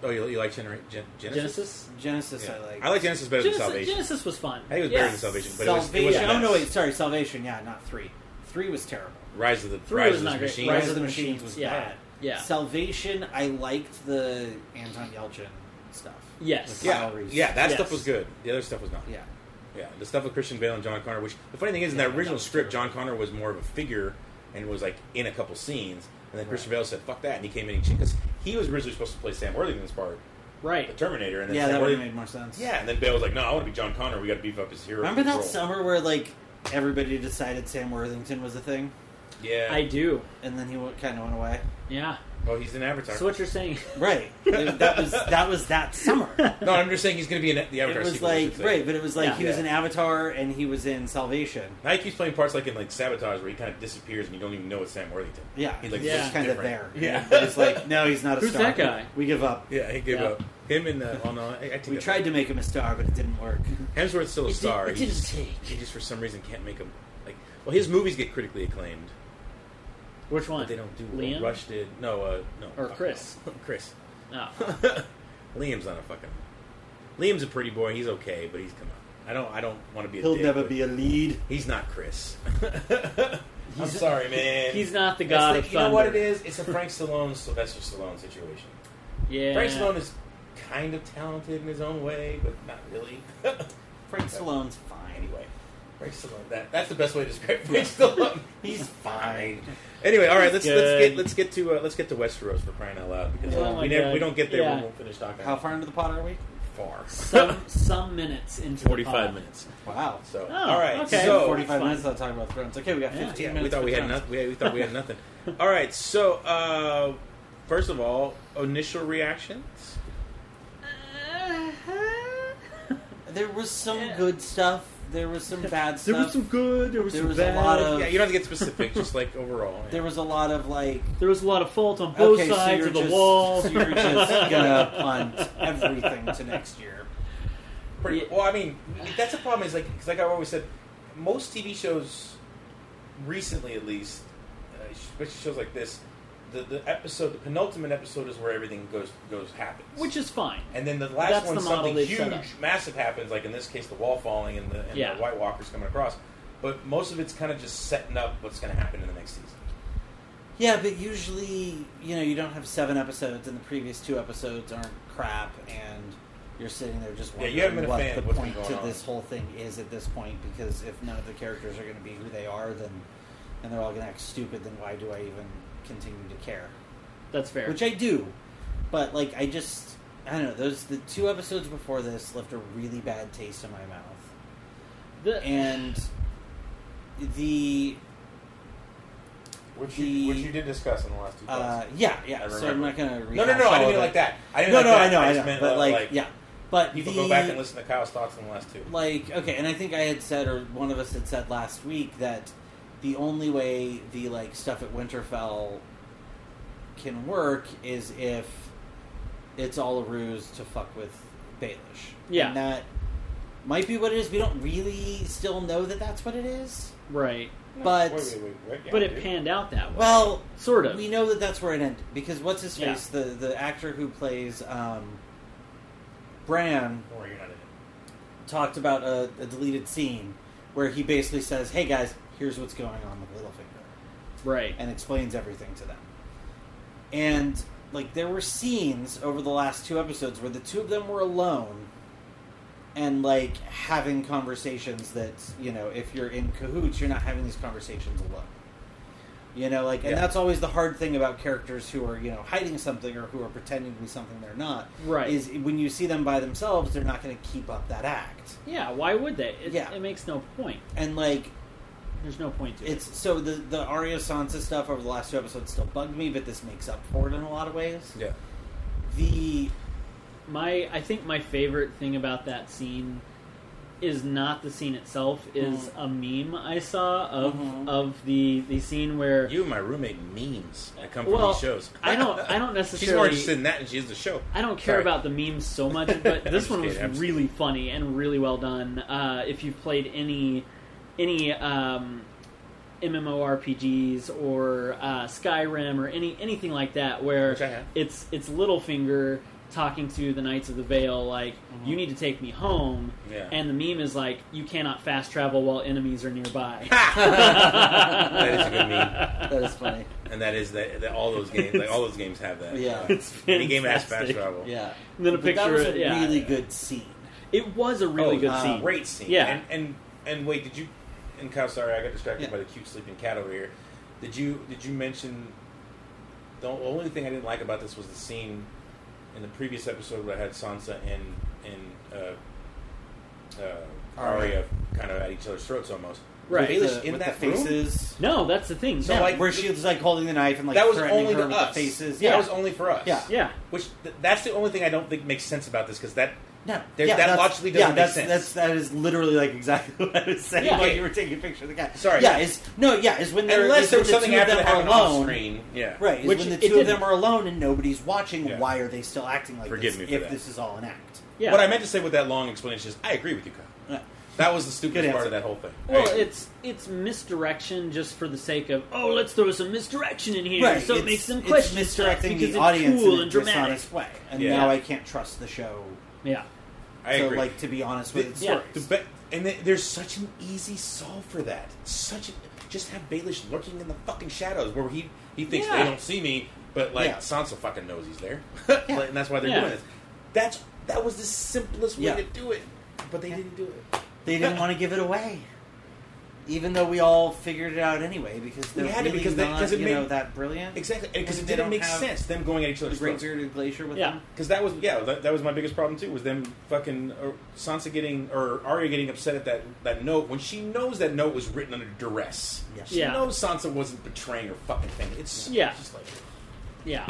Speaker 2: oh, you, you like Gener- Gen- Genesis?
Speaker 3: Genesis.
Speaker 4: Genesis,
Speaker 2: Yeah.
Speaker 4: I like.
Speaker 2: I like Genesis better
Speaker 3: Genesis,
Speaker 2: than Salvation.
Speaker 3: Genesis was fun.
Speaker 2: I think it was
Speaker 3: Yeah.
Speaker 2: better than Salvation, but it was, it was
Speaker 4: Salvation. oh no,
Speaker 2: mess.
Speaker 4: wait, sorry, Salvation. Yeah, not three. Three was terrible.
Speaker 2: Rise of the
Speaker 3: Three
Speaker 2: Rise
Speaker 3: was
Speaker 2: of the
Speaker 3: not great.
Speaker 2: Machine.
Speaker 4: Rise,
Speaker 3: Rise
Speaker 4: of the
Speaker 3: of
Speaker 4: Machines,
Speaker 3: Machines,
Speaker 4: was
Speaker 3: yeah.
Speaker 4: bad.
Speaker 3: Yeah.
Speaker 4: Salvation, I liked the Anton Yelchin stuff.
Speaker 3: Yes.
Speaker 4: Yeah.
Speaker 2: yeah,
Speaker 4: Salaries.
Speaker 2: yeah, that
Speaker 3: Yes.
Speaker 2: stuff was good. The other stuff was not.
Speaker 4: Yeah.
Speaker 2: Yeah, the stuff with Christian Bale and John Connor. Which the funny thing is, in
Speaker 4: Yeah,
Speaker 2: that
Speaker 4: that
Speaker 2: original
Speaker 4: was
Speaker 2: script,
Speaker 4: terrible.
Speaker 2: John Connor was more of a figure and was like in a couple scenes, and then Christian Bale said, "Fuck that," and he came in and because he was originally supposed to play Sam Worthington's part, the
Speaker 3: Right.
Speaker 2: Terminator, and then
Speaker 4: yeah,
Speaker 2: Sam
Speaker 4: that would have
Speaker 2: Worthing-
Speaker 4: made more sense.
Speaker 2: Yeah, and then Bale was like, "No, I want to be John Connor. We got to beef up his hero."
Speaker 4: Remember that
Speaker 2: role."
Speaker 4: summer where like everybody decided Sam Worthington was a thing,
Speaker 2: Yeah.
Speaker 3: I do.
Speaker 4: and then he kind of went away.
Speaker 3: Yeah.
Speaker 2: well, he's an Avatar.
Speaker 3: So what you're saying? [LAUGHS]
Speaker 4: Right. that was that was
Speaker 2: [LAUGHS]
Speaker 4: that summer.
Speaker 2: no, I'm just saying he's going to be in the
Speaker 4: It
Speaker 2: Avatar.
Speaker 4: was
Speaker 2: sequel, I
Speaker 4: like
Speaker 2: should say.
Speaker 4: right, but it was like
Speaker 3: Yeah.
Speaker 4: he was
Speaker 2: Yeah.
Speaker 4: in Avatar and he was in Salvation.
Speaker 2: Now he keeps playing parts like in like Sabotage, where he kind of disappears and you don't even know it's Sam Worthington.
Speaker 4: Yeah,
Speaker 2: He, like,
Speaker 4: he's just
Speaker 3: looks
Speaker 4: kind of there.
Speaker 2: different. Yeah.
Speaker 4: it was like no, he's not a
Speaker 3: Who's
Speaker 4: star.
Speaker 3: that guy?
Speaker 4: We give up.
Speaker 2: [LAUGHS] Yeah, he gave
Speaker 3: Yeah.
Speaker 2: up. Him and uh, oh no, I, I take
Speaker 4: We
Speaker 2: that
Speaker 4: tried to make him a star, but it didn't work.
Speaker 2: back. Hemsworth's still a
Speaker 3: It did-
Speaker 2: star.
Speaker 3: it
Speaker 2: he,
Speaker 3: didn't
Speaker 2: just,
Speaker 3: take.
Speaker 2: he just for some reason can't make him like. Well, his movies get critically acclaimed,
Speaker 3: Which one?
Speaker 2: but they don't do well.
Speaker 3: Liam
Speaker 2: Rush did no, uh, no
Speaker 3: or
Speaker 2: fuck
Speaker 3: Chris.
Speaker 2: no. [LAUGHS] Chris.
Speaker 3: Oh,
Speaker 2: [LAUGHS] Liam's not a fucking. Liam's a pretty boy. He's okay, but he's come on. I don't. I don't want to be. A
Speaker 4: He'll
Speaker 2: dick,
Speaker 4: never
Speaker 2: but
Speaker 4: be a lead.
Speaker 2: He's not
Speaker 3: [LAUGHS]
Speaker 2: Chris. I'm sorry, man.
Speaker 3: he's not the
Speaker 2: It's
Speaker 3: god
Speaker 2: the-
Speaker 3: of
Speaker 2: You
Speaker 3: thunder.
Speaker 2: know what it is? It's a Frank Stallone, Sylvester Stallone situation.
Speaker 3: Yeah.
Speaker 2: Frank Stallone is kind of talented in his own way, but not really. [LAUGHS]
Speaker 4: Frank Stallone's fine.
Speaker 2: anyway, Frank Stallone. That that's the best way to describe Frank
Speaker 3: [LAUGHS]
Speaker 2: Stallone.
Speaker 4: He's fine.
Speaker 2: Anyway, all right. Let's let's
Speaker 3: Good.
Speaker 2: get let's get to uh, let's get to Westeros for crying out loud because
Speaker 3: Oh my
Speaker 2: we never,
Speaker 3: God.
Speaker 2: we don't get there
Speaker 3: Yeah.
Speaker 2: when we'll finish talking.
Speaker 4: How far into the pot are we?
Speaker 2: far?
Speaker 3: some some minutes into the pod.
Speaker 2: minutes.
Speaker 4: Wow.
Speaker 2: So
Speaker 3: Oh,
Speaker 2: all right.
Speaker 3: okay.
Speaker 2: So
Speaker 4: 45
Speaker 3: That's
Speaker 4: minutes without talking about Thrones. Okay, we got
Speaker 3: Yeah.
Speaker 4: 15
Speaker 2: yeah,
Speaker 4: minutes.
Speaker 2: we thought
Speaker 4: for
Speaker 2: we had
Speaker 4: Thrones.
Speaker 2: nothing. We, we thought we had nothing. All right. So uh, first of all, initial reactions.
Speaker 4: There was some
Speaker 3: Yeah.
Speaker 4: good stuff. There was some bad stuff.
Speaker 3: There was some good. There was
Speaker 4: There
Speaker 3: some
Speaker 4: was a
Speaker 3: bad.
Speaker 4: lot of-
Speaker 2: yeah, you don't have to get specific. just like overall.
Speaker 4: There was a lot of like.
Speaker 3: there was a lot of fault on both
Speaker 4: okay, so
Speaker 3: sides
Speaker 4: you're
Speaker 3: of the
Speaker 4: just, [LAUGHS]
Speaker 3: wall.
Speaker 4: So you're just gonna punt everything to next year.
Speaker 2: Pretty,
Speaker 3: Yeah.
Speaker 2: Well, I mean, that's the problem. Is like, 'cause like I always said, most TV shows, recently at least, uh, especially shows like this, the, the episode, the penultimate episode, is where everything goes goes happens.
Speaker 3: [LAUGHS] which is fine.
Speaker 2: and then the last
Speaker 3: that's
Speaker 2: one,
Speaker 3: the model
Speaker 2: something
Speaker 3: they've set
Speaker 2: huge,
Speaker 3: up.
Speaker 2: massive happens. Like in this case, the wall falling and the, and
Speaker 3: Yeah.
Speaker 2: the White Walkers coming across. But most of it's kind of just setting up what's going to happen in the next season.
Speaker 4: Yeah, but usually, you know, you don't have seven episodes, and the previous two episodes aren't crap, and you're sitting there just
Speaker 2: Yeah,
Speaker 4: wondering
Speaker 2: you haven't been a
Speaker 4: what
Speaker 2: fan
Speaker 4: the
Speaker 2: of what's been
Speaker 4: point
Speaker 2: going
Speaker 4: to
Speaker 2: on.
Speaker 4: this whole thing is at this point. Because if none of the characters are going to be who they are, then and they're all going to act stupid, then why do I even continue to care?
Speaker 3: That's fair.
Speaker 4: Which I do, but like I just I don't know. Those the two episodes before this left a really bad taste in my mouth
Speaker 3: The-
Speaker 4: and the
Speaker 2: Which
Speaker 4: The-
Speaker 2: you, which you did discuss in the last two.
Speaker 4: uh,
Speaker 2: podcasts.
Speaker 4: yeah
Speaker 2: I
Speaker 4: yeah. So
Speaker 2: remember.
Speaker 4: I'm not gonna
Speaker 2: no, no,
Speaker 4: rehash
Speaker 2: no! I
Speaker 4: all
Speaker 2: didn't
Speaker 4: of
Speaker 2: mean it like that. I
Speaker 4: No,
Speaker 2: didn't
Speaker 4: no,
Speaker 2: like that.
Speaker 4: I know, I
Speaker 2: just
Speaker 4: know.
Speaker 2: meant,
Speaker 4: But
Speaker 2: uh,
Speaker 4: like, yeah, but
Speaker 2: People
Speaker 4: the,
Speaker 2: go back and listen to Kyle's thoughts on the last two.
Speaker 4: Like okay, and I think I had said, or one of us had said last week that the only way the like stuff at Winterfell can work is if it's all a ruse to fuck with Baelish.
Speaker 3: Yeah.
Speaker 4: and that might be what it is. We don't really still know that that's what it is.
Speaker 3: right.
Speaker 4: but-
Speaker 2: Wait, wait, wait, wait, yeah,
Speaker 3: but it
Speaker 2: dude.
Speaker 3: panned out that way.
Speaker 4: Well,
Speaker 3: sort of.
Speaker 4: We know that that's where it ended because what's his
Speaker 3: Yeah.
Speaker 4: face, the the actor who plays um, Bran,
Speaker 2: Don't worry, you're not in it.
Speaker 4: talked about a, a deleted scene where he basically says, "Hey guys, here's what's going on with Littlefinger,"
Speaker 3: right.
Speaker 4: and explains everything to them. And like there were scenes over the last two episodes where the two of them were alone and like having conversations that you know if you're in cahoots you're not having these conversations alone you know like and
Speaker 2: Yeah.
Speaker 4: that's always the hard thing about characters who are you know hiding something or who are pretending to be something they're not
Speaker 3: Right.
Speaker 4: is when you see them by themselves they're not going to keep up that act
Speaker 3: yeah. Why would they? It,
Speaker 4: Yeah.
Speaker 3: It makes no point.
Speaker 4: and like
Speaker 3: There's no point to it.
Speaker 4: it's so the the Arya Sansa stuff over the last two episodes still bugged me, but this makes up for it in a lot of ways.
Speaker 2: Yeah.
Speaker 4: The
Speaker 3: my I think my favorite thing about that scene is not the scene itself is
Speaker 4: Mm-hmm.
Speaker 3: a meme I saw of
Speaker 4: Mhm.
Speaker 3: of the the scene where
Speaker 2: You and my roommate memes that come from
Speaker 3: well
Speaker 2: these shows. [LAUGHS]
Speaker 3: I don't I don't
Speaker 2: She's more
Speaker 3: necessarily
Speaker 2: interested in that than she is the show.
Speaker 3: I don't care
Speaker 2: Sorry.
Speaker 3: about the memes so much,
Speaker 2: [LAUGHS]
Speaker 3: but
Speaker 2: I'm
Speaker 3: this
Speaker 2: just
Speaker 3: one was
Speaker 2: kidding, I'm just
Speaker 3: really funny and really well done. Uh, if you've played any any um, MMORPGs or uh, Skyrim or any anything like that, where
Speaker 2: Which I have.
Speaker 3: it's it's Littlefinger talking to the Knights of the Vale, like you need to take me home,
Speaker 2: Mm-hmm. Yeah.
Speaker 3: and the meme is like you cannot fast travel while enemies are nearby.
Speaker 2: [LAUGHS]
Speaker 3: [LAUGHS]
Speaker 2: That is a good meme,
Speaker 4: that
Speaker 2: [LAUGHS]
Speaker 4: is funny.
Speaker 2: and that is that, that all those games, like all those games have that.
Speaker 4: Yeah.
Speaker 3: It's
Speaker 2: any game has fast
Speaker 3: fantastic.
Speaker 2: travel.
Speaker 4: yeah.
Speaker 3: And then a
Speaker 4: But that
Speaker 3: picture
Speaker 4: was
Speaker 3: of-
Speaker 4: a
Speaker 3: yeah.
Speaker 4: really good scene.
Speaker 3: It was a really
Speaker 2: Oh,
Speaker 3: good
Speaker 4: uh,
Speaker 3: scene.
Speaker 2: Great scene.
Speaker 3: Yeah.
Speaker 2: and and, and wait, did you? And Kyle, sorry, I got distracted
Speaker 4: Yeah.
Speaker 2: by the cute sleeping cat over here. Did you? Did you mention? The only thing I didn't like about this was the scene in the previous episode where I had Sansa and and uh, uh, Arya kind of at each other's throats almost.
Speaker 3: Right.
Speaker 2: Baelish
Speaker 4: The-
Speaker 2: in
Speaker 4: with
Speaker 2: that
Speaker 4: the
Speaker 2: room?
Speaker 4: faces.
Speaker 3: No, that's the thing.
Speaker 2: So,
Speaker 3: yeah.
Speaker 2: like-
Speaker 4: where she was like holding the knife and like
Speaker 2: that was
Speaker 4: threatening
Speaker 2: only
Speaker 4: her
Speaker 2: to
Speaker 4: with
Speaker 2: us.
Speaker 4: the faces.
Speaker 2: That
Speaker 4: Yeah.
Speaker 2: was only for us.
Speaker 4: Yeah.
Speaker 3: yeah.
Speaker 2: Which th- that's the only thing I don't think makes sense about this because that
Speaker 4: no,
Speaker 2: There-
Speaker 4: yeah,
Speaker 2: that
Speaker 4: that's-
Speaker 2: logically doesn't
Speaker 4: yeah,
Speaker 2: make
Speaker 4: that's,
Speaker 2: sense.
Speaker 4: That's that is literally like exactly [LAUGHS] what I was saying
Speaker 3: Yeah.
Speaker 4: while you were taking a picture of the guy.
Speaker 2: Sorry.
Speaker 4: Yeah, is no, yeah, is when they're,
Speaker 2: unless
Speaker 4: is
Speaker 2: there
Speaker 4: when
Speaker 2: was
Speaker 4: the
Speaker 2: something
Speaker 4: two of
Speaker 2: after
Speaker 4: them
Speaker 2: that
Speaker 4: are
Speaker 2: happened
Speaker 4: alone.
Speaker 2: on screen. Yeah,
Speaker 4: Right, is
Speaker 3: Which
Speaker 4: when the
Speaker 3: it
Speaker 4: two of
Speaker 3: didn't.
Speaker 4: them are alone and nobody's watching,
Speaker 2: Yeah.
Speaker 4: why are they still acting like
Speaker 2: Forgive
Speaker 4: this
Speaker 2: me for
Speaker 4: if
Speaker 2: that.
Speaker 4: this is all an act?
Speaker 3: Yeah.
Speaker 2: What I meant to say with that long explanation is, I agree with you, Kyle.
Speaker 4: Yeah.
Speaker 2: That was the stupidest
Speaker 4: Good
Speaker 2: part of
Speaker 4: answer.
Speaker 2: that whole thing.
Speaker 3: Well,
Speaker 2: I-
Speaker 3: it's it's misdirection just for the sake of oh, let's throw some misdirection in here,
Speaker 4: Right,
Speaker 3: so
Speaker 4: it's-
Speaker 3: it makes them
Speaker 4: it's
Speaker 3: question stuff
Speaker 4: misdirecting
Speaker 3: because
Speaker 4: the
Speaker 3: it's
Speaker 4: audience
Speaker 3: cool
Speaker 4: in a
Speaker 3: and dramatic.
Speaker 4: dishonest way, and
Speaker 2: Yeah.
Speaker 4: now I can't trust the show.
Speaker 3: Yeah,
Speaker 2: I
Speaker 4: to,
Speaker 2: agree.
Speaker 4: like to be honest with its
Speaker 2: The-
Speaker 3: yeah.
Speaker 2: The
Speaker 4: stories.
Speaker 2: ba- and th- there's such an easy solve for that. Such a, just have Baelish lurking in the fucking shadows where he he thinks
Speaker 3: Yeah.
Speaker 2: they don't see me, but like
Speaker 4: Yeah.
Speaker 2: Sansa fucking knows he's
Speaker 4: [LAUGHS]
Speaker 2: there,
Speaker 4: Yeah.
Speaker 2: and that's why they're
Speaker 3: Yeah.
Speaker 2: doing this. That's that was the simplest way
Speaker 4: Yeah.
Speaker 2: to do it, but they didn't do it.
Speaker 4: They didn't want to give it away, even though we all figured it out anyway because they're
Speaker 2: We had to,
Speaker 4: really
Speaker 2: because they-
Speaker 4: not
Speaker 2: 'cause it
Speaker 4: you
Speaker 2: made-
Speaker 4: know that brilliant.
Speaker 2: Exactly because
Speaker 4: And
Speaker 2: it
Speaker 4: they
Speaker 2: didn't
Speaker 4: don't
Speaker 2: make
Speaker 4: have
Speaker 2: sense them going at each
Speaker 4: The
Speaker 2: other's
Speaker 4: Great
Speaker 2: throats.
Speaker 4: Bearded Glacier with
Speaker 3: Yeah.
Speaker 4: them.
Speaker 2: Because that was yeah, that, that was my biggest problem too. Was them fucking uh, Sansa getting or Arya getting upset at that that note when she knows that note was written under duress.
Speaker 4: Yeah.
Speaker 2: She
Speaker 3: Yeah.
Speaker 2: knows Sansa wasn't betraying her fucking thing. It's
Speaker 3: Yeah.
Speaker 2: it's just like
Speaker 3: yeah.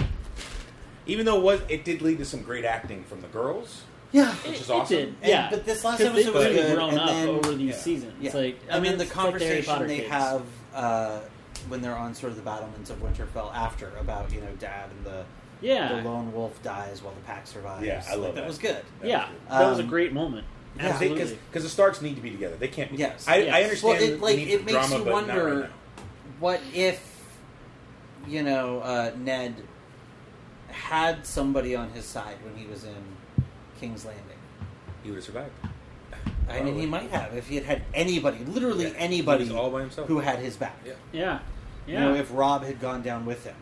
Speaker 2: even though it was it did lead to some great acting from the girls.
Speaker 4: Yeah.
Speaker 2: Which
Speaker 3: It-
Speaker 2: is
Speaker 3: it
Speaker 2: awesome.
Speaker 3: did,
Speaker 4: And-
Speaker 3: yeah,
Speaker 4: but this last
Speaker 3: 'Cause
Speaker 4: episode
Speaker 3: they've
Speaker 4: was
Speaker 3: really
Speaker 4: good,
Speaker 3: grown
Speaker 4: and
Speaker 3: up
Speaker 4: then-
Speaker 3: over
Speaker 2: yeah.
Speaker 3: these seasons.
Speaker 4: Yeah.
Speaker 3: Like, I
Speaker 4: and
Speaker 3: mean,
Speaker 4: then the
Speaker 3: it's like Harry
Speaker 4: conversation
Speaker 3: Potter
Speaker 4: they
Speaker 3: kids.
Speaker 4: have uh, when they're on sort of the battlements of Winterfell after about you know Dad and the
Speaker 3: Yeah.
Speaker 4: the lone wolf dies while the pack survives.
Speaker 2: Yeah, I
Speaker 4: Like,
Speaker 2: love that.
Speaker 4: was good.
Speaker 3: yeah,
Speaker 2: was good.
Speaker 3: that was a
Speaker 4: Um,
Speaker 3: great moment.
Speaker 4: yeah.
Speaker 2: Because
Speaker 3: Absolutely.
Speaker 2: because the Starks need to be together. They can't. Be,
Speaker 4: Yes.
Speaker 2: I,
Speaker 3: Yes.
Speaker 2: I
Speaker 4: Well,
Speaker 2: understand.
Speaker 4: it
Speaker 2: the
Speaker 4: like
Speaker 2: need
Speaker 4: it
Speaker 2: for
Speaker 4: makes
Speaker 2: drama,
Speaker 4: you
Speaker 2: but not
Speaker 4: wonder
Speaker 2: right now.
Speaker 4: what if you know uh, Ned had somebody on his side when he was in King's Landing.
Speaker 2: He would have survived.
Speaker 4: I mean,
Speaker 2: Probably.
Speaker 4: he might have if he had had anybody, literally
Speaker 2: Yeah. He
Speaker 4: anybody,
Speaker 2: was all by himself.
Speaker 4: who had his back.
Speaker 2: Yeah,
Speaker 3: yeah,
Speaker 4: You
Speaker 3: yeah.
Speaker 4: know, if Rob had gone down with him,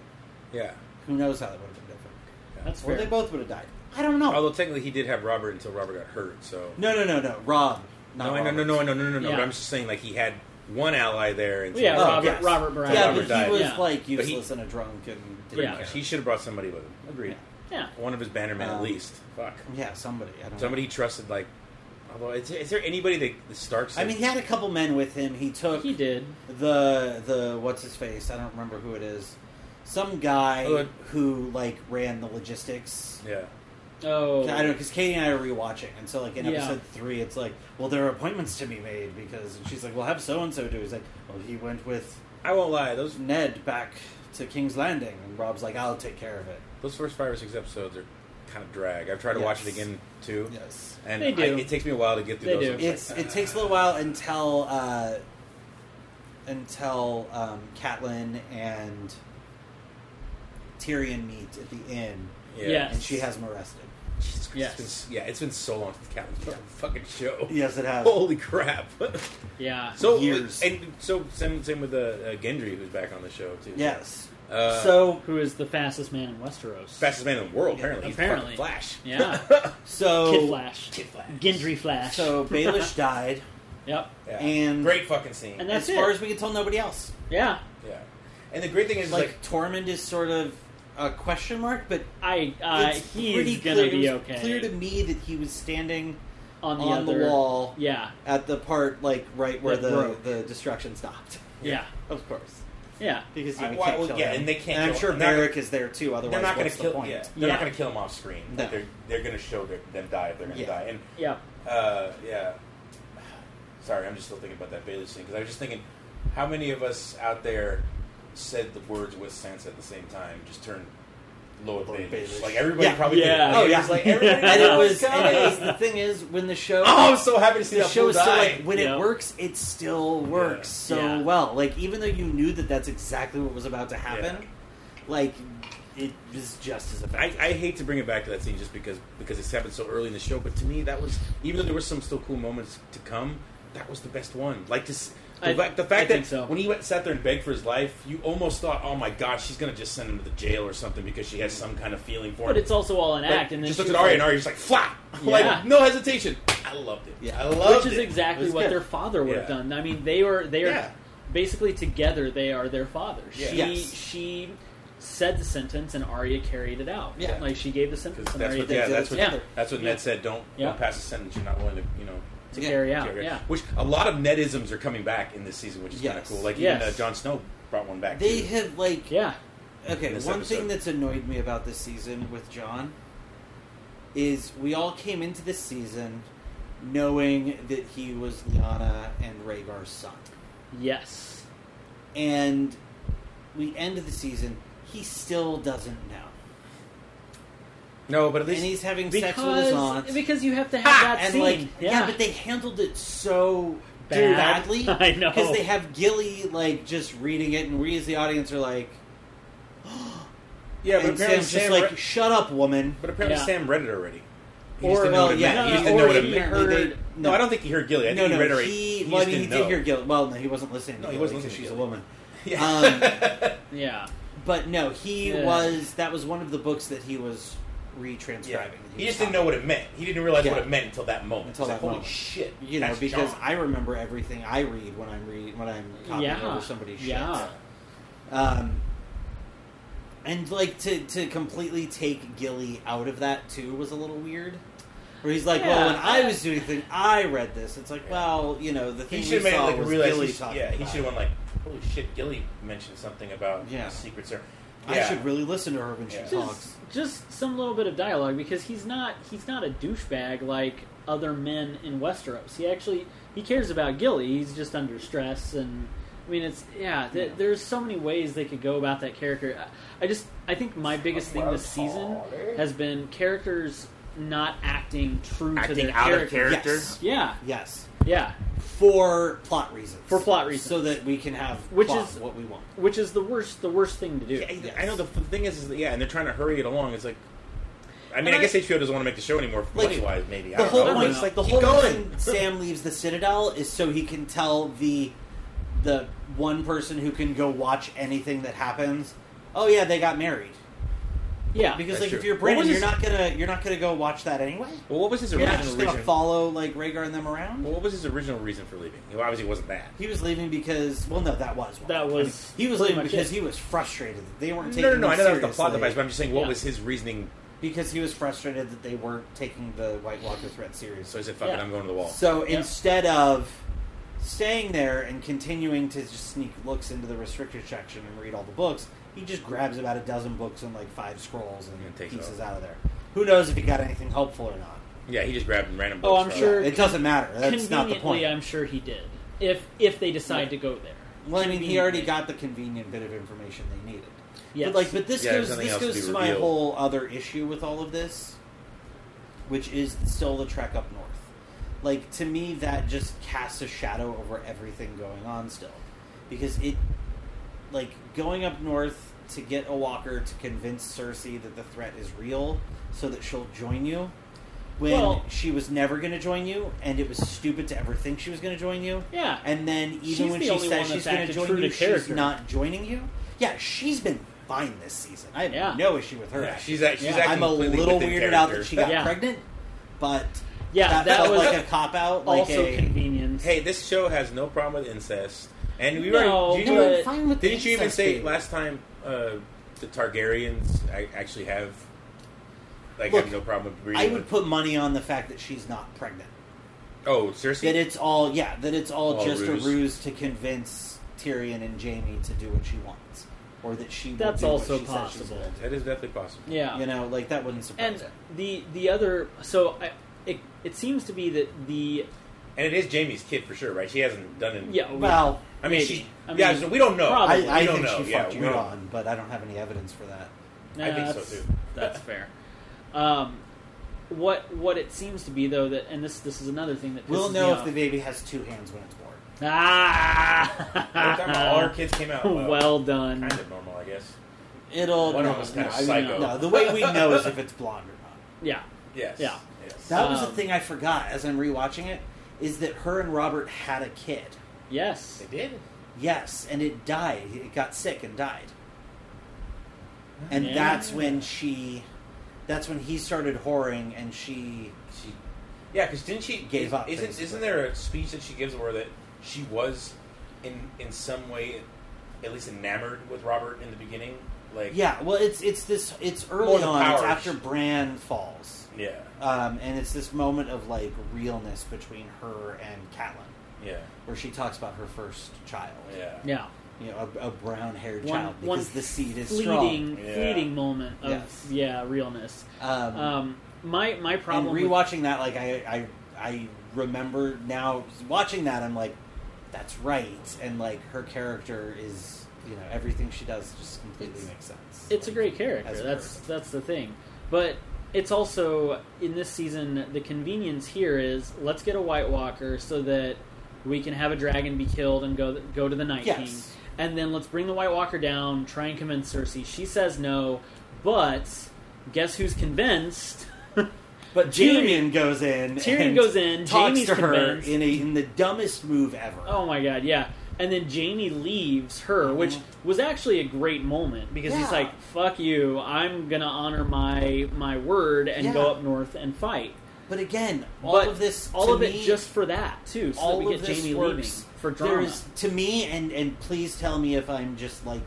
Speaker 2: yeah.
Speaker 4: who knows how that would have been different.
Speaker 3: That's
Speaker 4: Or
Speaker 3: fair.
Speaker 4: they both would have died. I don't know.
Speaker 2: Although technically he did have Robert until Robert got hurt. So
Speaker 4: no, no, no, no. Rob. Not
Speaker 2: no, I- no,
Speaker 4: Robert.
Speaker 2: no, no, no, no, no, no.
Speaker 3: Yeah.
Speaker 2: But I'm just saying like he had one ally there. And
Speaker 3: Well, yeah,
Speaker 2: so-
Speaker 4: Oh,
Speaker 3: Robert,
Speaker 4: yes.
Speaker 3: Robert Baratheon.
Speaker 4: Yeah,
Speaker 2: Robert
Speaker 4: but
Speaker 2: died.
Speaker 4: he was
Speaker 3: Yeah.
Speaker 4: like
Speaker 2: But he-
Speaker 4: useless and a drunk and didn't
Speaker 3: Yeah.
Speaker 4: care.
Speaker 2: He should have brought somebody with him. Agreed.
Speaker 3: yeah. Uh,
Speaker 2: One of his bannermen at
Speaker 4: Um,
Speaker 2: least. Fuck.
Speaker 4: Yeah, somebody. I don't
Speaker 2: Somebody he trusted like. Although is, is there anybody that the Starks?
Speaker 4: Know. I mean, he had a couple men with him. He took
Speaker 3: He did.
Speaker 4: the the what's his face. I don't remember who it is. Some guy
Speaker 2: Oh, it-
Speaker 4: who like ran the logistics.
Speaker 2: yeah.
Speaker 3: Oh,
Speaker 4: I don't because Katie and I are rewatching, and so like in
Speaker 3: Yeah.
Speaker 4: episode three, it's like, well, there are appointments to be made because and she's like, well, have so and so do. He's like, well, he went with
Speaker 2: I won't lie. Those
Speaker 4: Ned back to King's Landing, and Rob's like, I'll take care of it.
Speaker 2: Those first five or six episodes are kind of drag. I've tried to watch it
Speaker 4: Yes.
Speaker 2: again too,
Speaker 4: Yes,
Speaker 2: and
Speaker 3: They do.
Speaker 2: I, it takes me a while to get through those.
Speaker 3: They do.
Speaker 2: I'm just
Speaker 4: it's
Speaker 2: like,
Speaker 4: it
Speaker 2: "Ah."
Speaker 4: takes a little while until uh, until um, Catelyn and Tyrion meet at the inn,
Speaker 2: Yeah.
Speaker 3: Yes.
Speaker 4: and she has him arrested.
Speaker 2: Jesus Christ,
Speaker 3: Yes.
Speaker 2: it's been, yeah, it's been so long since Captain
Speaker 4: Yeah.
Speaker 2: fucking show.
Speaker 4: Yes, it
Speaker 3: Oh.
Speaker 4: has.
Speaker 2: Holy crap! [LAUGHS]
Speaker 3: yeah.
Speaker 2: so
Speaker 4: Years.
Speaker 2: and so same, same with uh, uh, Gendry who's back on the show too.
Speaker 4: Yes.
Speaker 2: Uh,
Speaker 4: so
Speaker 3: Who is the fastest man in Westeros?
Speaker 2: fastest man in the world apparently. He's fucking
Speaker 3: Apparently.
Speaker 2: Flash.
Speaker 3: Yeah.
Speaker 4: so
Speaker 3: Kid Flash.
Speaker 2: Kid Flash.
Speaker 3: Gendry Flash.
Speaker 4: So Baelish died.
Speaker 3: [LAUGHS] Yep.
Speaker 2: Yeah.
Speaker 4: And-
Speaker 2: great fucking scene.
Speaker 3: And that's
Speaker 4: as far
Speaker 3: it.
Speaker 4: as we can tell, nobody else.
Speaker 3: yeah.
Speaker 2: yeah. And the great thing is
Speaker 4: Like,
Speaker 2: like
Speaker 4: Tormund is sort of a question mark, but
Speaker 3: I. Uh,
Speaker 4: it's pretty
Speaker 3: he's
Speaker 4: clear.
Speaker 3: gonna
Speaker 4: it
Speaker 3: be
Speaker 4: was
Speaker 3: okay.
Speaker 4: Clear to me that he was standing
Speaker 3: on the
Speaker 4: on the
Speaker 3: other
Speaker 4: wall.
Speaker 3: Yeah.
Speaker 4: at the part like right where
Speaker 3: That
Speaker 4: the,
Speaker 3: broke.
Speaker 4: the destruction stopped. [LAUGHS]
Speaker 3: Yeah.
Speaker 4: Of course,
Speaker 3: Yeah.
Speaker 4: because you
Speaker 2: I-
Speaker 4: know, we
Speaker 2: well,
Speaker 4: can't
Speaker 2: well,
Speaker 4: kill
Speaker 2: yeah,
Speaker 4: him.
Speaker 2: and they can't
Speaker 4: I'm
Speaker 2: kill-
Speaker 4: sure
Speaker 2: they're not-
Speaker 4: Beric is there too. Otherwise,
Speaker 2: they're not going
Speaker 4: what's
Speaker 2: to
Speaker 4: the
Speaker 2: kill.
Speaker 4: point?
Speaker 2: Yeah, they're
Speaker 3: Yeah.
Speaker 2: not going to kill him off screen. Like,
Speaker 4: No.
Speaker 2: they're they're going to show their, them die if they're going to
Speaker 4: Yeah.
Speaker 2: die. And
Speaker 3: Yeah.
Speaker 2: Uh, yeah. [SIGHS] Sorry, I'm just still thinking about that Baelish thing because I was just thinking, how many of us out there said the words with sense at the same time? Just turned Lord,
Speaker 4: Lord
Speaker 2: Baelish.
Speaker 4: Baelish.
Speaker 2: Like everybody
Speaker 4: Yeah.
Speaker 2: probably
Speaker 3: Yeah.
Speaker 2: did.
Speaker 4: Oh
Speaker 2: Like, it
Speaker 4: yeah,
Speaker 2: was like everybody.
Speaker 4: [LAUGHS] and it
Speaker 2: knows
Speaker 4: was.
Speaker 2: God.
Speaker 4: And it was the thing is when the show.
Speaker 2: [LAUGHS] Oh, I'm so happy to see
Speaker 4: the
Speaker 2: that
Speaker 4: show
Speaker 2: fool
Speaker 4: is still
Speaker 2: die.
Speaker 4: like when
Speaker 3: Yeah.
Speaker 4: it works, it still works so
Speaker 3: Yeah.
Speaker 4: well. Like even though you knew that that's exactly what was about to happen,
Speaker 2: Yeah.
Speaker 4: like it was just as
Speaker 2: I,
Speaker 4: effective.
Speaker 2: I hate to bring it back to that scene just because because it's happened so early in the show, but to me that was even though there were some still cool moments to come, that was the best one. Like to s- the,
Speaker 3: I-
Speaker 2: fact, the
Speaker 3: I
Speaker 2: fact
Speaker 3: think
Speaker 2: that
Speaker 3: so.
Speaker 2: when he went, sat there and begged for his life, you almost thought, oh my god, she's gonna just send him to the jail or something because she has some kind of feeling for
Speaker 3: But
Speaker 2: him.
Speaker 3: it's also all an
Speaker 2: Like,
Speaker 3: act, and then
Speaker 2: just
Speaker 3: she's
Speaker 2: looked at Arya
Speaker 3: like-
Speaker 2: and Arya's just like flap, [LAUGHS]
Speaker 3: Yeah.
Speaker 2: like no hesitation. I loved it.
Speaker 4: Yeah.
Speaker 2: I loved
Speaker 3: which is
Speaker 2: it.
Speaker 3: exactly
Speaker 4: It was
Speaker 3: what
Speaker 4: good.
Speaker 3: their father would have
Speaker 2: Yeah.
Speaker 3: done. I mean, they were they are
Speaker 2: Yeah.
Speaker 3: basically together. They are their father.
Speaker 2: Yeah.
Speaker 3: She
Speaker 4: Yes.
Speaker 3: she said the sentence, and Arya carried it out.
Speaker 4: Yeah.
Speaker 3: like she gave the sentence,
Speaker 2: 'Cause
Speaker 3: and
Speaker 2: that's
Speaker 3: Arya
Speaker 2: what,
Speaker 3: did
Speaker 2: yeah,
Speaker 4: did
Speaker 2: that's
Speaker 4: it
Speaker 2: what
Speaker 3: together.
Speaker 2: that's what
Speaker 3: Yeah.
Speaker 2: Ned said. Don't,
Speaker 3: Yeah.
Speaker 2: don't pass a sentence you're not willing to, you know.
Speaker 3: to
Speaker 4: Yeah.
Speaker 3: carry out.
Speaker 2: Carry it.
Speaker 3: Yeah,
Speaker 2: Which a lot of Ned isms are coming back in this season, which is kind of
Speaker 4: Yes.
Speaker 2: cool. Like even uh,
Speaker 3: Yes.
Speaker 2: Jon Snow brought one back.
Speaker 4: they
Speaker 2: too.
Speaker 4: have like
Speaker 3: yeah,
Speaker 4: Okay,
Speaker 2: in
Speaker 4: one
Speaker 2: this
Speaker 4: thing
Speaker 2: episode.
Speaker 4: that's annoyed me about this season with John is we all came into this season knowing that he was Lyanna and Rhaegar's son.
Speaker 3: yes,
Speaker 4: And we end the season, he still doesn't know.
Speaker 2: No, but at
Speaker 4: and
Speaker 2: least
Speaker 4: he's having sex with his
Speaker 3: because
Speaker 4: aunt.
Speaker 2: [LAUGHS]
Speaker 3: because you have to have
Speaker 4: Ah,
Speaker 3: that
Speaker 4: and
Speaker 3: scene.
Speaker 4: like
Speaker 3: yeah.
Speaker 4: but they handled it so
Speaker 3: Bad.
Speaker 2: [LAUGHS]
Speaker 4: badly
Speaker 3: [LAUGHS] I know.
Speaker 4: because they have Gilly like just reading it, and we as the audience are like,
Speaker 2: yeah, but
Speaker 4: and
Speaker 2: apparently
Speaker 4: Sam's
Speaker 2: Sam.
Speaker 4: just like,
Speaker 2: re-
Speaker 4: shut up, woman.
Speaker 2: but apparently
Speaker 3: Yeah.
Speaker 2: Sam read it already. He
Speaker 3: Or-
Speaker 2: just didn't know
Speaker 4: well,
Speaker 2: what it
Speaker 4: yeah,
Speaker 2: meant. He
Speaker 4: he-
Speaker 2: just didn't know
Speaker 4: or
Speaker 2: what it
Speaker 4: he
Speaker 2: meant.
Speaker 4: apparently
Speaker 3: heard-
Speaker 4: they-
Speaker 2: No, I don't think he heard Gilly. I think
Speaker 4: no,
Speaker 2: he
Speaker 4: no,
Speaker 2: read it already.
Speaker 4: he.
Speaker 2: He
Speaker 4: well, I
Speaker 2: just
Speaker 4: mean, he
Speaker 2: didn't
Speaker 4: did
Speaker 2: know.
Speaker 4: hear Gilly. Well, no, he wasn't listening.
Speaker 2: No,
Speaker 4: to
Speaker 2: he
Speaker 4: Gilly
Speaker 2: wasn't
Speaker 4: because
Speaker 2: listening to
Speaker 4: She's a
Speaker 2: Gilly.
Speaker 4: woman.
Speaker 2: [LAUGHS] Yeah.
Speaker 4: Um,
Speaker 3: yeah.
Speaker 4: But no, he
Speaker 3: Yeah.
Speaker 4: was. That was one of the books that he was
Speaker 2: [LAUGHS]
Speaker 4: retranscribing.
Speaker 2: Yeah.
Speaker 4: that
Speaker 2: He
Speaker 4: was
Speaker 2: just didn't
Speaker 4: copying.
Speaker 2: know what it meant. He didn't realize what
Speaker 4: Yeah.
Speaker 2: it meant until that moment.
Speaker 4: Until
Speaker 2: It's
Speaker 4: that
Speaker 2: like, holy
Speaker 4: moment.
Speaker 2: shit!
Speaker 4: You know,
Speaker 2: that's
Speaker 4: because
Speaker 2: John.
Speaker 4: I remember everything I read when I'm read when I'm copying
Speaker 3: Yeah.
Speaker 4: over somebody's shit.
Speaker 3: Yeah.
Speaker 4: Um, and like to to completely take Gilly out of that too was a little weird. Where he's like,
Speaker 3: Yeah.
Speaker 4: well, when I was doing thing, I read this. It's like, well, you know, the thing
Speaker 2: he
Speaker 4: we
Speaker 2: should have made it
Speaker 4: saw
Speaker 2: like
Speaker 4: was
Speaker 2: realize.
Speaker 4: Gilly
Speaker 2: he's-
Speaker 4: talking
Speaker 2: yeah, he
Speaker 4: about
Speaker 2: should have went
Speaker 4: it.
Speaker 2: like, holy shit! Gilly mentioned something about
Speaker 4: Yeah.
Speaker 2: the Secret Service.
Speaker 4: I
Speaker 2: Yeah.
Speaker 4: should really listen to her when she
Speaker 2: Yeah.
Speaker 4: talks.
Speaker 3: just just some little bit of dialogue because he's not he's not a douchebag like other men in Westeros. He actually he cares about Gilly. He's just under stress, and I mean it's yeah. Th-
Speaker 4: Yeah.
Speaker 3: There's so many ways they could go about that character. I, I just I think my biggest thing this season has been characters not acting true to
Speaker 5: Acting
Speaker 3: their
Speaker 5: out of
Speaker 3: character.
Speaker 5: character.
Speaker 4: Yes.
Speaker 3: Yeah,
Speaker 4: Yes,
Speaker 3: yeah.
Speaker 4: for plot reasons.
Speaker 3: For plot reasons.
Speaker 4: so that we can have
Speaker 3: Which
Speaker 4: plot,
Speaker 3: is-
Speaker 4: what we want.
Speaker 3: Which is the worst the worst thing to do.
Speaker 2: Yeah, I- I know the f- thing is, is that, yeah, and they're trying to hurry it along. It's like, I mean,
Speaker 3: And
Speaker 2: I,
Speaker 3: I-
Speaker 2: guess HBO doesn't want to make the show anymore,
Speaker 4: Like,
Speaker 2: money wise. Maybe I
Speaker 4: The
Speaker 2: don't
Speaker 4: whole
Speaker 2: know.
Speaker 4: point
Speaker 3: know.
Speaker 4: is like the
Speaker 2: Keep
Speaker 4: whole
Speaker 2: going. [LAUGHS]
Speaker 4: reason Sam leaves the Citadel is so he can tell the the one person who can go watch anything that happens. Oh yeah, they got married.
Speaker 3: Yeah,
Speaker 4: Because
Speaker 2: That's
Speaker 4: like
Speaker 2: true.
Speaker 4: if you're
Speaker 2: What
Speaker 4: Brandon,
Speaker 2: was
Speaker 4: you're
Speaker 2: his-
Speaker 4: not gonna you're not gonna go watch that anyway.
Speaker 2: Well, what was his
Speaker 4: You're
Speaker 2: original
Speaker 4: not just gonna
Speaker 2: reason?
Speaker 4: follow like Rhaegar and them around.
Speaker 2: Well, what was his original reason for leaving? He obviously wasn't that.
Speaker 4: He was leaving because well no that was one.
Speaker 3: That was
Speaker 4: he was
Speaker 3: pretty
Speaker 4: leaving
Speaker 3: much
Speaker 4: because
Speaker 3: it.
Speaker 4: he was frustrated that they weren't
Speaker 2: No,
Speaker 4: taking
Speaker 2: no, no.
Speaker 4: him
Speaker 2: I know that was the plot
Speaker 4: seriously.
Speaker 2: device, but I'm just saying, what
Speaker 3: Yeah.
Speaker 2: was his reasoning?
Speaker 4: because he was frustrated that they weren't taking the White Walker threat serious.
Speaker 2: So he said, "Fuck it,
Speaker 3: Yeah.
Speaker 2: I'm going to the wall."
Speaker 4: So
Speaker 3: Yeah.
Speaker 4: instead of staying there and continuing to just sneak looks into the restricted section and read all the books, he just grabs about a dozen books and like five scrolls and,
Speaker 2: And takes
Speaker 4: pieces
Speaker 2: off.
Speaker 4: out of there. Who knows if he got anything helpful or not?
Speaker 2: yeah, he just grabbed random.
Speaker 3: Oh,
Speaker 2: books
Speaker 3: I'm
Speaker 2: from-
Speaker 3: sure-
Speaker 4: It doesn't matter. That's not the point.
Speaker 3: Conveniently, I'm sure he did. If if they decide to go there.
Speaker 4: well, I mean, he already got
Speaker 3: Conveniently.
Speaker 4: the convenient bit of information they needed.
Speaker 3: Yes.
Speaker 4: But like, but this
Speaker 2: Yeah, there's
Speaker 4: goes
Speaker 2: nothing
Speaker 4: this
Speaker 2: else to
Speaker 4: goes
Speaker 2: be
Speaker 4: to my
Speaker 2: revealed.
Speaker 4: whole other issue with all of this, which is still the trek up north. Like to me, that just casts a shadow over everything going on still, because it, like going up north to get a walker to convince Cersei that the threat is real, so that she'll join you. When
Speaker 3: Well-
Speaker 4: she was never going to join you, and it was stupid to ever think she was going to join you.
Speaker 3: yeah.
Speaker 4: And then even
Speaker 3: She's
Speaker 4: when
Speaker 3: the
Speaker 4: she
Speaker 3: only
Speaker 4: says
Speaker 3: one
Speaker 4: she's
Speaker 3: that's
Speaker 4: going to
Speaker 3: acted
Speaker 4: join
Speaker 3: true
Speaker 4: you,
Speaker 3: to
Speaker 4: she's
Speaker 3: character.
Speaker 4: not joining you. Yeah, she's been fine this season. I have
Speaker 3: Yeah.
Speaker 4: no issue with her.
Speaker 2: Yeah, she's act- she's
Speaker 3: Yeah.
Speaker 2: acting
Speaker 4: I'm a
Speaker 2: completely
Speaker 4: little
Speaker 2: within
Speaker 4: weirded
Speaker 2: character.
Speaker 4: out that she got
Speaker 3: Yeah.
Speaker 4: pregnant, but
Speaker 3: Yeah,
Speaker 4: that,
Speaker 3: that
Speaker 4: felt
Speaker 3: was
Speaker 4: like a cop out. Like
Speaker 3: also
Speaker 4: a,
Speaker 3: convenience.
Speaker 2: Hey, this show has no problem with incest, and we
Speaker 3: No,
Speaker 2: were. Did you,
Speaker 4: No, I'm
Speaker 3: but-
Speaker 4: fine with the
Speaker 2: didn't you even
Speaker 4: incest
Speaker 2: say
Speaker 4: thing.
Speaker 2: last time uh, the Targaryens I actually have like
Speaker 4: Look,
Speaker 2: have no problem with
Speaker 4: I
Speaker 2: breeding?
Speaker 4: would put money on the fact that she's not pregnant.
Speaker 2: oh, seriously?
Speaker 4: That it's all yeah. That it's all,
Speaker 2: All
Speaker 4: just
Speaker 2: ruse.
Speaker 4: a ruse to convince Tyrion and Jamie to do what she wants, or that she. will
Speaker 3: That's
Speaker 4: do what
Speaker 3: also
Speaker 4: she says she's
Speaker 3: possible.
Speaker 4: gonna do.
Speaker 2: That is definitely possible.
Speaker 3: yeah.
Speaker 4: You know, like that wouldn't surprise
Speaker 3: and
Speaker 4: me.
Speaker 3: the the other so I, it it seems to be that the
Speaker 2: And it is Jamie's kid for sure, right? She hasn't done it.
Speaker 3: yeah
Speaker 4: Well,
Speaker 2: I mean,
Speaker 3: maybe.
Speaker 2: she.
Speaker 3: I mean,
Speaker 2: yeah, so we don't know.
Speaker 3: probably.
Speaker 2: We
Speaker 4: I, I
Speaker 2: don't
Speaker 4: think
Speaker 2: know.
Speaker 4: she
Speaker 2: yeah,
Speaker 4: fucked
Speaker 2: we don't-
Speaker 4: Euron, but I don't have any evidence for that.
Speaker 3: nah,
Speaker 2: I think so,
Speaker 3: that's-
Speaker 2: too.
Speaker 3: that's fair. Um, what what it seems to be though that and this this is uh, another thing that
Speaker 4: We'll
Speaker 3: pisses
Speaker 4: know
Speaker 3: me
Speaker 4: if the
Speaker 3: [LAUGHS] off.
Speaker 4: baby has two hands when it's born.
Speaker 2: Every time all our
Speaker 3: ah
Speaker 2: kids
Speaker 4: [LAUGHS]
Speaker 2: came out well,
Speaker 3: well done
Speaker 2: kind of normal, I guess.
Speaker 4: It'll
Speaker 2: One
Speaker 4: no,
Speaker 2: of them was kind
Speaker 4: no,
Speaker 2: of
Speaker 4: I mean,
Speaker 2: psycho.
Speaker 4: no, the way we know
Speaker 2: [LAUGHS]
Speaker 4: is if it's blonde or not.
Speaker 3: yeah
Speaker 2: Yes.
Speaker 3: Yeah.
Speaker 2: Yes.
Speaker 4: That was the
Speaker 3: Um,
Speaker 4: thing I forgot as I'm rewatching it is that her and Robert had a kid.
Speaker 3: yes
Speaker 2: They did.
Speaker 4: Yes, and it died. It got sick and died. And
Speaker 3: Yeah.
Speaker 4: that's when she, that's when he started whoring, and she.
Speaker 2: She, yeah, because didn't she
Speaker 4: Gave
Speaker 2: is-
Speaker 4: up,
Speaker 2: Isn't
Speaker 4: basically.
Speaker 2: isn't there a speech that she gives where that she was in in some way at least enamored with Robert in the beginning? Like
Speaker 4: Yeah, well, it's it's this it's
Speaker 2: More
Speaker 4: early
Speaker 2: the
Speaker 4: on. It's
Speaker 2: powers.
Speaker 4: after Bran falls.
Speaker 2: yeah,
Speaker 4: um, and it's this moment of like realness between her and Catelyn,
Speaker 2: yeah,
Speaker 4: where she talks about her first child,
Speaker 2: yeah.
Speaker 3: yeah
Speaker 4: you know, a, a brown-haired
Speaker 3: One-
Speaker 4: child
Speaker 3: one
Speaker 4: because the seed is
Speaker 3: fleeting
Speaker 2: Yeah.
Speaker 3: fleeting moment of
Speaker 4: Yes.
Speaker 3: yeah realness
Speaker 4: strong. Um,
Speaker 3: um my my
Speaker 4: and
Speaker 3: problem with-
Speaker 4: rewatching that, like I, I, I remember now watching that, I'm like, that's right, and like her character is, you know, everything she does just completely
Speaker 3: It's-
Speaker 4: makes sense.
Speaker 3: it's a
Speaker 4: Like,
Speaker 3: great character.
Speaker 4: as a
Speaker 3: That's
Speaker 4: person.
Speaker 3: that's the thing. But it's also in this season the convenience here is let's get a White Walker so that we can have a dragon be killed and go go to the Night
Speaker 4: Yes.
Speaker 3: King, and then let's bring the White Walker down, try and convince Cersei. She says no, but guess
Speaker 4: [LAUGHS]
Speaker 3: who's convinced?
Speaker 4: But
Speaker 3: Tyrion-
Speaker 4: Tyrion goes in.
Speaker 3: Tyrion
Speaker 4: and
Speaker 3: goes in,
Speaker 4: Talks
Speaker 3: Jaime's
Speaker 4: to her
Speaker 3: convinced.
Speaker 4: in, a, in the dumbest move ever.
Speaker 3: Oh my god, yeah. And then Jamie leaves her, which was actually a great moment because he's
Speaker 4: Uh-huh. Yeah.
Speaker 3: like, "Fuck you! I'm gonna honor my my word and
Speaker 4: Yeah.
Speaker 3: go up north and fight."
Speaker 4: But again, all
Speaker 3: But
Speaker 4: of this,
Speaker 3: all
Speaker 4: to
Speaker 3: of it,
Speaker 4: me-
Speaker 3: just for that too, so
Speaker 4: all
Speaker 3: that we
Speaker 4: of
Speaker 3: get
Speaker 4: this
Speaker 3: Jamie leaving
Speaker 4: works.
Speaker 3: for drama. [LAUGHS]
Speaker 4: There's, to me, and and please tell me if I'm just like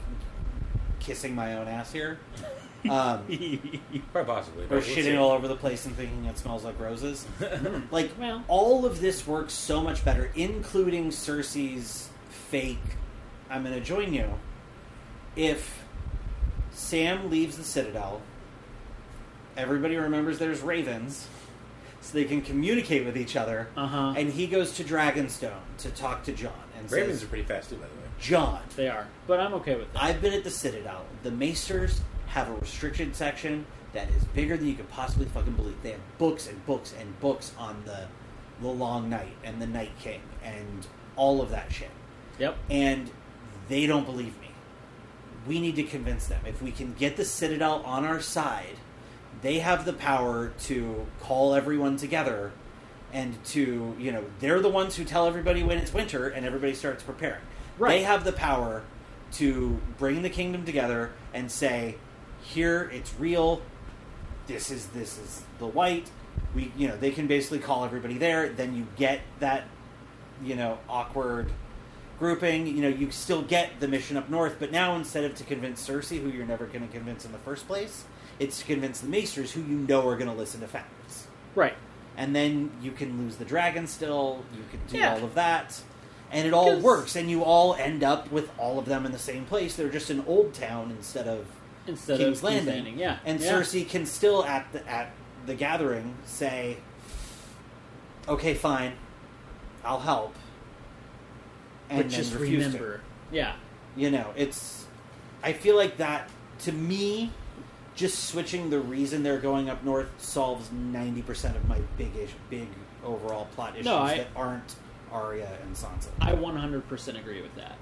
Speaker 4: kissing my own ass here,
Speaker 2: [LAUGHS]
Speaker 4: um,
Speaker 2: Quite possibly.
Speaker 4: or
Speaker 2: but we'll see.
Speaker 4: shitting all over the place and thinking it smells like roses.
Speaker 2: [LAUGHS] Hmm.
Speaker 4: like
Speaker 3: Well.
Speaker 4: all of this works so much better, including Cersei's fake "I'm going to join you." If Sam leaves the Citadel, everybody remembers there's ravens, so they can communicate with each other.
Speaker 3: uh
Speaker 2: Uh-huh.
Speaker 3: huh.
Speaker 4: And he goes to Dragonstone to talk to John and
Speaker 2: Ravens are
Speaker 4: says,
Speaker 2: pretty fast too, by the way.
Speaker 4: John,
Speaker 3: They are, but I'm okay with that.
Speaker 4: I've been at the Citadel. The Maesters have a restricted section that is bigger than you could possibly fucking believe. They have books and books and books on the the Long Night and the Night King and all of that shit.
Speaker 3: Yep.
Speaker 4: And they don't believe me. We need to convince them. If we can get the Citadel on our side, they have the power to call everyone together and to, you know, they're the ones who tell everybody when it's winter and everybody starts preparing.
Speaker 3: Right.
Speaker 4: They have the power to bring the kingdom together and say, here, it's real. This is this is the white. We you know, they can basically call everybody there, then you get that, you know, awkward grouping. You know, you still get the mission up north, but now instead of to convince Cersei, who you're never going to convince in the first place, it's to convince the Maesters, who you know are going to listen to facts.
Speaker 3: Right.
Speaker 4: And then you can lose the dragon still, you can do
Speaker 3: Yeah.
Speaker 4: all of that. And it all
Speaker 3: 'Cause-
Speaker 4: works, and you all end up with all of them in the same place. They're just in Old Town instead of
Speaker 3: Instead
Speaker 4: King's
Speaker 3: of
Speaker 4: Landing.
Speaker 3: King's Landing, yeah.
Speaker 4: And
Speaker 3: yeah.
Speaker 4: Cersei can still at the at the gathering say, "Okay, fine, I'll help," and
Speaker 3: but
Speaker 4: then
Speaker 3: just
Speaker 4: refuse to.
Speaker 3: remember, yeah,
Speaker 4: You know, it's. I feel like that to me, just switching the reason they're going up north solves ninety percent of my big ish, big overall plot issues
Speaker 3: I-
Speaker 4: that aren't Arya and Sansa.
Speaker 3: I 100% agree with that.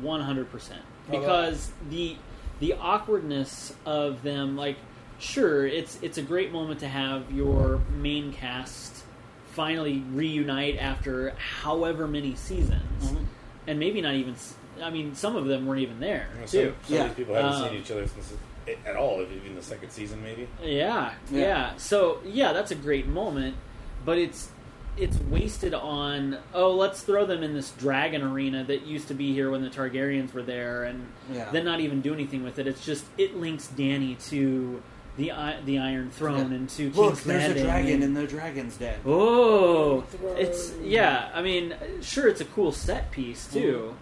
Speaker 3: 100% because the the awkwardness of them like sure it's it's a great moment to have your main cast finally reunite after however many seasons
Speaker 4: Mhm.
Speaker 3: and maybe not even s- I mean some of them weren't even there
Speaker 2: You know, some,
Speaker 3: too.
Speaker 2: some
Speaker 4: Yeah.
Speaker 2: of these people haven't
Speaker 3: Um,
Speaker 2: seen each other since it- at all, even the second season, maybe.
Speaker 3: Yeah, yeah,
Speaker 4: Yeah.
Speaker 3: So yeah, that's a great moment, but it's it's wasted on oh let's throw them in this dragon arena that used to be here when the Targaryens were there, and
Speaker 4: Yeah.
Speaker 3: then not even do anything with it. It's just it links Danny to the I- the Iron Throne
Speaker 4: Yeah.
Speaker 3: and to
Speaker 4: Look,
Speaker 3: King's
Speaker 4: there's a
Speaker 3: Landing
Speaker 4: dragon,
Speaker 3: and-
Speaker 4: and the dragon's dead.
Speaker 3: Oh, it's yeah. I mean, sure, it's a cool set piece too,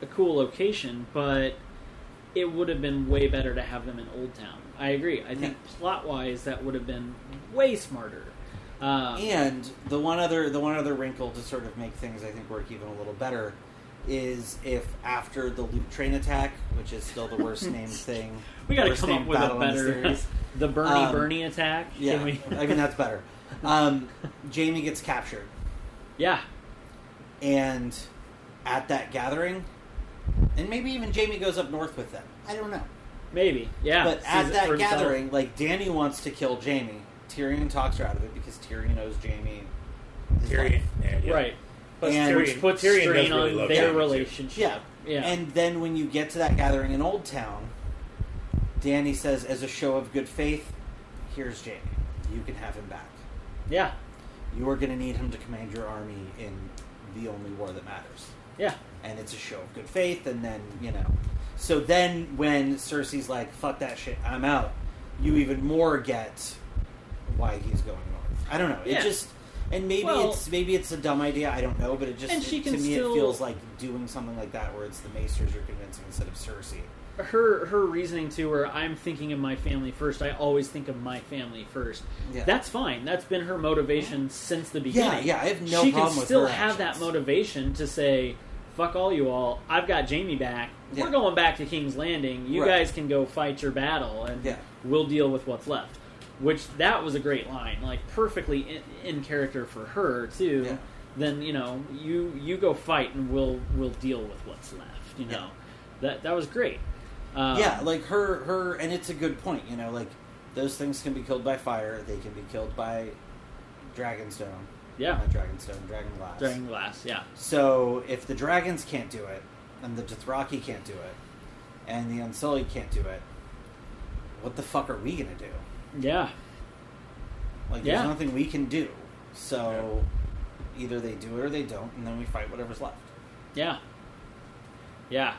Speaker 3: a cool location, but it would have been way better to have them in Old Town. I agree. I think plot wise, that would have been way smarter. Um,
Speaker 4: And the one other the one other wrinkle to sort of make things I think work even a little better is if after the loop train attack, which is still the
Speaker 3: [LAUGHS]
Speaker 4: worst named thing,
Speaker 3: we got to
Speaker 4: worst
Speaker 3: come up
Speaker 4: named
Speaker 3: with a
Speaker 4: battle in the
Speaker 3: better
Speaker 4: series.
Speaker 3: [LAUGHS] the Bernie
Speaker 4: Um,
Speaker 3: Bernie attack.
Speaker 4: yeah,
Speaker 3: Can we?
Speaker 4: [LAUGHS] I mean that's
Speaker 3: [LAUGHS]
Speaker 4: better. Um, Jamie gets captured,
Speaker 3: yeah,
Speaker 4: and at that gathering, and maybe even Jamie goes up north with them. I don't know.
Speaker 3: maybe. Yeah,
Speaker 4: But
Speaker 3: sees
Speaker 4: at
Speaker 3: it for
Speaker 4: that
Speaker 3: himself.
Speaker 4: gathering, like Danny wants to kill Jamie. Tyrion talks her out of it because Tyrion owes Jamie. his
Speaker 2: Tyrion.
Speaker 4: life.
Speaker 2: Yeah, yeah.
Speaker 3: right,
Speaker 2: Plus
Speaker 4: And-
Speaker 2: Tyrion,
Speaker 3: which puts
Speaker 2: Tyrion does
Speaker 3: strain
Speaker 2: really
Speaker 3: on
Speaker 2: love
Speaker 3: their
Speaker 2: Jaime, too.
Speaker 3: relationship.
Speaker 4: Yeah.
Speaker 3: yeah.
Speaker 4: And then when you get to that gathering in Old Town, Danny says, as a show of good faith, here's Jamie. You can have him back.
Speaker 3: yeah,
Speaker 4: You are going to need him to command your army in the only war that matters.
Speaker 3: yeah.
Speaker 4: And it's a show of good faith, and then, you know. So then when Cersei's like, fuck that shit, I'm out, you even more get why he's going north. I don't know.
Speaker 3: Yeah.
Speaker 4: It just. And maybe
Speaker 3: Well-
Speaker 4: it's maybe it's a dumb idea. I don't know, but it just
Speaker 3: And she
Speaker 4: it-
Speaker 3: can
Speaker 4: to me
Speaker 3: still-
Speaker 4: it feels like doing something like that, where it's the Maesters you're convincing instead of Cersei.
Speaker 3: her her reasoning to her i'm thinking of my family first i always think of my family first
Speaker 4: Yeah.
Speaker 3: that's fine that's been her motivation since the beginning
Speaker 4: yeah, I have no
Speaker 3: she
Speaker 4: problem
Speaker 3: can
Speaker 4: with
Speaker 3: still
Speaker 4: her
Speaker 3: have that
Speaker 4: actions.
Speaker 3: motivation to say fuck all you all i've got jamie back
Speaker 4: Yeah.
Speaker 3: we're going back to king's landing you
Speaker 4: Right.
Speaker 3: guys can go fight your battle and
Speaker 4: Yeah.
Speaker 3: we'll deal with what's left which that was a great line, like perfectly in, in character for her too.
Speaker 4: Yeah.
Speaker 3: Then you know you you go fight and we'll we'll deal with what's left. You
Speaker 4: Yeah.
Speaker 3: know that that was great. Um,
Speaker 4: yeah, like her, her, and it's a good point. You know, like those things can be killed by fire. They can be killed by dragonstone.
Speaker 3: yeah,
Speaker 4: Not dragonstone, dragon glass.
Speaker 3: Dragon Glass. Yeah,
Speaker 4: So if the dragons can't do it, and the Dothraki can't do it, and the Unsullied can't do it, what the fuck are we gonna do?
Speaker 3: yeah,
Speaker 4: Like,
Speaker 3: Yeah.
Speaker 4: there's nothing we can do. So either they do it or they don't, and then we fight whatever's left.
Speaker 3: yeah, yeah.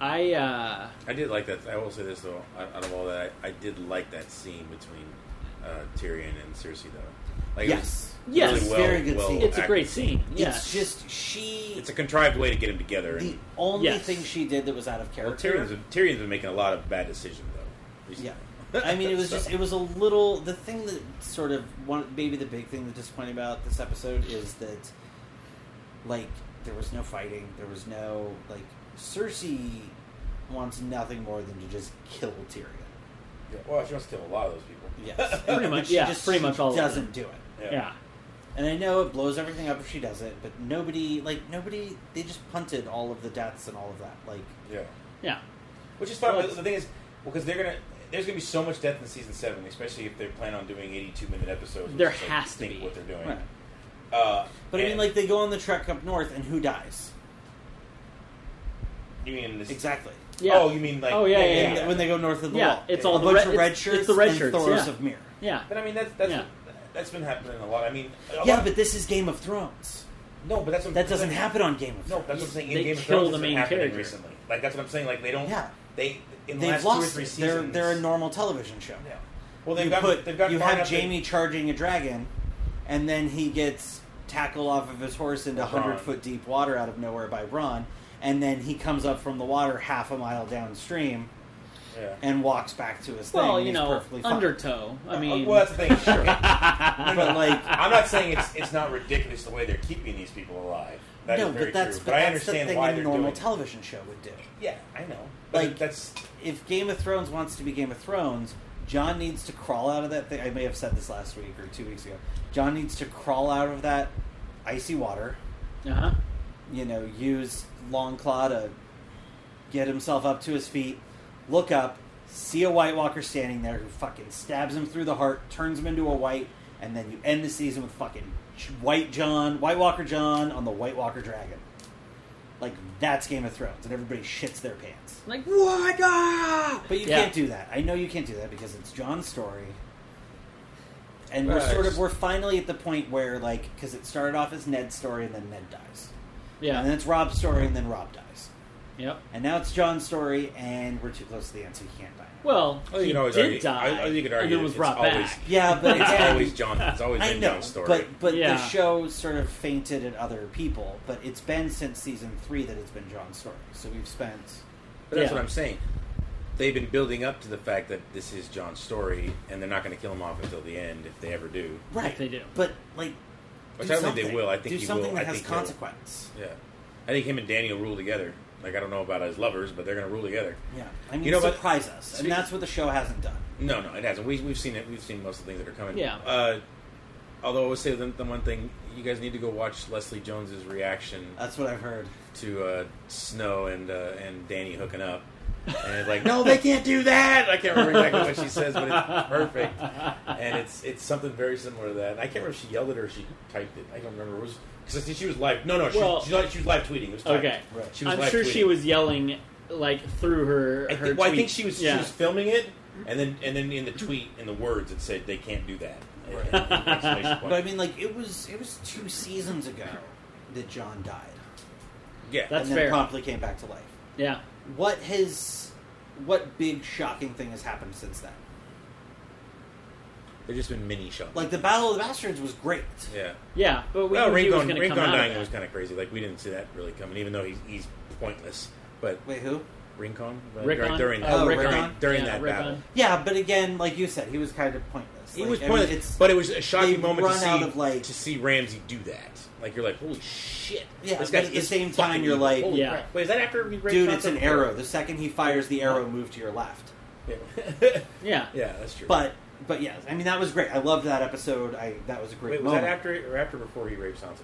Speaker 3: I uh,
Speaker 2: I did like that. I will say this though, out out of all that, I, I did like that scene between uh, Tyrion and Cersei though. Like, it
Speaker 4: yes.
Speaker 2: was
Speaker 3: Yes.
Speaker 2: really well,
Speaker 4: Very good
Speaker 2: well
Speaker 4: scene.
Speaker 3: it's a great
Speaker 2: acted.
Speaker 3: scene. Yeah,
Speaker 4: It's just she.
Speaker 2: It's a contrived way to get them together.
Speaker 4: the
Speaker 2: And,
Speaker 4: only
Speaker 3: Yes.
Speaker 4: thing she did that was out of
Speaker 2: well,
Speaker 4: character.
Speaker 2: Tyrion's Tyrion's been making a lot of bad decisions though.
Speaker 4: Yeah.
Speaker 2: recently.
Speaker 4: I mean, it was
Speaker 2: So-
Speaker 4: just, it was a little. The thing that sort of, one, maybe the big thing that disappointed about this episode is that, like, there was no fighting. There was no, like, Cersei wants nothing more than to just kill Tyrion.
Speaker 2: Yeah, well, she must kill a lot of those people.
Speaker 4: [LAUGHS] Yes.
Speaker 3: Pretty much,
Speaker 4: But she
Speaker 3: yeah,
Speaker 4: just
Speaker 3: pretty much all of them.
Speaker 4: doesn't do it.
Speaker 3: yeah.
Speaker 4: And I know it blows everything up if she does it, but nobody, like, nobody, they just punted all of the deaths and all of that. Like,
Speaker 2: yeah.
Speaker 3: Yeah.
Speaker 2: Which is fine.
Speaker 3: Well,
Speaker 2: but the thing is, because they're gonna, there's gonna be so much death in season seven, especially if they plan on doing 82 minute episodes. which
Speaker 3: There
Speaker 2: is, like,
Speaker 3: has to
Speaker 2: think
Speaker 3: be.
Speaker 2: what they're doing.
Speaker 4: Right.
Speaker 2: Uh,
Speaker 4: but I mean,
Speaker 2: and-
Speaker 4: like, they go on the trek up north, and who dies?
Speaker 2: you mean this,
Speaker 4: Exactly.
Speaker 3: Yeah.
Speaker 2: Oh, you mean like?
Speaker 3: Oh, yeah, yeah,
Speaker 4: And
Speaker 3: yeah.
Speaker 4: when they go north of the
Speaker 3: Yeah,
Speaker 4: wall,
Speaker 3: it's
Speaker 4: a
Speaker 3: all the
Speaker 4: bunch
Speaker 3: red-
Speaker 4: of red
Speaker 3: it's-
Speaker 4: shirts.
Speaker 3: it's the red
Speaker 4: and
Speaker 3: shirts,
Speaker 4: Thor's
Speaker 3: yeah.
Speaker 4: of Mir.
Speaker 3: Yeah.
Speaker 2: But I mean, that's that's
Speaker 3: Yeah.
Speaker 2: that's been happening a lot. I mean, a
Speaker 4: Yeah,
Speaker 2: lot-
Speaker 4: but this is Game of Thrones.
Speaker 2: no, but that's what,
Speaker 4: That doesn't happen on Game of
Speaker 2: No,
Speaker 4: Thrones.
Speaker 2: that's what I'm saying.
Speaker 3: They
Speaker 2: in Game of
Speaker 3: kill
Speaker 2: Thrones,
Speaker 3: the
Speaker 2: it's been
Speaker 3: main
Speaker 2: happening
Speaker 3: character.
Speaker 2: recently. Like that's what I'm saying. Like they don't.
Speaker 4: Yeah.
Speaker 2: They in the
Speaker 4: They've
Speaker 2: ley've last two or
Speaker 4: lost.
Speaker 2: three
Speaker 4: it. They're
Speaker 2: seasons.
Speaker 4: they're a normal television show.
Speaker 2: Yeah. Well, they've
Speaker 4: you
Speaker 2: got
Speaker 4: put
Speaker 2: they've got
Speaker 4: you
Speaker 2: far
Speaker 4: have
Speaker 2: enough that-
Speaker 4: Jamie charging a dragon, and then he gets tackled off of his horse into
Speaker 2: Ron.
Speaker 4: hundred foot deep water out of nowhere by Ron, and then he comes up from the water half a mile downstream [LAUGHS]
Speaker 2: yeah.
Speaker 4: and walks back to his thing.
Speaker 3: Well,
Speaker 4: and
Speaker 3: you
Speaker 4: he's
Speaker 3: know,
Speaker 4: perfectly fine.
Speaker 3: undertow. I mean,
Speaker 2: well, that's the thing. [LAUGHS] Sure.
Speaker 4: but like
Speaker 2: I'm not saying it's it's not ridiculous the way they're keeping these people alive. That is
Speaker 4: no,
Speaker 2: very
Speaker 4: but that's
Speaker 2: true.
Speaker 4: but,
Speaker 2: but I
Speaker 4: that's
Speaker 2: understand
Speaker 4: the thing
Speaker 2: why
Speaker 4: a
Speaker 2: they're
Speaker 4: normal
Speaker 2: doing.
Speaker 4: television show would do.
Speaker 2: yeah, I know. But
Speaker 4: Like-
Speaker 2: that's
Speaker 4: if Game of Thrones wants to be Game of Thrones, John needs to crawl out of that thing. I may have said this last week or two weeks ago. John needs to crawl out of that icy water.
Speaker 3: uh-huh.
Speaker 4: You know, use Long Claw to get himself up to his feet. Look up, see a White Walker standing there who fucking stabs him through the heart, turns him into a white, and then you end the season with fucking White John, White Walker John on the White Walker Dragon. Like that's Game of Thrones, and everybody shits their pants.
Speaker 3: like what? Ah!
Speaker 4: But you
Speaker 3: Yeah.
Speaker 4: can't do that. I know you can't do that because it's John's story. And we're
Speaker 2: Right.
Speaker 4: sort of we're finally at the point where like because it started off as Ned's story and then Ned dies,
Speaker 3: Yeah.
Speaker 4: and then it's Rob's story and then Rob dies,
Speaker 3: yep.
Speaker 4: and now it's John's story and we're too close to the end so he can't die.
Speaker 3: Well,
Speaker 2: I think Oh, you
Speaker 3: he
Speaker 2: can always
Speaker 3: did
Speaker 2: argue-
Speaker 3: die,
Speaker 2: I- I think you can argue
Speaker 3: and then was
Speaker 2: it's
Speaker 3: brought
Speaker 2: always-
Speaker 3: back.
Speaker 4: Yeah,
Speaker 2: [LAUGHS]
Speaker 4: but
Speaker 2: it's
Speaker 4: again,
Speaker 2: always John. It's always
Speaker 4: I
Speaker 2: been
Speaker 4: know,
Speaker 2: John's story.
Speaker 4: but but
Speaker 3: Yeah.
Speaker 4: the show sort of fainted at other people. But it's been since season three that it's been John's story, so we've spent
Speaker 2: But that's
Speaker 3: Yeah.
Speaker 2: what I'm saying. They've been building up to the fact that this is John's story, and they're not going to kill him off until the end if they ever do.
Speaker 4: right.
Speaker 3: they do.
Speaker 4: but like,
Speaker 2: Which
Speaker 4: do
Speaker 2: I don't think they
Speaker 4: something.
Speaker 2: will. I think
Speaker 4: do
Speaker 2: he
Speaker 4: something
Speaker 2: will.
Speaker 4: that
Speaker 2: I
Speaker 4: has
Speaker 2: think he will.
Speaker 4: consequence.
Speaker 2: Yeah, I think him and Daniel rule together. Like I don't know about as lovers, but they're going to rule together.
Speaker 4: Yeah, I mean,
Speaker 2: You know what?
Speaker 4: surprise us,
Speaker 2: Speak-
Speaker 4: and that's what the show hasn't done.
Speaker 2: No, no, it hasn't. We, we've seen it. We've seen most of the things that are coming.
Speaker 3: Yeah.
Speaker 2: Uh, although I would say the, the one thing you guys need to go watch Leslie Jones's reaction
Speaker 4: That's what I've heard.
Speaker 2: to uh, Snow and uh, and Danny hooking up. And it's like, no, they can't do that. I can't remember exactly what she says, but it's perfect. And it's it's something very similar to that. And I can't remember if she yelled it or she typed it. I don't remember. It was because I see she was live. No, no, she,
Speaker 3: Well-
Speaker 2: she, she was live tweeting. It was typed.
Speaker 3: Okay.
Speaker 4: Right.
Speaker 2: She was
Speaker 3: I'm
Speaker 2: live
Speaker 3: sure
Speaker 2: tweeting.
Speaker 3: she was yelling like through her.
Speaker 2: I,
Speaker 3: her
Speaker 2: think, well, I
Speaker 3: tweet.
Speaker 2: think she was
Speaker 3: Yeah.
Speaker 2: she was filming it, and then and then in the tweet in the words it said they can't do that.
Speaker 4: Right.
Speaker 2: And- and exclamation point.
Speaker 4: But I mean, like it was it was two seasons ago that John died,
Speaker 2: yeah,
Speaker 3: That's
Speaker 4: and then
Speaker 3: fair.
Speaker 4: promptly came back to life.
Speaker 3: yeah.
Speaker 4: What has what big shocking thing has happened since then?
Speaker 2: they've just been mini shots.
Speaker 4: Like the Battle of the Bastards was great.
Speaker 2: yeah.
Speaker 3: Yeah. But we
Speaker 2: well,
Speaker 3: knew he was
Speaker 2: Ringo,
Speaker 3: going to
Speaker 2: Ringo
Speaker 3: come out.
Speaker 2: dying
Speaker 3: of
Speaker 2: was
Speaker 3: that.
Speaker 2: kind of crazy. Like we didn't see that really coming, even though he's, he's pointless. But
Speaker 4: Wait, who?
Speaker 2: Rincon But
Speaker 3: Rickon?
Speaker 2: during during,
Speaker 4: Oh,
Speaker 2: during,
Speaker 4: Rickon?
Speaker 2: during
Speaker 3: Yeah,
Speaker 2: that
Speaker 3: Rickon.
Speaker 2: battle,
Speaker 4: Yeah, but again, like you said, he was kind of pointless.
Speaker 2: he
Speaker 4: Like,
Speaker 2: was
Speaker 4: I mean,
Speaker 2: pointless.
Speaker 4: it's,
Speaker 2: but it was a shocking
Speaker 4: they've
Speaker 2: moment to
Speaker 4: run
Speaker 2: see
Speaker 4: out of, like-
Speaker 2: to see Ramsey do that. Like you're like, holy shit!
Speaker 4: Yeah,
Speaker 2: this
Speaker 4: but
Speaker 2: guy's
Speaker 4: at the
Speaker 2: this
Speaker 4: same
Speaker 2: fucking
Speaker 4: time, you're
Speaker 2: evil.
Speaker 4: like-
Speaker 2: Holy
Speaker 3: Yeah.
Speaker 2: crap. Wait, is that after we?
Speaker 4: dude, it's an arrow. The second he fires the arrow, move to your left.
Speaker 2: Yeah. [LAUGHS]
Speaker 3: Yeah.
Speaker 2: yeah, that's true.
Speaker 4: But but yeah, I mean that was great. I loved that episode. I that was a great
Speaker 2: Wait, was
Speaker 4: moment.
Speaker 2: that after or after before he raped Sansa?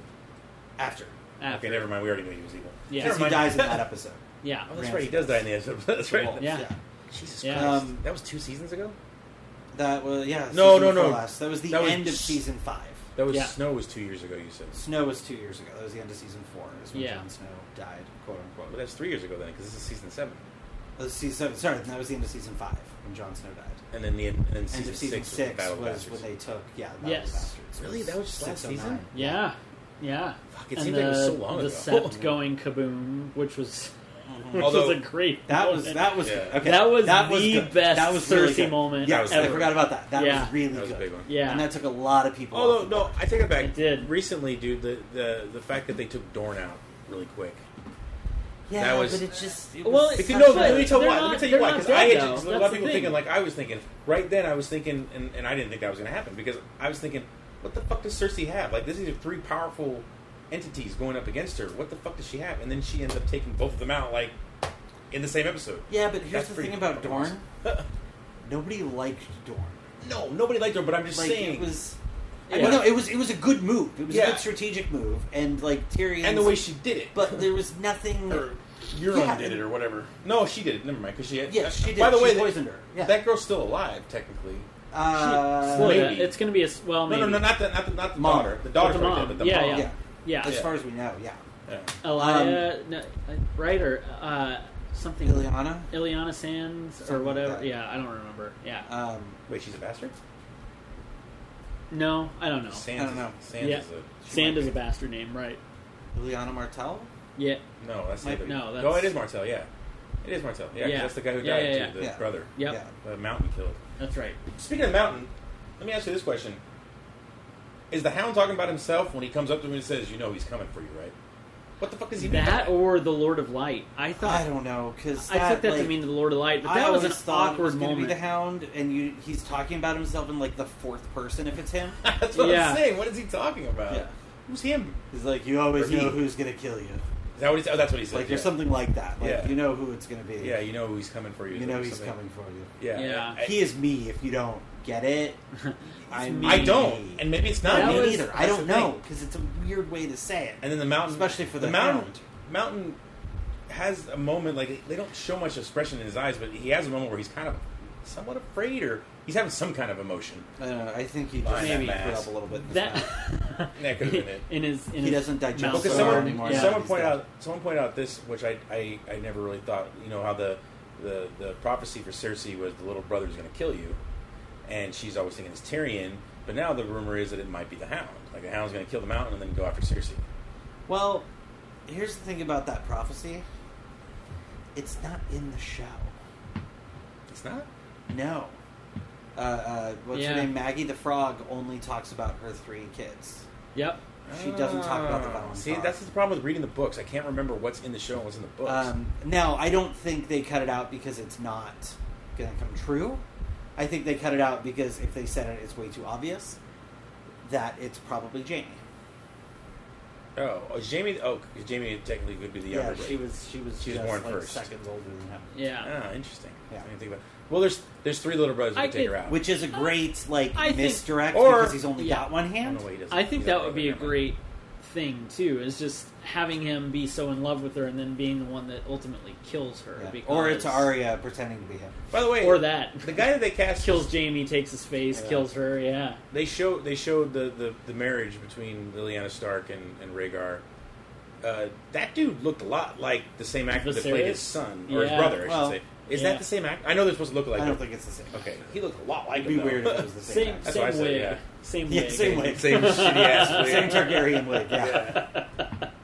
Speaker 4: After,
Speaker 3: After.
Speaker 2: Okay, never mind. We already knew he was evil.
Speaker 3: Yeah.
Speaker 4: because
Speaker 2: Never
Speaker 4: he
Speaker 2: mind.
Speaker 4: dies
Speaker 2: [LAUGHS]
Speaker 4: in that episode.
Speaker 3: Yeah.
Speaker 2: Oh, that's right. He does die in the episode. [LAUGHS] That's
Speaker 4: The
Speaker 2: right.
Speaker 4: wolves,
Speaker 3: Yeah.
Speaker 2: Jesus
Speaker 3: Yeah.
Speaker 2: Christ.
Speaker 4: Um,
Speaker 2: that was two seasons ago.
Speaker 4: That was yeah.
Speaker 2: No, no,
Speaker 4: season before
Speaker 2: no.
Speaker 4: Last. That was the
Speaker 2: That was-
Speaker 4: end of season five.
Speaker 2: That was
Speaker 3: Yeah.
Speaker 2: Snow was two years ago. You said,
Speaker 4: Snow was two years ago. That was the end of season four. Is when
Speaker 3: Yeah.
Speaker 4: Jon Snow died, quote unquote.
Speaker 2: but that's three years ago then, because this is season seven.
Speaker 4: That was season seven. Sorry, that was the end of season five when Jon Snow died.
Speaker 2: And then the and then season,
Speaker 4: end of season
Speaker 2: six, was, the
Speaker 4: six,
Speaker 2: Battle of
Speaker 4: was,
Speaker 2: Bastards.
Speaker 4: when they took yeah Battle
Speaker 3: Yes.
Speaker 4: of Bastards.
Speaker 2: Really? That was just last
Speaker 4: 609.
Speaker 2: season?
Speaker 3: Yeah. Yeah.
Speaker 2: Fuck, it
Speaker 3: and
Speaker 2: seems
Speaker 3: the,
Speaker 2: like it was so long
Speaker 3: the
Speaker 2: ago. [LAUGHS]
Speaker 3: sept going kaboom, which was [LAUGHS] which
Speaker 2: Although-
Speaker 3: was a great
Speaker 4: That Mm-hmm. was
Speaker 3: moment.
Speaker 4: that was
Speaker 2: Yeah.
Speaker 4: good. okay.
Speaker 3: That was
Speaker 4: that was
Speaker 3: the
Speaker 4: good.
Speaker 3: best
Speaker 4: that was
Speaker 3: Cersei
Speaker 4: good.
Speaker 3: moment
Speaker 4: Yes, I
Speaker 2: ever.
Speaker 4: forgot about that. That
Speaker 3: Yeah.
Speaker 4: was really
Speaker 2: That was a
Speaker 4: good.
Speaker 2: big one.
Speaker 3: Yeah.
Speaker 4: and that took a lot of people.
Speaker 2: Although
Speaker 4: off
Speaker 2: no, I take it back.
Speaker 3: It did.
Speaker 2: recently, dude. The the the fact that they took Dorn out really quick.
Speaker 4: yeah,
Speaker 2: that was-
Speaker 4: but it just it
Speaker 3: Well,
Speaker 4: was
Speaker 3: it-
Speaker 2: Because,
Speaker 4: such
Speaker 2: no,
Speaker 4: a-
Speaker 3: but-
Speaker 2: let me tell you
Speaker 3: they're
Speaker 2: why.
Speaker 3: not-
Speaker 2: let me tell
Speaker 3: they're
Speaker 2: you why.
Speaker 3: not
Speaker 2: Because I
Speaker 3: dead,
Speaker 2: had a
Speaker 3: though.
Speaker 2: lot
Speaker 3: That's
Speaker 2: of
Speaker 3: the
Speaker 2: people
Speaker 3: thing.
Speaker 2: thinking like I was thinking right then. I was thinking, and, and I didn't think that was going to happen because I was thinking, what the fuck does Cersei have? Like, these are three powerful entities going up against her. What the fuck does she have? And then she ends up taking both of them out, like in the same episode.
Speaker 4: yeah. But here's
Speaker 2: That's
Speaker 4: the
Speaker 2: pretty
Speaker 4: thing about
Speaker 2: fucking
Speaker 4: Dorn.
Speaker 2: [LAUGHS]
Speaker 4: Nobody liked Dorn.
Speaker 2: No, nobody liked her, but I'm just
Speaker 4: Like
Speaker 2: saying.
Speaker 4: it was.
Speaker 3: Yeah.
Speaker 4: I don't know. It was it was a good move. It was a
Speaker 2: Yeah.
Speaker 4: good strategic move, and like Tyrion
Speaker 2: and the way she did it,
Speaker 4: [LAUGHS] But there was nothing.
Speaker 2: or Euron
Speaker 4: Yeah.
Speaker 2: did it, or whatever. No, she did it. Never mind, because she had.
Speaker 4: Yeah, she did.
Speaker 2: By the
Speaker 4: She
Speaker 2: way,
Speaker 4: poisoned her. Yeah.
Speaker 2: That, that girl's still alive, technically.
Speaker 4: Uh,
Speaker 3: Well, yeah,
Speaker 2: maybe.
Speaker 3: it's going to be a s- well,
Speaker 2: No,
Speaker 3: maybe
Speaker 2: no, no, not the not the, not the
Speaker 4: Mom.
Speaker 2: daughter. The daughter's
Speaker 3: But the
Speaker 2: right there,
Speaker 3: mom.
Speaker 2: but the
Speaker 3: Yeah,
Speaker 2: mom.
Speaker 4: yeah.
Speaker 3: yeah. yeah.
Speaker 4: as far as we know, yeah.
Speaker 2: yeah.
Speaker 4: Um,
Speaker 3: Elia, no, Oh, uh, right or uh, something.
Speaker 4: Ileana.
Speaker 3: Ileana Sands or
Speaker 4: Something like
Speaker 3: whatever.
Speaker 4: that.
Speaker 3: yeah, I don't remember. Yeah,
Speaker 4: Um,
Speaker 2: Wait, she's a bastard.
Speaker 3: no, I don't know.
Speaker 2: Sands,
Speaker 4: I don't know.
Speaker 2: Sands
Speaker 3: Yeah.
Speaker 2: is a.
Speaker 3: Sand
Speaker 4: might
Speaker 3: is
Speaker 4: be.
Speaker 3: a bastard name, right?
Speaker 4: Ileana Martell.
Speaker 3: Yeah,
Speaker 2: No, that's the
Speaker 4: Might-
Speaker 2: other.
Speaker 3: no, that's-
Speaker 2: no, it is Martell. Yeah, it is Martell. Yeah, 'cause
Speaker 3: Yeah.
Speaker 2: that's the guy who died
Speaker 3: Yeah, yeah,
Speaker 2: too,
Speaker 3: yeah.
Speaker 2: the
Speaker 4: Yeah.
Speaker 2: brother,
Speaker 3: yep,
Speaker 4: Yeah.
Speaker 2: the mountain killed.
Speaker 3: that's right.
Speaker 2: Speaking of the mountain, let me ask you this question: Is the Hound talking about himself when he comes up to him and says, "You know, he's coming for you, right?" What the fuck is he?
Speaker 3: That
Speaker 2: doing?
Speaker 3: or the Lord of Light. I thought
Speaker 4: I don't know because
Speaker 3: I took that to
Speaker 4: like,
Speaker 3: mean the Lord of Light, but
Speaker 4: I
Speaker 3: that was an
Speaker 4: always thought it
Speaker 3: awkward
Speaker 4: gonna
Speaker 3: moment.
Speaker 4: Be the Hound, and you, he's talking about himself in like the fourth person if
Speaker 2: [LAUGHS]
Speaker 4: it's him.
Speaker 2: [LAUGHS] that's what
Speaker 3: Yeah.
Speaker 2: I'm saying. What is he talking about?
Speaker 4: Yeah.
Speaker 2: Who's him?
Speaker 4: He's like, you always
Speaker 2: Or he-
Speaker 4: know who's gonna kill you.
Speaker 2: Is that what he's? Oh, that's what he said.
Speaker 4: Like
Speaker 2: yeah.
Speaker 4: there's something like that. Like
Speaker 2: Yeah.
Speaker 4: you know who it's gonna be.
Speaker 2: Yeah, you know he's coming for you.
Speaker 4: you,
Speaker 2: is
Speaker 4: know
Speaker 2: what
Speaker 4: he's
Speaker 2: something-
Speaker 4: coming for you.
Speaker 2: Yeah,
Speaker 3: Yeah.
Speaker 2: I-
Speaker 4: He is me. If you don't get it, [LAUGHS] I'm
Speaker 3: me.
Speaker 2: I don't, and maybe it's not
Speaker 3: That
Speaker 4: me
Speaker 2: him.
Speaker 3: was-
Speaker 4: either. I
Speaker 2: That's
Speaker 4: don't
Speaker 2: the thing.
Speaker 4: know because it's a weird way to say it.
Speaker 2: And then the mountain,
Speaker 4: Especially for the
Speaker 2: mountain,
Speaker 4: hound.
Speaker 2: mountain has a moment like they don't show much expression in his eyes, but he has a moment where he's kind of somewhat afraid or he's having some kind of emotion.
Speaker 4: I don't know. I think he just
Speaker 2: Maybe.
Speaker 4: screwed up a little bit. in this
Speaker 3: that
Speaker 4: round.
Speaker 3: [LAUGHS]
Speaker 2: That could have been it.
Speaker 3: in his in
Speaker 4: He
Speaker 3: his
Speaker 4: doesn't digest
Speaker 3: mouth
Speaker 4: Not
Speaker 2: Because
Speaker 4: so
Speaker 2: someone,
Speaker 4: hard anymore.
Speaker 3: Yeah.
Speaker 2: someone
Speaker 4: He's
Speaker 2: pointed
Speaker 4: dead.
Speaker 2: out, someone pointed out this, which I, I, I never really thought. You know how the the the prophecy for Cersei was the little brother's going to kill you, and she's always thinking it's Tyrion, but now the rumor is that it might be the Hound. Like the Hound's going to kill the Mountain and then go after Cersei.
Speaker 4: [LAUGHS] Well, here's the thing about that prophecy. It's not in the show.
Speaker 2: It's not.
Speaker 4: No. Uh, uh, what's
Speaker 3: Yeah.
Speaker 4: her name? Maggie the Frog only talks about her three kids.
Speaker 3: Yep.
Speaker 4: She doesn't talk about the
Speaker 2: Ah.
Speaker 4: Valentine.
Speaker 2: See, that's the problem with reading the books. I can't remember what's in the show and what's in the books.
Speaker 4: Um, now, I don't think they cut it out because it's not going to come true. I think they cut it out because if they said it, it's way too obvious that it's probably Jamie.
Speaker 2: oh, oh, is Jamie. Oh, 'cause Jamie technically could be the
Speaker 4: yeah,
Speaker 2: younger.
Speaker 4: she
Speaker 2: brother.
Speaker 4: was. She was.
Speaker 2: She was
Speaker 4: just
Speaker 2: born
Speaker 4: like
Speaker 2: first.
Speaker 4: Seconds older than him.
Speaker 3: Yeah.
Speaker 2: Ah, interesting.
Speaker 4: Yeah.
Speaker 2: I didn't think about. Well, there's there's three little brothers who
Speaker 3: I
Speaker 2: can take
Speaker 3: could-
Speaker 2: her out.
Speaker 4: Which is a great like
Speaker 3: I think-
Speaker 4: misdirect
Speaker 2: or-
Speaker 4: because he's only
Speaker 3: yeah.
Speaker 4: got one
Speaker 2: I don't
Speaker 4: hand.
Speaker 2: know why he doesn't-
Speaker 3: I think
Speaker 2: he's got
Speaker 3: that would be a
Speaker 2: brother, never
Speaker 3: great thing too. Is just having him be so in love with her and then being the one that ultimately kills her.
Speaker 4: Yeah.
Speaker 3: Because,
Speaker 4: Or it's Arya pretending to be him.
Speaker 2: mind. By the way,
Speaker 3: Or that [LAUGHS]
Speaker 2: the guy that they cast
Speaker 3: kills Jamie, takes his face,
Speaker 4: Yeah.
Speaker 3: kills her. Yeah.
Speaker 2: They show they showed the, the, the marriage between Liliana Stark and and Rhaegar. Uh, that dude looked a lot like the same actor that played
Speaker 3: Viserys?
Speaker 2: his son or
Speaker 3: Yeah.
Speaker 2: his brother. I should
Speaker 4: Well,
Speaker 2: say. Is
Speaker 3: yeah.
Speaker 2: that the same actor? I know they're supposed to look like.
Speaker 4: I don't
Speaker 2: him.
Speaker 4: think it's the same.
Speaker 2: Okay, he looked a lot like
Speaker 4: It'd
Speaker 2: him.
Speaker 4: be
Speaker 2: though. [LAUGHS]
Speaker 4: weird if it was the same.
Speaker 3: Same
Speaker 4: actor.
Speaker 2: That's
Speaker 3: same
Speaker 2: what I
Speaker 3: wig.
Speaker 2: said, yeah.
Speaker 3: Same
Speaker 4: Yeah,
Speaker 3: wig.
Speaker 4: same wig.
Speaker 2: Same shitty ass wig.
Speaker 4: [LAUGHS] Same Targaryen wig. Yeah.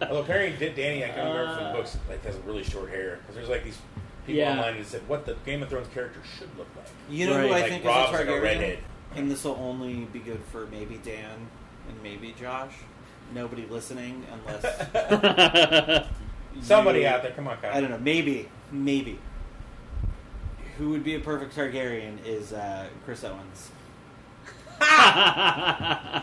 Speaker 2: Although apparently did Danny, I can remember from the books, like has really short hair because there's like these people
Speaker 3: Uh, Yeah.
Speaker 2: online that said what the Game of Thrones character should look like.
Speaker 4: You know
Speaker 3: Right.
Speaker 4: who I
Speaker 2: like
Speaker 4: think
Speaker 2: Rob's
Speaker 4: is a
Speaker 2: like a
Speaker 4: Targaryen,
Speaker 2: redhead.
Speaker 4: and this will only be good for maybe Dan and maybe Josh. Nobody listening unless
Speaker 2: [LAUGHS]
Speaker 4: [LAUGHS]
Speaker 2: Somebody
Speaker 4: you-
Speaker 2: out there, come on, Kyle.
Speaker 4: I don't know. Maybe, maybe. Who would be a perfect Targaryen is uh, Chris Owens.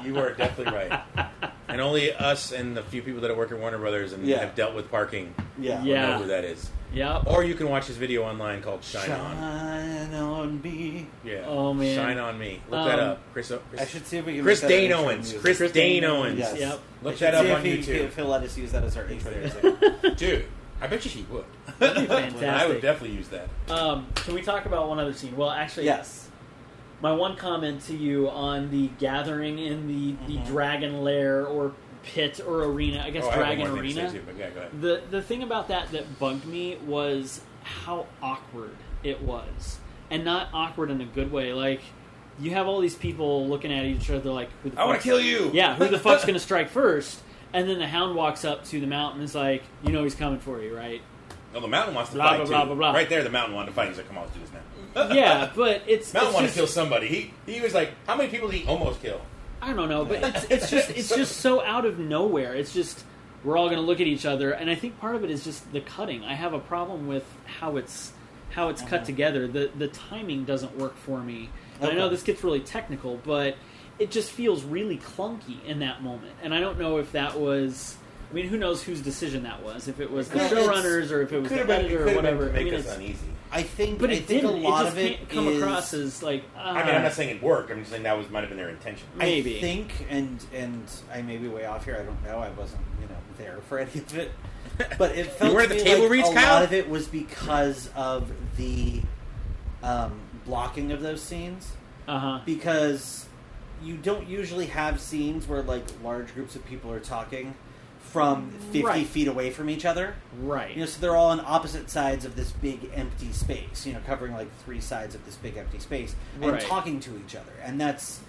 Speaker 2: You are definitely right.
Speaker 4: [LAUGHS]
Speaker 2: And only us and the few people that work at Warner Brothers and
Speaker 4: Yeah.
Speaker 2: have dealt with parking
Speaker 4: Yeah.
Speaker 3: Yeah.
Speaker 2: know who that is.
Speaker 3: [LAUGHS] yep.
Speaker 2: Or you can watch his video online called Shine, On.
Speaker 4: Shine on me.
Speaker 2: Yeah.
Speaker 3: Oh, man.
Speaker 2: Shine On Me. Look that
Speaker 3: Um,
Speaker 2: up. Chris, O- Chris,
Speaker 4: I should see if we can.
Speaker 2: Chris
Speaker 4: make that an
Speaker 2: Dane
Speaker 4: intro
Speaker 2: Owens.
Speaker 4: music.
Speaker 2: Chris,
Speaker 3: Chris
Speaker 2: Dane
Speaker 3: Dane
Speaker 2: Owens.
Speaker 4: Yes.
Speaker 3: Yep.
Speaker 2: Look
Speaker 4: I should
Speaker 2: that up
Speaker 4: see if
Speaker 2: on
Speaker 4: he-
Speaker 2: YouTube.
Speaker 4: If he'll let us use that as our
Speaker 2: [LAUGHS]
Speaker 4: intro music.
Speaker 3: [LAUGHS]
Speaker 2: Dude, I bet you he would.
Speaker 3: That'd
Speaker 2: [LAUGHS]
Speaker 3: be
Speaker 2: I would
Speaker 3: fantastic.
Speaker 2: definitely use that.
Speaker 3: Um, can we talk about one other scene? Well, actually,
Speaker 4: yes.
Speaker 3: My one comment to you on the gathering in the, the
Speaker 4: Mhm.
Speaker 3: dragon lair or pit or arena, I guess
Speaker 2: Mm-hmm. Oh, I have
Speaker 3: dragon
Speaker 2: one more thing to say,
Speaker 3: arena.
Speaker 2: too, but yeah, go ahead.
Speaker 3: The the thing about that that bugged me was how awkward it was, and not awkward in a good way. Like you have all these people looking at each other, like who the
Speaker 2: I want
Speaker 3: fuck's-
Speaker 2: to kill you.
Speaker 3: Yeah,
Speaker 2: [LAUGHS]
Speaker 3: who the fuck's gonna strike first? And then the hound walks up to the mountain. and is like, you know, he's coming for
Speaker 2: [LAUGHS]
Speaker 3: you, right?
Speaker 2: No, the mountain wants to
Speaker 3: Blah,
Speaker 2: fight
Speaker 3: blah,
Speaker 2: too.
Speaker 3: blah, blah, blah.
Speaker 2: Right there, the mountain wanted to fight. He's like, "Come on, let's do this now."
Speaker 3: yeah, but it's,
Speaker 2: mountain wanted
Speaker 3: it's just-
Speaker 2: to kill somebody. He he was like, "How many people did he almost kill?"
Speaker 3: I don't know, but it's, it's just it's just so out of nowhere. It's just we're all going to look at each other, and I think part of it is just the cutting. I have a problem with how it's how it's cut together. The the timing doesn't work for me. And I know
Speaker 4: Okay.
Speaker 3: this gets really technical, but it just feels really clunky in that moment. And I don't know if that was. I mean, who knows whose decision that was? If it was the
Speaker 4: Yeah, it's-
Speaker 3: showrunners or if it was the
Speaker 2: Could've been-
Speaker 3: editor
Speaker 2: could've
Speaker 3: or
Speaker 2: been
Speaker 3: whatever.
Speaker 2: to
Speaker 3: I
Speaker 2: Make
Speaker 3: mean,
Speaker 2: us
Speaker 3: it's-
Speaker 2: uneasy.
Speaker 4: I think.
Speaker 3: but
Speaker 4: I
Speaker 3: it
Speaker 4: think
Speaker 3: didn't.
Speaker 4: a lot
Speaker 3: it just
Speaker 4: of it
Speaker 3: can't come
Speaker 4: is-
Speaker 3: across as like.
Speaker 2: I mean, I'm
Speaker 3: ah.
Speaker 2: not saying it worked. I'm just saying that was might have been their
Speaker 3: [LAUGHS]
Speaker 2: intention.
Speaker 3: Maybe.
Speaker 4: I think, and and I may be way off here. I don't know. I wasn't, you know, there for any of
Speaker 2: [LAUGHS]
Speaker 4: it. But it felt
Speaker 2: weren't
Speaker 4: to
Speaker 2: at
Speaker 4: me
Speaker 2: the table
Speaker 4: like
Speaker 2: reads,
Speaker 4: a
Speaker 2: Kyle?
Speaker 4: lot of it was because of the um, blocking of those scenes.
Speaker 3: Uh-huh.
Speaker 4: Because you don't usually have scenes where like large groups of people are talking from fifty
Speaker 3: Right.
Speaker 4: feet away from each other.
Speaker 3: Right.
Speaker 4: You know, so they're all on opposite sides of this big empty space. You know, covering like three sides of this big empty space and
Speaker 3: Right.
Speaker 4: talking to each other, and that's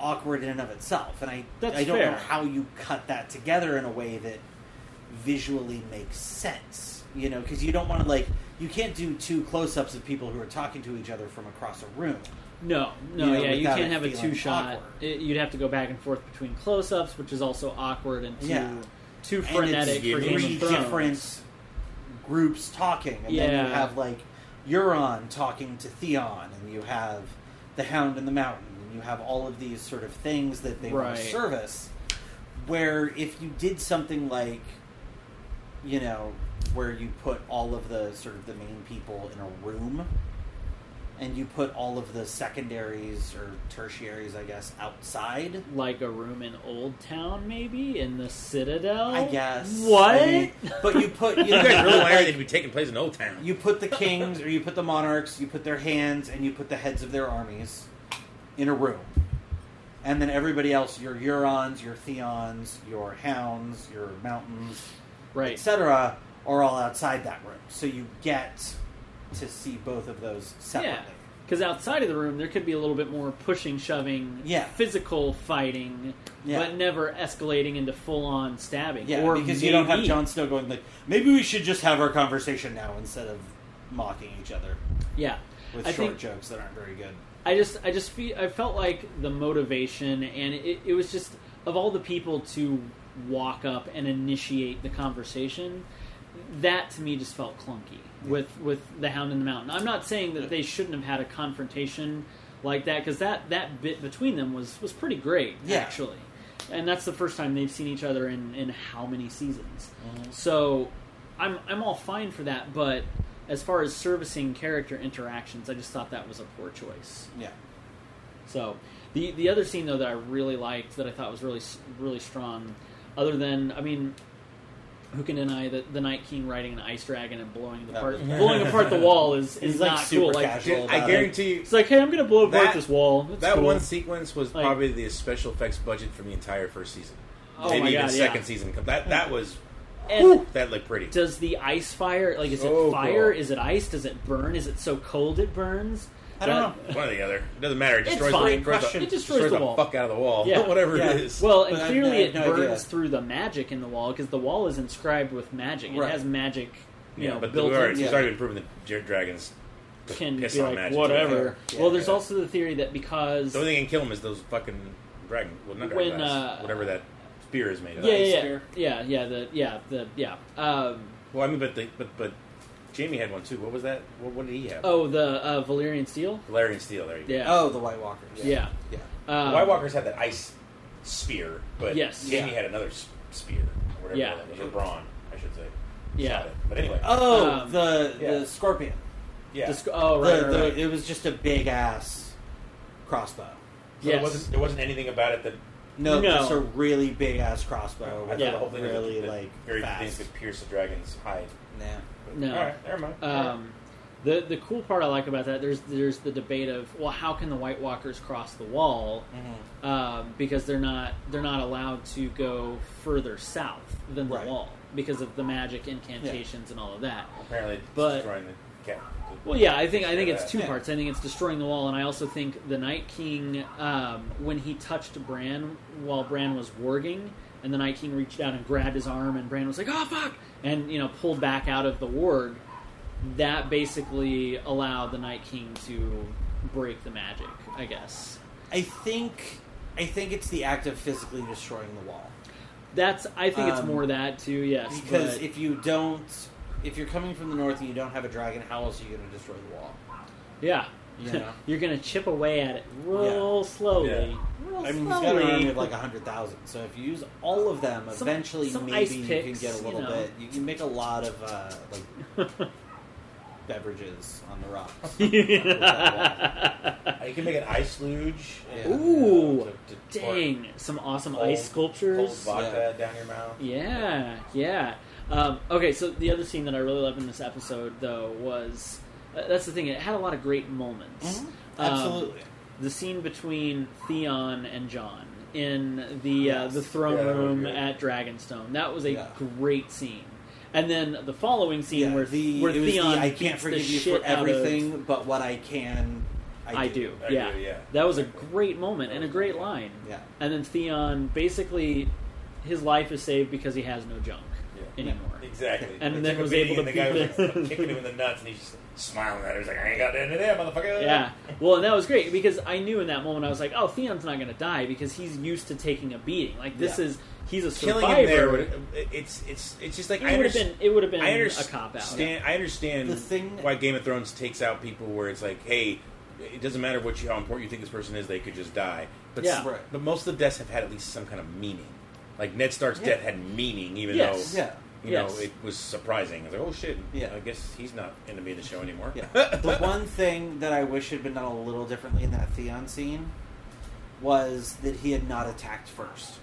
Speaker 4: awkward in and of itself. And I,
Speaker 3: That's
Speaker 4: I don't
Speaker 3: fair.
Speaker 4: know how you cut that together in a way that visually makes sense. You know, because you don't want to like you can't do two close-ups of people who are talking to each other from across a room.
Speaker 3: No, no,
Speaker 4: You know,
Speaker 3: yeah, you
Speaker 4: without
Speaker 3: can't
Speaker 4: it
Speaker 3: have a
Speaker 4: feeling
Speaker 3: two shot.
Speaker 4: awkward.
Speaker 3: It, you'd have to go back and forth between close ups, which is also awkward and too
Speaker 4: Yeah.
Speaker 3: too
Speaker 4: And it's
Speaker 3: frenetic for
Speaker 4: three
Speaker 3: Game of Thrones.
Speaker 4: different groups talking, and then you
Speaker 3: Yeah.
Speaker 4: have like Euron talking to Theon, and you have the Hound in the Mountain, and you have all of these sort of things that they want to
Speaker 3: Right.
Speaker 4: service. Where if you did something like, you know, where you put all of the sort of the main people in a room. And you put all of the secondaries or tertiaries, I guess, outside.
Speaker 3: Like a room in Old Town, maybe in the Citadel.
Speaker 4: I guess.
Speaker 3: Oh, What?
Speaker 4: I mean, but you
Speaker 2: [LAUGHS]
Speaker 4: put you,
Speaker 2: You guys really
Speaker 4: know,
Speaker 2: want everything
Speaker 4: like,
Speaker 2: to be taking place in Old Town.
Speaker 4: you put the kings or you put the monarchs, you put their hands and you put the heads of their armies in a room. And then everybody else, your Eurons, your Theons, your Hounds, your Mountains,
Speaker 3: right.
Speaker 4: etc., are all outside that room. So you get to see both of those separately.
Speaker 3: Yeah. Because outside of the room, there could be a little bit more pushing, shoving,
Speaker 4: Yeah.
Speaker 3: physical fighting,
Speaker 4: Yeah.
Speaker 3: but never escalating into full on stabbing.
Speaker 4: Yeah,
Speaker 3: or
Speaker 4: because you don't have
Speaker 3: maybe-
Speaker 4: Jon Snow going like, maybe we should just have our conversation now instead of mocking each other
Speaker 3: Yeah,
Speaker 4: with
Speaker 3: I
Speaker 4: short
Speaker 3: think
Speaker 4: jokes that aren't very good.
Speaker 3: I just I just feel I felt like the motivation and it, it was just of all the people to walk up and initiate the conversation that to me just felt clunky with with the hound in the mountain I'm not saying that they shouldn't have had a confrontation like that because that that bit between them was was pretty great
Speaker 4: Yeah.
Speaker 3: actually and that's the first time they've seen each other in in how many seasons so I'm I'm all fine for that but as far as servicing character interactions I just thought that was a poor choice
Speaker 4: Yeah.
Speaker 3: so, the the other scene though that I really liked that I thought was really s- really strong, other than I mean, who can deny that the Night King riding an ice dragon and blowing the
Speaker 4: That
Speaker 3: part,
Speaker 4: was-
Speaker 3: blowing apart the
Speaker 4: [LAUGHS]
Speaker 3: wall is
Speaker 4: He's,
Speaker 3: is
Speaker 4: like,
Speaker 3: not
Speaker 4: super
Speaker 3: cool. Like
Speaker 4: casual.
Speaker 2: I guarantee you,
Speaker 3: it's like, hey, I'm gonna blow apart
Speaker 2: That-
Speaker 3: this wall. That's
Speaker 2: that
Speaker 3: cool.
Speaker 2: one sequence was
Speaker 3: Like-
Speaker 2: probably the special effects budget from the entire first season.
Speaker 3: Oh
Speaker 2: Maybe
Speaker 3: my
Speaker 2: even
Speaker 3: God, yeah.
Speaker 2: second season. That that was
Speaker 3: And
Speaker 2: that looked pretty.
Speaker 3: does the ice fire? Like, is
Speaker 2: So
Speaker 3: it fire?
Speaker 2: cool.
Speaker 3: Is it ice? Does it burn? Is it so cold it burns?
Speaker 4: I don't
Speaker 3: That-
Speaker 4: know.
Speaker 2: One or the other. It doesn't matter. It
Speaker 3: It's
Speaker 2: destroys,
Speaker 3: fine.
Speaker 2: The, destroys,
Speaker 4: Question.
Speaker 2: the,
Speaker 3: It destroys the wall.
Speaker 2: fuck out of the wall. [LAUGHS]
Speaker 3: Yeah.
Speaker 2: Whatever
Speaker 4: Yeah.
Speaker 2: it is.
Speaker 3: Well, and
Speaker 4: But I-
Speaker 3: clearly
Speaker 4: I have
Speaker 3: it
Speaker 4: no
Speaker 3: burns
Speaker 4: idea.
Speaker 3: through the magic in the wall because the wall is inscribed with magic.
Speaker 4: Right.
Speaker 3: It has magic, you
Speaker 2: yeah,
Speaker 3: know,
Speaker 2: but
Speaker 3: built
Speaker 2: we've already,
Speaker 4: yeah.
Speaker 2: he's already been proven that Jared Dragons
Speaker 3: can
Speaker 2: piss
Speaker 3: be
Speaker 2: on
Speaker 3: like
Speaker 2: magic.
Speaker 3: whatever.
Speaker 4: Yeah,
Speaker 3: well, there's
Speaker 2: yeah.
Speaker 3: also the theory that because
Speaker 2: The only thing that can kill him is those fucking dragon. Well, not dragon
Speaker 3: When,
Speaker 2: glass,
Speaker 3: uh,
Speaker 2: whatever that spear is made of.
Speaker 3: yeah, yeah,
Speaker 4: ice
Speaker 3: yeah,
Speaker 4: spear.
Speaker 3: yeah, yeah, the yeah, the yeah. Um,
Speaker 2: Well, I mean, but the, but but Jamie had one too. What was that? What, what did he have?
Speaker 3: Oh, the uh, Valyrian Steel.
Speaker 2: Valerian Steel. There you go.
Speaker 3: Yeah.
Speaker 4: Oh, the White Walkers.
Speaker 3: yeah.
Speaker 4: Yeah.
Speaker 3: Um,
Speaker 2: White Walkers had that ice spear, but
Speaker 3: Yes.
Speaker 2: Jamie
Speaker 4: Yeah.
Speaker 2: had another s- spear. Or whatever
Speaker 3: Yeah.
Speaker 2: that was, or brawn, I should say.
Speaker 3: Yeah.
Speaker 2: But anyway,
Speaker 4: Oh,
Speaker 3: Um,
Speaker 4: the
Speaker 2: yeah.
Speaker 4: the Scorpion.
Speaker 2: yeah.
Speaker 3: The sc- oh, right.
Speaker 4: the,
Speaker 3: right,
Speaker 4: the,
Speaker 3: right.
Speaker 4: It was just a big ass crossbow.
Speaker 2: So there
Speaker 3: yes.
Speaker 2: wasn't there wasn't anything about it that
Speaker 4: No,
Speaker 3: No.
Speaker 4: just a really big ass crossbow.
Speaker 2: I
Speaker 4: With
Speaker 2: thought
Speaker 3: Yeah.
Speaker 2: the whole thing was
Speaker 4: really
Speaker 2: that
Speaker 4: like
Speaker 2: very few things
Speaker 4: fast.
Speaker 2: could pierce the dragon's hide.
Speaker 4: Nah.
Speaker 2: But-
Speaker 3: No.
Speaker 2: All right, never mind.
Speaker 3: Um, the the cool part I like about that there's there's the debate of well how can the White Walkers cross the wall
Speaker 2: Mm-hmm.
Speaker 3: um, because they're not they're not allowed to go further south than the
Speaker 4: Right.
Speaker 3: wall because of the magic incantations and all of that.
Speaker 2: Apparently, it's
Speaker 3: but-
Speaker 2: destroying the cat.
Speaker 3: Well, yeah, I think I think it's two
Speaker 4: Yeah.
Speaker 3: parts. I think it's destroying the wall, and I also think the Night King, um, when he touched Bran while Bran was warging, and the Night King reached out and grabbed his arm, and Bran was like, "Oh fuck!" and you know pulled back out of the warg. That basically allowed the Night King to break the magic, I guess.
Speaker 4: I think I think it's the act of physically destroying the wall.
Speaker 3: That's I think it's
Speaker 4: Um,
Speaker 3: more that too. Yes,
Speaker 4: Because
Speaker 3: but-
Speaker 4: if you don't if you're coming from the north and you don't have a dragon, how else are you gonna destroy the wall?
Speaker 3: yeah,
Speaker 4: You know.
Speaker 3: [LAUGHS] you're gonna chip away at it real slowly. Real
Speaker 4: I mean, he's
Speaker 3: slowly.
Speaker 4: got an army of like hundred thousand. So if you use all of them,
Speaker 3: Some-
Speaker 4: eventually
Speaker 3: some
Speaker 4: maybe
Speaker 3: ice
Speaker 4: you
Speaker 3: picks,
Speaker 4: can get a
Speaker 3: you
Speaker 4: little
Speaker 3: know.
Speaker 4: bit. You can make a lot of uh, like
Speaker 3: [LAUGHS]
Speaker 4: beverages on the rocks.
Speaker 3: Um,
Speaker 4: With that
Speaker 2: Uh, You can make an ice luge. uh,
Speaker 4: Yeah.
Speaker 3: Ooh,
Speaker 2: To- to-
Speaker 3: dang! Some awesome
Speaker 2: Cold-
Speaker 3: ice
Speaker 2: Cold
Speaker 3: sculptures.
Speaker 2: vodka down your mouth.
Speaker 3: Yeah, yeah. Um, okay, so the other scene that I really loved in this episode, though, was uh, that's the thing. It had a lot of great moments.
Speaker 4: Mhm.
Speaker 3: Um,
Speaker 4: Absolutely.
Speaker 3: the scene between Theon and John in the uh,
Speaker 4: Yes.
Speaker 3: the throne
Speaker 2: Yeah, that was
Speaker 3: room
Speaker 2: good.
Speaker 3: at Dragonstone. That was a
Speaker 4: Yeah.
Speaker 3: great scene. And then the following scene
Speaker 4: Yeah,
Speaker 3: where
Speaker 4: the
Speaker 3: where
Speaker 4: it was the,
Speaker 3: Theon
Speaker 4: I
Speaker 3: beats
Speaker 4: can't
Speaker 3: the
Speaker 4: forgive you
Speaker 3: shit
Speaker 4: for
Speaker 3: out of-
Speaker 4: everything, but what I can, I,
Speaker 3: I do.
Speaker 2: I do,
Speaker 3: yeah.
Speaker 2: Uh, yeah.
Speaker 3: That was a great moment and a great line.
Speaker 4: Yeah.
Speaker 3: And then Theon basically his life is saved because he has no junk
Speaker 2: Yeah.
Speaker 3: anymore.
Speaker 2: Exactly.
Speaker 3: And
Speaker 2: It
Speaker 3: then
Speaker 2: took a
Speaker 3: was
Speaker 2: beating,
Speaker 3: able
Speaker 2: and
Speaker 3: to
Speaker 2: the guy
Speaker 3: beat
Speaker 2: was
Speaker 3: the-
Speaker 2: like, [LAUGHS] kicking him in the nuts, and he's just smiling at him. He's like, "I ain't got into there, motherfucker."
Speaker 3: Yeah. Well, and that was great because I knew in that moment I was like, "Oh, Theon's not going to die because he's used to taking a beating. Like this
Speaker 4: Yeah.
Speaker 3: is he's a survivor.
Speaker 2: Killing him there, would, it's it's it's just like I
Speaker 3: it would have
Speaker 2: understand-
Speaker 3: been it would have been
Speaker 2: I
Speaker 3: a
Speaker 2: understand.
Speaker 3: cop out. [LAUGHS]
Speaker 2: I understand
Speaker 4: The thing-
Speaker 2: why Game of Thrones takes out people where it's like, hey, it doesn't matter what you, how important you think this person is, they could just die. But
Speaker 3: Yeah.
Speaker 2: s-
Speaker 4: Right.
Speaker 2: but most of the deaths have had at least some kind of meaning. Like Ned Stark's
Speaker 4: Yeah.
Speaker 2: death had meaning, even
Speaker 3: Yes.
Speaker 2: though
Speaker 4: Yeah.
Speaker 2: you
Speaker 3: Yes.
Speaker 2: know it was surprising. I was like, oh shit,
Speaker 4: Yeah.
Speaker 2: I guess he's not enemy of the
Speaker 4: [LAUGHS]
Speaker 2: show anymore.
Speaker 4: Yeah. the one thing that I wish had been done a little differently in that Theon scene was that he had not attacked first.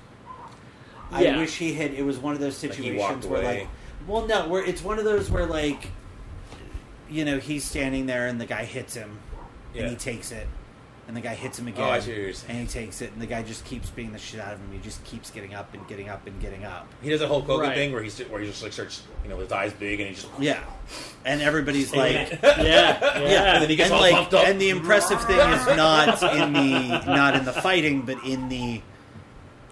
Speaker 3: Yeah.
Speaker 4: I wish he had. It was one of those
Speaker 2: Like, he walked
Speaker 4: situations where,
Speaker 2: away.
Speaker 4: like, well, no, where it's one of those where, like, you know, he's standing there and the guy hits him
Speaker 2: Yeah. Oh,
Speaker 4: and he takes it. And the guy hits him again,
Speaker 2: I see what you're saying.
Speaker 4: and he takes it, and the guy just keeps beating the shit out of him. He just keeps getting up and getting up and getting up.
Speaker 2: He does a whole Hogan
Speaker 3: Right.
Speaker 2: thing where he's where he just like starts, you know, his eyes big and he just
Speaker 4: Yeah, and everybody's like,
Speaker 3: yeah. Yeah.
Speaker 4: Yeah,
Speaker 2: And then he gets
Speaker 4: and
Speaker 2: all
Speaker 4: like,
Speaker 2: pumped up.
Speaker 4: and the impressive thing is not in the not in the fighting, but in the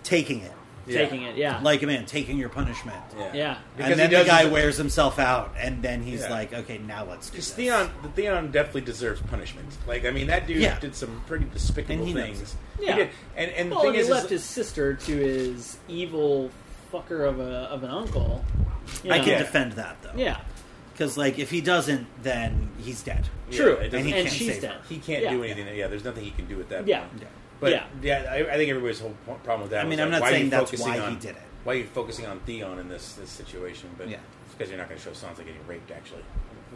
Speaker 4: taking it,
Speaker 2: Yeah.
Speaker 3: Taking it. Yeah.
Speaker 4: like a man taking your punishment.
Speaker 3: Yeah.
Speaker 2: Because
Speaker 4: and then
Speaker 2: he
Speaker 4: the
Speaker 2: does
Speaker 4: guy
Speaker 2: his-
Speaker 4: wears himself out, and then he's
Speaker 2: Yeah.
Speaker 4: like, "Okay, now let's do
Speaker 2: Because
Speaker 4: this."
Speaker 2: Theon, Theon definitely deserves punishment. Like, I mean, that dude
Speaker 4: Yeah.
Speaker 2: did some pretty despicable
Speaker 4: And he knows
Speaker 2: things.
Speaker 3: it.
Speaker 2: He
Speaker 3: Yeah.
Speaker 2: did. And and the
Speaker 3: well,
Speaker 2: thing
Speaker 3: and he
Speaker 2: is,
Speaker 3: left
Speaker 2: is,
Speaker 3: his sister to his evil fucker of a of an uncle. You
Speaker 4: I
Speaker 3: know?
Speaker 4: can
Speaker 2: Yeah.
Speaker 4: defend that though,
Speaker 3: Yeah.
Speaker 4: because like if he doesn't, then he's dead.
Speaker 2: yeah,
Speaker 3: True.
Speaker 2: it doesn't-
Speaker 4: And
Speaker 3: and
Speaker 4: he can't
Speaker 3: she's
Speaker 4: save her.
Speaker 3: dead.
Speaker 2: he can't
Speaker 3: Yeah.
Speaker 2: do anything. Yeah. there's nothing he can do at that
Speaker 3: Yeah.
Speaker 2: point.
Speaker 4: Yeah.
Speaker 2: But
Speaker 3: Yeah.
Speaker 2: yeah, I, I think everybody's whole po- problem with that.
Speaker 4: I
Speaker 2: was
Speaker 4: mean,
Speaker 2: like,
Speaker 4: I'm not
Speaker 2: why are you
Speaker 4: saying that's
Speaker 2: focusing
Speaker 4: why
Speaker 2: on,
Speaker 4: he did it.
Speaker 2: Why are you focusing on Theon in this this situation? But
Speaker 4: Yeah.
Speaker 2: it's because you're not going to show Sansa getting raped. Actually,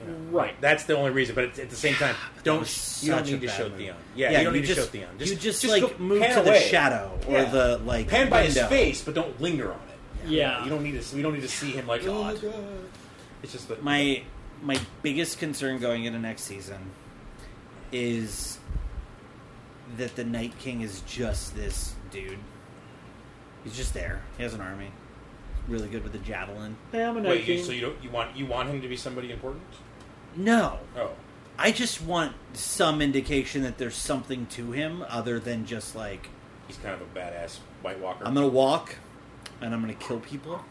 Speaker 2: You know.
Speaker 3: Right.
Speaker 2: That's the only reason. But it's, at the same
Speaker 4: [SIGHS]
Speaker 2: time, don't
Speaker 4: was
Speaker 2: you don't
Speaker 4: such a
Speaker 2: need to
Speaker 4: bad
Speaker 2: show
Speaker 4: movie.
Speaker 2: Theon. Yeah, you don't need to show Theon. Just,
Speaker 4: you just,
Speaker 2: just
Speaker 4: like
Speaker 2: go-
Speaker 4: move
Speaker 2: pan
Speaker 4: to the
Speaker 2: away.
Speaker 4: shadow or
Speaker 2: Yeah.
Speaker 4: the like
Speaker 2: pan by his
Speaker 4: window.
Speaker 2: face, but don't linger on it.
Speaker 3: Yeah.
Speaker 2: you don't need to. We don't need to see him like God. It's just that
Speaker 4: my my biggest concern going into next season is that the Night King is just this dude. He's just there. He has an army. Really good with the javelin.
Speaker 3: Yeah, I'm a
Speaker 2: Wait,
Speaker 3: Night
Speaker 2: you,
Speaker 3: King.
Speaker 2: so you don't you want you want him to be somebody important?
Speaker 4: No,
Speaker 2: Oh,
Speaker 4: I just want some indication that there's something to him other than just like
Speaker 2: he's kind of a badass White Walker.
Speaker 4: I'm gonna walk and I'm gonna kill people,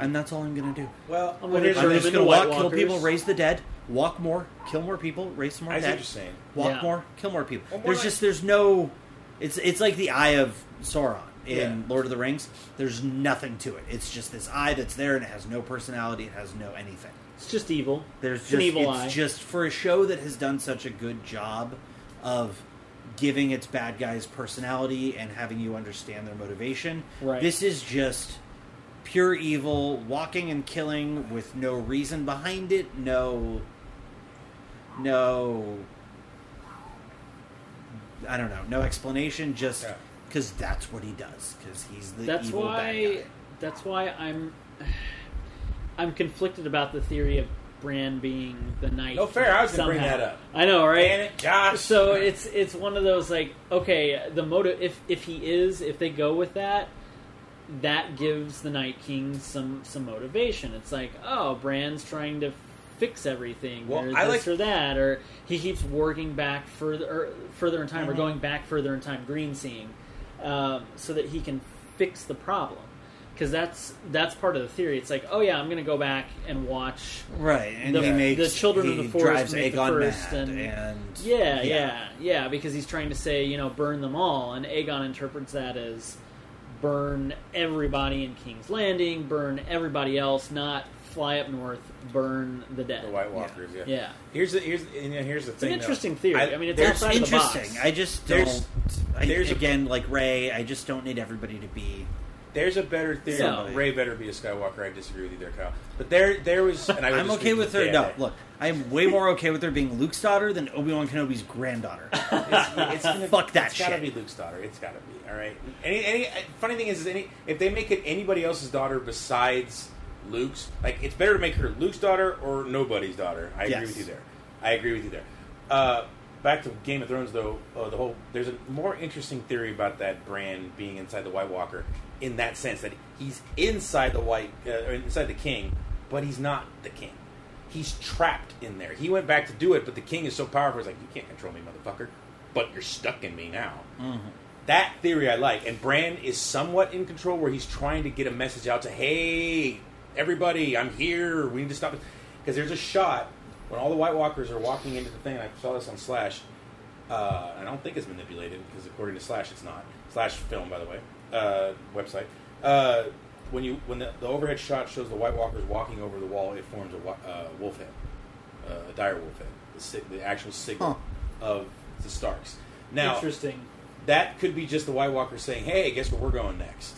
Speaker 4: and that's all I'm gonna do.
Speaker 2: well,
Speaker 3: I'm
Speaker 2: but here's-
Speaker 3: Turn
Speaker 4: I'm
Speaker 3: him
Speaker 4: just
Speaker 3: into
Speaker 4: gonna
Speaker 3: White
Speaker 4: walk, kill
Speaker 3: Walkers.
Speaker 4: people, raise the dead, walk more, kill more people, raise some more
Speaker 2: I see what
Speaker 4: dead.
Speaker 2: you're saying.
Speaker 4: Walk
Speaker 3: Yeah.
Speaker 4: more, kill more people.
Speaker 2: Well, more
Speaker 4: there's
Speaker 2: like-
Speaker 4: just there's no. It's it's like the eye of Sauron in
Speaker 2: Yeah.
Speaker 4: Lord of the Rings. There's nothing to it. It's just this eye that's there and it has no personality. It has no anything.
Speaker 3: It's just evil.
Speaker 4: There's
Speaker 3: It's
Speaker 4: just
Speaker 3: an evil
Speaker 4: it's
Speaker 3: eye.
Speaker 4: just for a show that has done such a good job of giving its bad guys personality and having you understand their motivation.
Speaker 3: Right.
Speaker 4: This is just pure evil, walking and killing with no reason behind it, no no I don't know, no explanation, just
Speaker 2: Yeah.
Speaker 4: because that's what he does, because he's the
Speaker 3: that's
Speaker 4: evil
Speaker 3: why.
Speaker 4: bad guy.
Speaker 3: That's why I'm. [SIGHS] I'm conflicted about the theory of Bran being the knight.
Speaker 2: No fair, I was gonna
Speaker 3: somehow.
Speaker 2: bring that up.
Speaker 3: I know, right?
Speaker 2: Damn it, Josh.
Speaker 3: So it's it's one of those like okay the motive if if he is if they go with that that gives the Night King some some motivation. It's like oh Bran's trying to fix everything
Speaker 2: Well,
Speaker 3: or
Speaker 2: I like-
Speaker 3: this or that or he keeps working back further or further in time or going back further in time green seeing um, so that he can fix the problem because that's that's part of the theory. It's like oh yeah I'm gonna go back and watch
Speaker 4: Right, and
Speaker 3: The-
Speaker 4: he
Speaker 3: the
Speaker 4: makes
Speaker 3: children of
Speaker 4: he
Speaker 3: the forest
Speaker 4: drives
Speaker 3: make the
Speaker 4: Aegon
Speaker 3: first
Speaker 4: mad,
Speaker 3: and-
Speaker 4: and
Speaker 3: yeah, yeah, yeah, because he's trying to say, you know, burn them all, and Aegon interprets that as burn everybody in King's Landing, burn everybody else, not fly up north, burn the dead.
Speaker 2: the White Walkers. Yeah.
Speaker 3: Yeah.
Speaker 2: Here's the here's and here's the
Speaker 3: an
Speaker 2: thing. though.
Speaker 3: interesting theory. I mean, it's
Speaker 2: there's-
Speaker 3: outside- of the box.
Speaker 4: interesting. I just don't.
Speaker 2: There's-
Speaker 4: I,
Speaker 2: there's a-
Speaker 4: again, like Ray, I just don't need everybody to be.
Speaker 2: There's a better theory.
Speaker 3: So-
Speaker 2: Ray better be a Skywalker. I disagree with you there, Kyle. But there, there was. And I would
Speaker 4: I'm
Speaker 2: disagree
Speaker 4: okay with her.
Speaker 2: you
Speaker 4: No,
Speaker 2: there.
Speaker 4: look, I'm way more okay with her being Luke's daughter than Obi Wan
Speaker 2: [LAUGHS]
Speaker 4: Kenobi's granddaughter.
Speaker 2: It's,
Speaker 4: [LAUGHS]
Speaker 2: it's gonna,
Speaker 4: Fuck that
Speaker 2: It's gotta
Speaker 4: shit.
Speaker 2: be Luke's daughter. It's gotta be. All right. Any, any uh, funny thing is, is any if they make it anybody else's daughter besides Luke's, like it's better to make her Luke's daughter or nobody's daughter. I
Speaker 4: Yes.
Speaker 2: agree with you there. I agree with you there. Uh, back to Game of Thrones, though. Uh, the whole there's a more interesting theory about that brand being inside the White Walker in that sense that he's inside the White, uh, or inside the King, but he's not the King. He's trapped in there. He went back to do it, but the King is so powerful. He's like, you can't control me, motherfucker. But you're stuck in me now. That theory I like, and Bran is somewhat in control where he's trying to get a message out to, hey, everybody, I'm here. We need to stop it. Because there's a shot when all the White Walkers are walking into the thing. I saw this on Slash. Uh, I don't think it's manipulated because according to Slash, it's not. Slash film, by the way, uh, website. Uh, when you when the, the overhead shot shows the White Walkers walking over the wall, it forms a wa- uh, wolf head, uh, a dire wolf head, the, sig- the actual signal of the Starks. Now,
Speaker 3: Interesting.
Speaker 2: that could be just the White Walker saying, "Hey, guess where we're going next."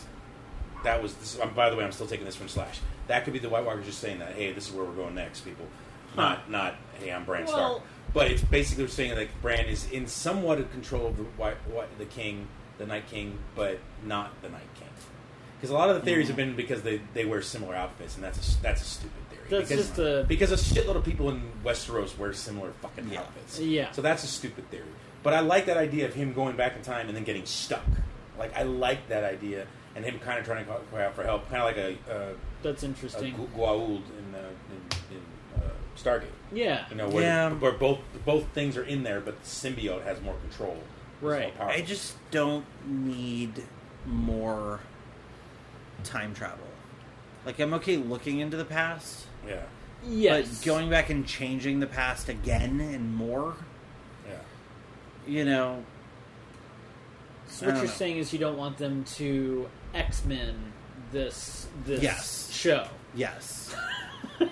Speaker 2: That was. This, um, by the way, I'm still taking this from Slash. That could be the White Walker just saying that, "Hey, this is where we're going next, people." Not, not, "Hey, I'm Bran
Speaker 3: Well-
Speaker 2: Stark," but it's basically saying like Bran is in somewhat of control of the White, White, the King, the Night King, but not the Night King. Because a lot of the theories have been because they, they wear similar outfits, and that's a, that's a stupid theory.
Speaker 3: That's
Speaker 2: because,
Speaker 3: just a-
Speaker 2: because a shitload of people in Westeros wear similar fucking
Speaker 4: Yeah.
Speaker 2: outfits.
Speaker 3: Yeah.
Speaker 2: So that's a stupid theory. But I like that idea of him going back in time and then getting stuck. Like I like that idea and him kind of trying to call, cry out for help, kind of like a,
Speaker 3: That's
Speaker 2: a, a
Speaker 3: interesting.
Speaker 2: Gu- Gua'uld in, uh, in, in uh, Stargate.
Speaker 3: yeah.
Speaker 2: You know, where,
Speaker 4: Yeah.
Speaker 2: where both both things are in there, but the symbiote has more control. It's more
Speaker 3: Right.
Speaker 2: powerful.
Speaker 4: I just don't need more time travel. Like I'm okay looking into the past,
Speaker 2: yeah,
Speaker 3: yes.
Speaker 4: but going back and changing the past again and more,
Speaker 2: yeah.
Speaker 4: you know,
Speaker 3: so
Speaker 4: I
Speaker 3: what
Speaker 4: don't
Speaker 3: you're
Speaker 4: know.
Speaker 3: saying is you don't want them to X Men this this
Speaker 4: Yes.
Speaker 3: show.
Speaker 4: Yes.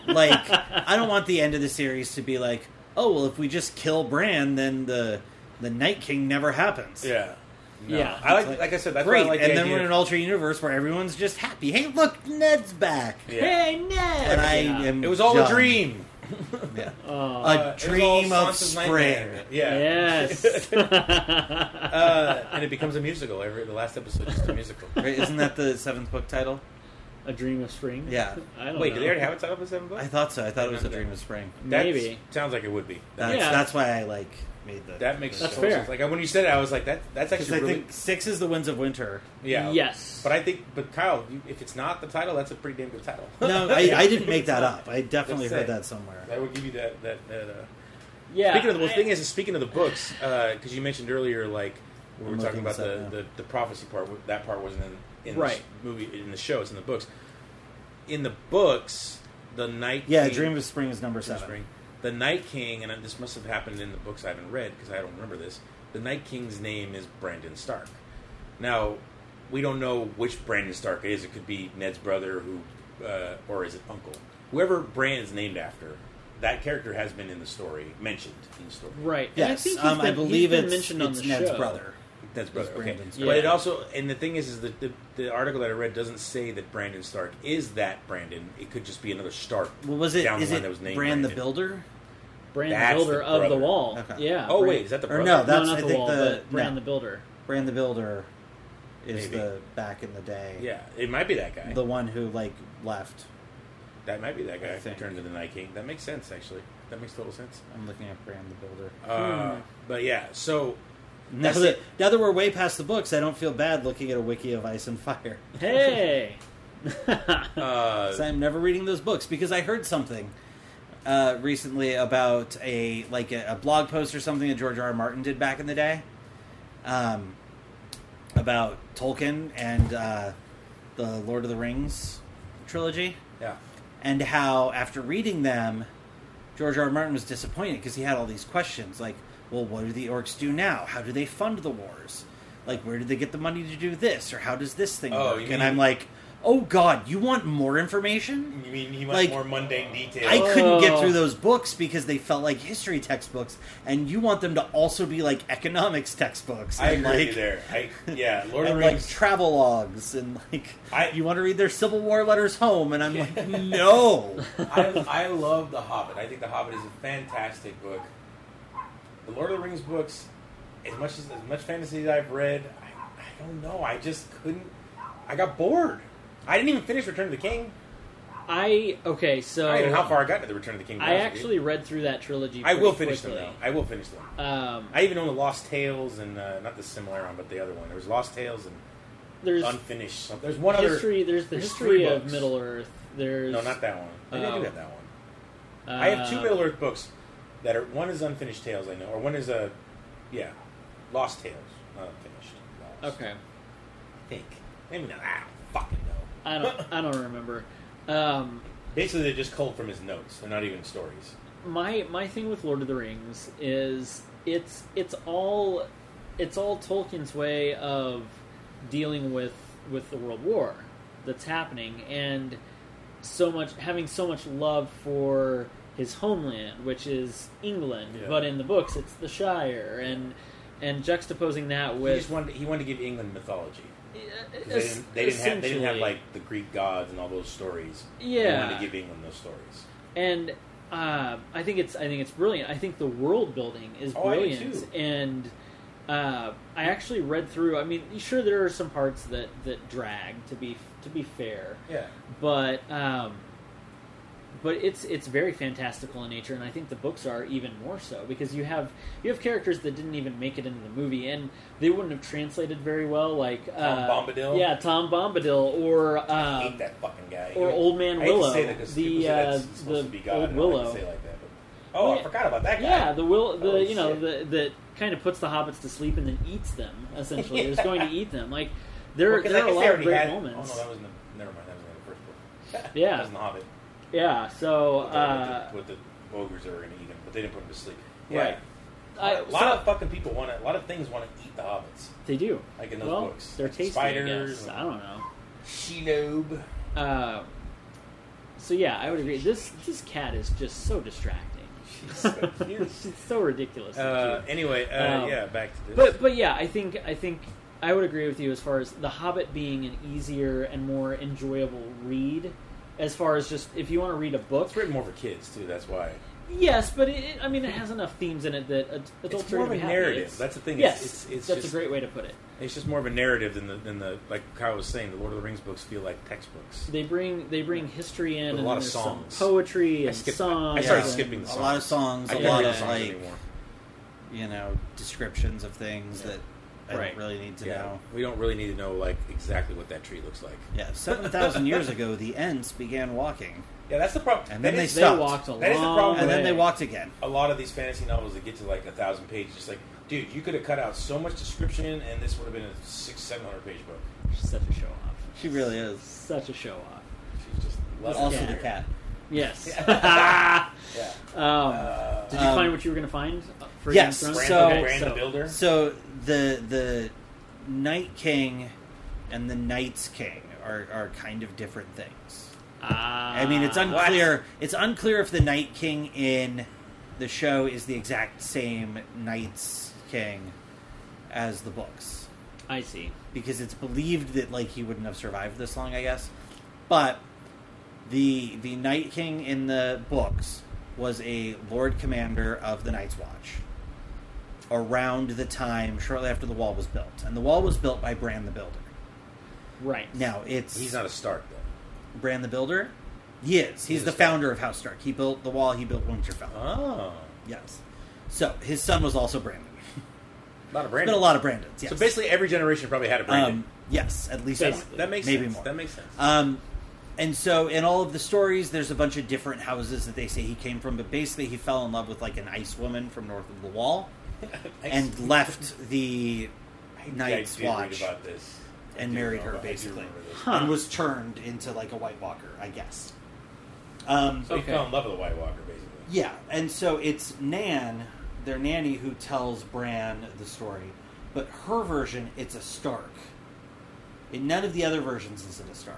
Speaker 4: like, I don't want the end of the series to be like, oh well, if we just kill Bran, then the the Night King never happens.
Speaker 2: Yeah. No.
Speaker 3: Yeah.
Speaker 2: I like,
Speaker 4: It's like-
Speaker 2: like, I said, that's why
Speaker 4: Great,
Speaker 2: I like
Speaker 4: and
Speaker 2: the
Speaker 4: then
Speaker 2: idea
Speaker 4: we're in an
Speaker 2: of-
Speaker 4: alternate universe where everyone's just happy. Hey, look, Ned's back.
Speaker 2: Yeah.
Speaker 3: Hey Ned.
Speaker 4: And I
Speaker 3: Yeah.
Speaker 4: am.
Speaker 2: It was all
Speaker 4: done.
Speaker 2: a dream.
Speaker 4: Yeah.
Speaker 3: Oh.
Speaker 2: Uh,
Speaker 4: a
Speaker 2: it was all
Speaker 4: dream of
Speaker 2: Sansa's
Speaker 4: spring.
Speaker 2: nightmare. [LAUGHS]
Speaker 3: Yes. [LAUGHS]
Speaker 2: uh, and it becomes a musical. Every the last episode is a musical.
Speaker 4: Right, isn't that the seventh book title?
Speaker 3: a dream of spring.
Speaker 4: Yeah.
Speaker 3: I don't
Speaker 2: Wait,
Speaker 3: know.
Speaker 2: did they already have it set up in seven books?
Speaker 4: I thought so. I thought it was a dream of spring.
Speaker 2: That's-
Speaker 3: Maybe.
Speaker 2: sounds like it would be. That,
Speaker 4: That's
Speaker 3: Yeah.
Speaker 4: that's why I like made the.
Speaker 2: that makes
Speaker 3: That's
Speaker 2: total
Speaker 3: fair.
Speaker 2: sense. Like when you said it, I was like, that that's
Speaker 4: because
Speaker 2: actually
Speaker 4: I
Speaker 2: really
Speaker 4: think six is the Winds of Winter.
Speaker 2: yeah.
Speaker 3: Yes.
Speaker 2: But I think, but Kyle, you, if it's not the title, that's a pretty damn good title.
Speaker 4: No, [LAUGHS] I, I didn't make that up. I definitely
Speaker 2: That's
Speaker 4: heard
Speaker 2: it.
Speaker 4: that somewhere.
Speaker 2: [LAUGHS] that would give you that that. that uh,
Speaker 3: Yeah.
Speaker 2: Speaking of the well,
Speaker 3: I-
Speaker 2: thing is, speaking of the books, because you mentioned earlier, like we were
Speaker 4: I'm
Speaker 2: talking
Speaker 4: looking
Speaker 2: about
Speaker 4: this up
Speaker 2: the,
Speaker 4: now.
Speaker 2: the, the prophecy part. That part wasn't in, in
Speaker 3: Right.
Speaker 2: the movie, in the show. It's in the books. In the books, the night.
Speaker 4: Yeah,
Speaker 2: King-
Speaker 4: Dream of Spring is number
Speaker 2: Dream of
Speaker 4: seven.
Speaker 2: Spring. The Night King, and this must have happened in the books I haven't read because I don't remember this. The Night King's name is Brandon Stark. Now, we don't know which Brandon Stark it is. It could be Ned's brother, who, uh, or is it uncle? whoever brand is named after, that character has been in the story, mentioned in the story.
Speaker 3: Right. And I
Speaker 4: Yes,
Speaker 3: think he's
Speaker 4: um,
Speaker 3: been,
Speaker 4: I believe
Speaker 3: he's been
Speaker 4: it's,
Speaker 3: mentioned on
Speaker 4: it's
Speaker 3: the
Speaker 4: Ned's
Speaker 3: show.
Speaker 4: brother.
Speaker 2: That's brother.
Speaker 4: It's
Speaker 2: Okay.
Speaker 4: Brandon
Speaker 3: Stark.
Speaker 2: But it
Speaker 3: Yeah.
Speaker 2: also, and the thing is, is that the, the article that I read doesn't say that Brandon Stark is that Brandon. It could just be another Stark.
Speaker 4: What was it?
Speaker 2: Down the
Speaker 4: Is
Speaker 2: line
Speaker 4: it
Speaker 2: that was named
Speaker 4: Brand the
Speaker 2: Brandon.
Speaker 4: Builder?
Speaker 3: Brand the
Speaker 2: That's the
Speaker 3: Builder of the
Speaker 2: brother.
Speaker 3: Wall.
Speaker 4: Okay.
Speaker 3: Yeah.
Speaker 2: Oh
Speaker 3: Brand-
Speaker 2: wait, is that the
Speaker 4: or
Speaker 2: brother?
Speaker 4: no, that- That's-
Speaker 3: no, not
Speaker 4: I
Speaker 3: the
Speaker 4: think
Speaker 3: wall,
Speaker 4: the-
Speaker 3: but Brand
Speaker 4: no. [LAUGHS]
Speaker 3: the Builder.
Speaker 4: Brand the Builder is
Speaker 2: Maybe.
Speaker 4: the back in the day.
Speaker 2: yeah, it might be that guy.
Speaker 4: the one who like left.
Speaker 2: that might be that guy.
Speaker 4: I think.
Speaker 2: Turned into the Night King. That makes sense. Actually, that makes total sense.
Speaker 4: I'm looking at Brand the Builder.
Speaker 3: Hmm.
Speaker 2: Uh, But yeah,
Speaker 4: [LAUGHS]
Speaker 2: so
Speaker 4: Now
Speaker 2: That's
Speaker 4: that,
Speaker 2: it.
Speaker 4: now that we're way past the books, I don't feel bad looking at a wiki of Ice and Fire.
Speaker 3: Hey.
Speaker 2: uh,
Speaker 4: 'Cause I'm never reading those books because I heard something uh, recently about a like a, a blog post or something that George R. R. Martin did back in the day um, about Tolkien and uh, the Lord of the Rings trilogy.
Speaker 2: yeah,
Speaker 4: and how after reading them, George R. R. Martin was disappointed because he had all these questions like, well, what do the orcs do now? How do they fund the wars? Like, where did they get the money to do this? Or how does this thing
Speaker 2: Oh,
Speaker 4: work?
Speaker 2: you
Speaker 4: And
Speaker 2: mean-
Speaker 4: I'm like, oh God, you want more information?
Speaker 2: you mean he
Speaker 4: wants Like, more
Speaker 2: mundane details?
Speaker 4: I couldn't get
Speaker 3: Oh.
Speaker 4: through those books because they felt like history textbooks, and you want them to also be like economics textbooks.
Speaker 2: I
Speaker 4: and,
Speaker 2: agree with
Speaker 4: like,
Speaker 2: you there.
Speaker 4: [LAUGHS]
Speaker 2: I, yeah, Lord of
Speaker 4: and
Speaker 2: the
Speaker 4: like
Speaker 2: Rings.
Speaker 4: travel logs and like
Speaker 2: I-
Speaker 4: you want to read their Civil War letters home,
Speaker 2: [LAUGHS]
Speaker 4: and I'm like, no.
Speaker 2: I, I love The Hobbit. I think The Hobbit is a fantastic book. The Lord of the Rings books, as much as, as much fantasy as I've read, I, I don't know. I just couldn't. I got bored. I didn't even finish Return of the King.
Speaker 3: I okay, so
Speaker 2: I don't even know how far I got into the Return of the King. to be
Speaker 3: Oh. I
Speaker 2: honest with
Speaker 3: actually
Speaker 2: you.
Speaker 3: read through that trilogy.
Speaker 2: I will
Speaker 3: pretty
Speaker 2: finish
Speaker 3: quickly.
Speaker 2: them though. I will finish them.
Speaker 3: Um,
Speaker 2: I even own the Lost Tales and uh, not the Similaron, but the other one. There was Lost Tales and
Speaker 3: there's
Speaker 2: Unfinished. Something. There's one
Speaker 3: history. There's the
Speaker 2: there's
Speaker 3: history
Speaker 2: three
Speaker 3: of
Speaker 2: books.
Speaker 3: Middle Earth. There's
Speaker 2: other. No, not that one. Maybe I
Speaker 3: Oh.
Speaker 2: do have that one.
Speaker 3: Uh,
Speaker 2: I have two Middle Earth books that are one is unfinished tales I know, or one is a yeah, lost tales, not unfinished. Lost,
Speaker 3: um, Okay,
Speaker 2: I think maybe not. I don't fucking know.
Speaker 3: I don't. I don't remember. Um,
Speaker 2: Basically, they're just culled from his notes. They're not even stories.
Speaker 3: my my thing with Lord of the Rings is it's it's all it's all Tolkien's way of dealing with with the world war that's happening and so much having so much love for his homeland which is England
Speaker 2: Yeah.
Speaker 3: but in the books it's the Shire and and juxtaposing that
Speaker 2: He
Speaker 3: with
Speaker 2: just wanted he wanted to give England mythology. 'Cause They
Speaker 3: es-
Speaker 2: didn't, they didn't have they didn't have
Speaker 3: essentially.
Speaker 2: like the Greek gods and all those stories. He
Speaker 3: Yeah.
Speaker 2: wanted to give England those stories.
Speaker 3: and uh, I think it's I think it's brilliant. I think the world building is
Speaker 2: Oh, I do
Speaker 3: brilliant,
Speaker 2: too.
Speaker 3: and uh, I actually read through. I mean, sure there are some parts that that drag to be to be fair,
Speaker 2: Yeah.
Speaker 3: but um, but it's it's very fantastical in nature, and I think the books are even more so because you have you have characters that didn't even make it into the movie, and they wouldn't have translated very well, like uh,
Speaker 2: Bombadil?
Speaker 3: yeah, Tom Bombadil, or um,
Speaker 2: I hate that fucking guy.
Speaker 3: or Old Man Willow.
Speaker 2: I hate to say that 'cause
Speaker 3: the
Speaker 2: people say that's
Speaker 3: uh,
Speaker 2: supposed
Speaker 3: the
Speaker 2: to be God.
Speaker 3: old
Speaker 2: and I don't like
Speaker 3: Willow.
Speaker 2: to say it like that, but- oh,
Speaker 3: Well, yeah.
Speaker 2: I forgot about that guy.
Speaker 3: Yeah, the will, the
Speaker 2: Oh,
Speaker 3: you know, the,
Speaker 2: shit.
Speaker 3: that kind of puts the hobbits to sleep and then eats
Speaker 2: [LAUGHS]
Speaker 3: them. Essentially, is going to eat them. Like there,
Speaker 2: Well, 'cause
Speaker 3: there
Speaker 2: I
Speaker 3: are a
Speaker 2: guess they
Speaker 3: lot of
Speaker 2: already
Speaker 3: great
Speaker 2: had-
Speaker 3: moments.
Speaker 2: Oh no, that was in the. Never mind. That was in the
Speaker 3: [LAUGHS]
Speaker 2: first book.
Speaker 3: Yeah.
Speaker 2: that was in the Hobbit.
Speaker 3: yeah, so
Speaker 2: With the,
Speaker 3: uh,
Speaker 2: with the, with the ogres that were going to eat him, but they didn't put him to sleep.
Speaker 3: Right.
Speaker 2: A
Speaker 3: I,
Speaker 2: lot, a lot
Speaker 3: so-
Speaker 2: of fucking people want to. A lot of things want to eat the hobbits,
Speaker 3: they do.
Speaker 2: like in those
Speaker 3: well,
Speaker 2: books.
Speaker 3: they're
Speaker 2: Like
Speaker 3: tasty. I,
Speaker 2: Spiders.
Speaker 3: guess. I don't know.
Speaker 2: Shelob.
Speaker 3: Uh, so yeah, I would agree. This this cat is just so distracting.
Speaker 2: She's
Speaker 3: [LAUGHS]
Speaker 2: so cute.
Speaker 3: She's so ridiculous.
Speaker 2: Uh, anyway, uh,
Speaker 3: Um,
Speaker 2: yeah, back to this.
Speaker 3: But but yeah, I think I think I would agree with you as far as The Hobbit being an easier and more enjoyable read. As far as just if you want to read a book,
Speaker 2: it's written more for kids too. That's why
Speaker 3: yes, but it, it- I mean it has enough themes in it that ad- adults
Speaker 2: it's
Speaker 3: are
Speaker 2: more of
Speaker 3: gonna
Speaker 2: a
Speaker 3: be happy.
Speaker 2: narrative.
Speaker 3: It's-
Speaker 2: That's the thing.
Speaker 3: Yes,
Speaker 2: It's, it's, it's
Speaker 3: that's
Speaker 2: just,
Speaker 3: a great way to put it.
Speaker 2: It's just more of a narrative than the than the like Kyle was saying. The Lord of the Rings books feel like textbooks.
Speaker 3: They bring they bring history in
Speaker 2: With a
Speaker 3: and
Speaker 2: lot
Speaker 3: then
Speaker 2: of
Speaker 3: there's
Speaker 2: songs.
Speaker 3: some poetry
Speaker 2: I
Speaker 3: and
Speaker 2: skipped-
Speaker 3: songs.
Speaker 2: I started
Speaker 3: and-
Speaker 2: skipping the
Speaker 4: A
Speaker 2: songs.
Speaker 4: lot of songs,
Speaker 2: I
Speaker 4: a
Speaker 2: can't
Speaker 4: lot
Speaker 2: read
Speaker 4: of
Speaker 2: songs
Speaker 4: like
Speaker 2: anymore.
Speaker 4: you know descriptions of things that I
Speaker 3: Right.
Speaker 4: don't really need to
Speaker 2: Yeah,
Speaker 4: know.
Speaker 2: we don't really need to know like exactly what that tree looks like.
Speaker 4: Yeah, seven thousand years ago, the Ents began walking,
Speaker 2: Yeah, that's the problem.
Speaker 4: And then
Speaker 2: That
Speaker 4: they
Speaker 2: is-
Speaker 3: They
Speaker 4: stopped.
Speaker 3: walked a
Speaker 2: That is the
Speaker 3: long
Speaker 2: problem.
Speaker 4: and then they
Speaker 3: way.
Speaker 4: walked again.
Speaker 2: a lot of these fantasy novels that get to like a thousand pages, just like, dude, you could have cut out so much description, and this would have been a six, seven hundred page book.
Speaker 3: She's such a show off.
Speaker 4: She really is.
Speaker 3: Such a show off.
Speaker 2: She's just loves
Speaker 4: Also,
Speaker 3: cat.
Speaker 4: the cat.
Speaker 3: Yes.
Speaker 2: [LAUGHS]
Speaker 3: [LAUGHS]
Speaker 2: Yeah.
Speaker 3: um,
Speaker 2: Uh,
Speaker 3: did you
Speaker 4: um,
Speaker 3: find what you were going to find? For
Speaker 4: yes,
Speaker 3: Game of Thrones?
Speaker 2: Brand,
Speaker 4: so-
Speaker 2: the, Brand the Builder.
Speaker 4: So the the Night King and the Knights King are, are kind of different things. I mean, it's
Speaker 3: Ah.
Speaker 4: unclear. It's unclear if the Night King in the show is the exact same Night's King as the books,
Speaker 3: I see.
Speaker 4: because it's believed that like he wouldn't have survived this long, I guess. But the the Night King in the books was a Lord Commander of the Night's Watch around the time shortly after the wall was built, and the wall was built by Bran the Builder.
Speaker 3: Right
Speaker 4: Now it's
Speaker 2: He's not a Stark though.
Speaker 4: Bran the Builder? He is. He's
Speaker 2: He's
Speaker 4: the
Speaker 2: a Stark.
Speaker 4: founder of House Stark. He built the wall, he built Winterfell.
Speaker 2: Oh,
Speaker 4: Yes. So his son was also Brandon.
Speaker 2: a lot of
Speaker 4: There's
Speaker 2: Brandon.
Speaker 4: been a lot of Brandons, yes.
Speaker 2: So basically, every generation probably had a Brandon.
Speaker 4: um, yes, at least
Speaker 2: That's-
Speaker 4: one.
Speaker 2: that makes
Speaker 4: maybe
Speaker 2: sense.
Speaker 4: more.
Speaker 2: That makes sense.
Speaker 4: Um, and so in all of the stories, there's a bunch of different houses that they say he came from, but basically he fell in love with like an ice woman from north of the wall and left the Night's
Speaker 2: I did read
Speaker 4: Watch
Speaker 2: about this. I
Speaker 4: and
Speaker 2: do
Speaker 4: married
Speaker 2: know
Speaker 4: her
Speaker 2: about- I do
Speaker 4: basically,
Speaker 2: remember this.
Speaker 3: Huh.
Speaker 4: and was turned into like a White Walker, I guess. Um,
Speaker 2: So
Speaker 3: Okay.
Speaker 2: he fell in love with a White Walker, basically.
Speaker 4: Yeah, and so it's Nan, their nanny, who tells Bran the story. But her version, it's a Stark. In none of the other versions is it a Stark.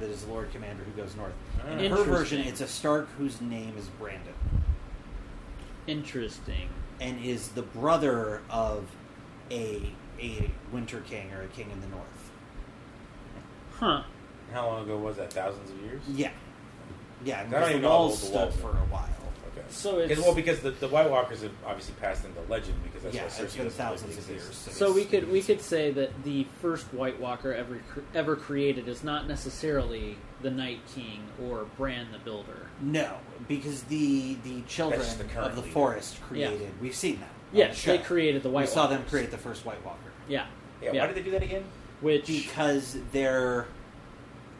Speaker 4: That is Lord Commander who goes north. In her
Speaker 3: Interesting.
Speaker 4: version, it's a Stark whose name is Brandon
Speaker 3: interesting.
Speaker 4: and is the brother of a a Winter King or a King in the North.
Speaker 3: Huh.
Speaker 2: How long ago was that? Thousands of years.
Speaker 4: Yeah, yeah.
Speaker 2: I don't
Speaker 4: Because the
Speaker 2: even know how
Speaker 4: walls
Speaker 2: old
Speaker 4: stood
Speaker 2: the walls
Speaker 4: for a
Speaker 2: are.
Speaker 4: while.
Speaker 2: Okay.
Speaker 3: So it's-
Speaker 2: Because- well because the, the White Walkers have obviously passed into legend because that's
Speaker 4: Yeah,
Speaker 2: why
Speaker 4: it's
Speaker 2: Cersei
Speaker 4: been
Speaker 2: doesn't
Speaker 4: thousands
Speaker 2: believe
Speaker 4: of
Speaker 2: they
Speaker 4: years.
Speaker 2: exist.
Speaker 3: So we could we could say that the first White Walker ever cr- ever created is not necessarily the Night King or Bran the Builder.
Speaker 4: No, because the the children
Speaker 2: That's the current
Speaker 4: of the
Speaker 2: leader.
Speaker 4: forest created. We've seen that. on
Speaker 3: Yes,
Speaker 4: the show.
Speaker 3: they created the
Speaker 4: We
Speaker 3: White
Speaker 4: saw them
Speaker 3: Walkers.
Speaker 4: create the first White Walker
Speaker 3: Yeah.
Speaker 2: Yeah, Why did they do that again?
Speaker 3: Which
Speaker 4: because they're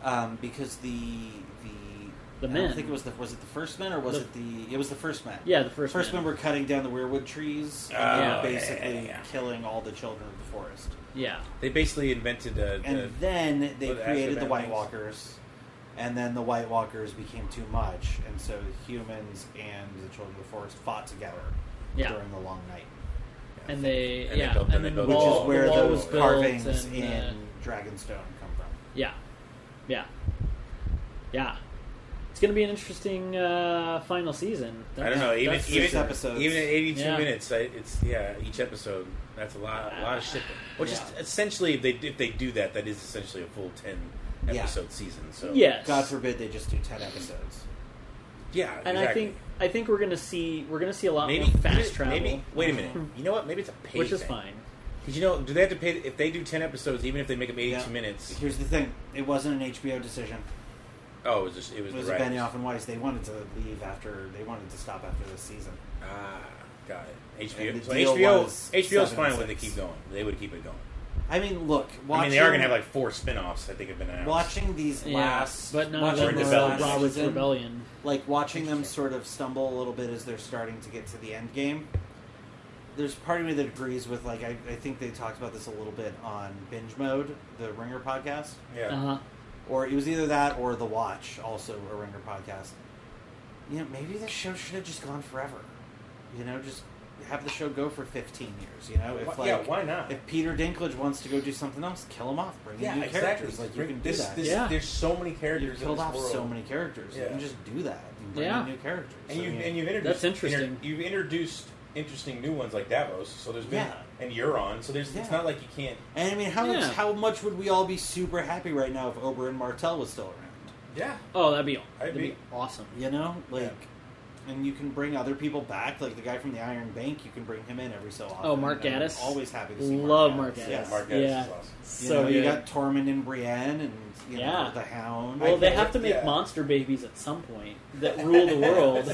Speaker 4: um, because the the
Speaker 3: The
Speaker 4: I
Speaker 3: men.
Speaker 4: don't think it was the was it the first men or was
Speaker 3: The-
Speaker 4: it the it was the first men.
Speaker 3: yeah, the first
Speaker 4: first
Speaker 3: man.
Speaker 4: men were cutting down the weirwood trees and
Speaker 2: Oh,
Speaker 4: they were
Speaker 3: yeah,
Speaker 4: basically
Speaker 2: yeah, yeah.
Speaker 4: killing all the children of the forest.
Speaker 3: Yeah.
Speaker 2: They basically invented a,
Speaker 4: And
Speaker 2: a
Speaker 4: then they
Speaker 2: but the
Speaker 4: created the
Speaker 2: Azkaban
Speaker 4: White
Speaker 2: things.
Speaker 4: Walkers, and then the White Walkers became too much, and so the humans and the children of the forest fought together
Speaker 3: Yeah.
Speaker 4: during the Long Night,
Speaker 3: And they
Speaker 2: And they
Speaker 3: yeah.
Speaker 2: built- and
Speaker 3: and
Speaker 2: they
Speaker 3: then
Speaker 2: built
Speaker 3: the
Speaker 4: which
Speaker 3: wall,
Speaker 4: is where
Speaker 3: the wall was
Speaker 4: those
Speaker 3: built
Speaker 4: carvings
Speaker 3: and,
Speaker 4: in
Speaker 3: uh,
Speaker 4: Dragonstone come from.
Speaker 3: yeah. Yeah. Yeah. It's gonna be an interesting uh, final season.
Speaker 2: I don't know. Even
Speaker 3: that's for
Speaker 2: even
Speaker 4: six episodes.
Speaker 2: even at eighty two
Speaker 3: Yeah.
Speaker 2: minutes, I, it's yeah. Each episode, that's a lot, a lot of shit. Which is
Speaker 4: Yeah.
Speaker 2: essentially, if they if they do that, that is essentially a full ten
Speaker 4: Yeah.
Speaker 2: episode season. So
Speaker 3: Yes.
Speaker 4: God forbid they just do ten episodes.
Speaker 2: yeah.
Speaker 3: and
Speaker 2: exactly.
Speaker 3: I think I think we're gonna see we're gonna see a lot
Speaker 2: maybe
Speaker 3: more fast travel,
Speaker 2: Maybe wait a minute. You know what? Maybe it's a pay.
Speaker 3: [LAUGHS] which is fine.
Speaker 2: Because you know, do they have to pay if they do ten episodes? Even if they make them eighty two
Speaker 4: Yeah.
Speaker 2: minutes,
Speaker 4: Here's the thing: it wasn't an HBO decision.
Speaker 2: oh, it was just it was,
Speaker 4: It was
Speaker 2: the writers.
Speaker 4: Benioff and Weiss. They wanted to leave after they wanted to stop after this season.
Speaker 2: Ah, got it.
Speaker 4: And
Speaker 2: HBO.
Speaker 4: the
Speaker 2: So
Speaker 4: deal
Speaker 2: HBO.
Speaker 4: was
Speaker 2: HBO's
Speaker 4: seven
Speaker 2: fine
Speaker 4: and
Speaker 2: with it.
Speaker 4: six.
Speaker 2: Keep going. They would keep it going.
Speaker 4: I mean, look,
Speaker 2: I mean, they are going to have like four spin offs. I think have been announced.
Speaker 4: watching these
Speaker 3: Yeah,
Speaker 4: last,
Speaker 3: but none of
Speaker 4: watching
Speaker 2: Robert's
Speaker 4: this
Speaker 3: them were
Speaker 2: Rebellion.
Speaker 4: last
Speaker 3: Robert's
Speaker 4: season,
Speaker 3: Rebellion.
Speaker 4: like watching them
Speaker 2: Interesting.
Speaker 4: sort of stumble a little bit as they're starting to get to the end game. There's part of me that agrees with like I, I think they talked about this a little bit on binge mode, the Ringer podcast,
Speaker 2: Yeah.
Speaker 3: Uh
Speaker 4: Uh-huh.
Speaker 3: huh.
Speaker 4: or it was either that or the Watch, also a Ringer podcast. You know, maybe this show should have just gone forever. You know, just have the show go for 15 years. You know, if
Speaker 2: Why-
Speaker 4: like
Speaker 2: yeah, why not?
Speaker 4: if Peter Dinklage wants to go do something else, kill him off, bring
Speaker 2: Yeah,
Speaker 4: in new
Speaker 2: exactly.
Speaker 4: characters. Like you
Speaker 2: Bring-
Speaker 4: can do
Speaker 2: this,
Speaker 4: that.
Speaker 2: This,
Speaker 3: Yeah.
Speaker 2: There's so many
Speaker 4: You've
Speaker 2: characters in
Speaker 4: killed
Speaker 2: this
Speaker 4: off
Speaker 2: world.
Speaker 4: so many characters. You
Speaker 2: Yeah.
Speaker 4: can just do that. And bring
Speaker 3: Yeah.
Speaker 4: in new characters.
Speaker 2: and
Speaker 4: I
Speaker 2: you've
Speaker 4: mean,
Speaker 2: and you've introduced
Speaker 3: That's interesting.
Speaker 2: inter- you've introduced interesting new ones like Davos. So there's been
Speaker 4: Yeah.
Speaker 2: and Euron. So there's
Speaker 4: Yeah.
Speaker 2: it's not like you can't.
Speaker 4: and I mean, how
Speaker 3: Yeah.
Speaker 4: much how much would we all be super happy right now if Oberyn Martell was still around?
Speaker 2: Yeah,
Speaker 3: Oh, that'd be
Speaker 2: I'd
Speaker 3: that'd
Speaker 2: be-
Speaker 3: be awesome.
Speaker 4: You know, like, and you can bring other people back, like the guy from the Iron Bank. You can bring him in every so often.
Speaker 3: Oh, Mark
Speaker 4: And I'm
Speaker 3: Gatiss?
Speaker 4: Always happy to see.
Speaker 3: Love Mark Gatiss.
Speaker 4: Yes.
Speaker 2: Mark Gatiss
Speaker 3: yeah.
Speaker 2: is awesome.
Speaker 4: You
Speaker 3: So
Speaker 4: know, you
Speaker 3: good.
Speaker 4: got Tormund and Brienne, and you know,
Speaker 3: Yeah.
Speaker 4: the Hound.
Speaker 3: well,
Speaker 4: I
Speaker 3: they
Speaker 4: think-
Speaker 3: have to make
Speaker 2: yeah.
Speaker 3: monster babies at some point that rule
Speaker 2: [LAUGHS]
Speaker 3: the world.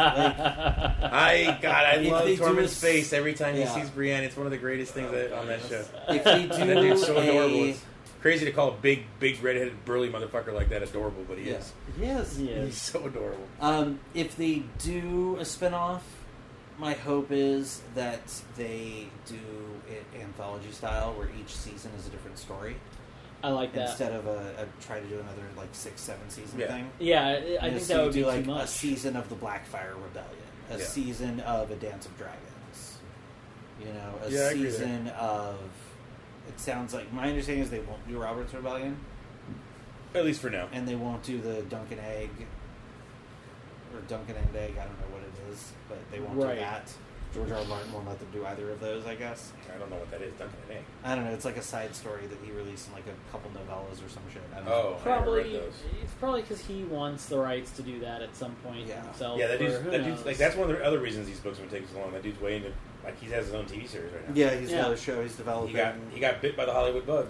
Speaker 3: [LAUGHS]
Speaker 2: I God,
Speaker 4: [LAUGHS]
Speaker 2: I
Speaker 4: If
Speaker 2: love
Speaker 4: they do
Speaker 2: Tormund's
Speaker 4: s-
Speaker 2: face every time
Speaker 4: yeah.
Speaker 2: he sees Brienne. It's one of the greatest things that, on that show.
Speaker 4: if they do
Speaker 2: That dude's so
Speaker 4: a,
Speaker 2: adorable. It's crazy to call a big, big redheaded burly motherfucker like that adorable, but he
Speaker 4: Yeah.
Speaker 2: is.
Speaker 4: Yes.
Speaker 2: He's
Speaker 3: yes.
Speaker 2: so adorable.
Speaker 4: Um, if they do a spinoff, my hope is that they do it anthology style, where each season is a different story
Speaker 3: I like that.
Speaker 4: instead of a, a try to do another like six, seven season
Speaker 2: Yeah.
Speaker 4: thing.
Speaker 3: yeah, I- I
Speaker 4: You know,
Speaker 3: think
Speaker 4: so
Speaker 3: that
Speaker 4: you
Speaker 3: would
Speaker 4: do
Speaker 3: be
Speaker 4: like
Speaker 3: too much.
Speaker 4: a season of the Blackfire Rebellion, a
Speaker 2: Yeah.
Speaker 4: season of A Dance of Dragons, you know, a
Speaker 2: Yeah, I agree there.
Speaker 4: season of. It sounds like my understanding is they won't do Robert's Rebellion.
Speaker 2: At least for now.
Speaker 4: and they won't do the Dunkin' Egg or Dunkin' and Egg. I don't know what it is, but they won't
Speaker 3: Right.
Speaker 4: do that. George R. R. Martin won't let them do either of those, I guess.
Speaker 2: I don't know what that is. Dunkin' an egg.
Speaker 4: I don't know. It's like a side story that he released in like a couple novellas or some shit. I don't
Speaker 2: Oh,
Speaker 4: know.
Speaker 2: I never
Speaker 3: Probably,
Speaker 2: read those.
Speaker 3: it's probably because he wants the rights to do that at some point
Speaker 4: Yeah.
Speaker 3: himself.
Speaker 2: Yeah, that
Speaker 3: or
Speaker 2: dude's,
Speaker 3: who
Speaker 2: that dude's
Speaker 3: knows.
Speaker 2: like
Speaker 3: [LAUGHS]
Speaker 2: that's one of the other reasons these books would take so long. That dude's way into like he has his own TV series right now.
Speaker 4: Yeah, he's
Speaker 3: Yeah.
Speaker 4: got a show he's developing.
Speaker 2: he got he got bit by the Hollywood bug.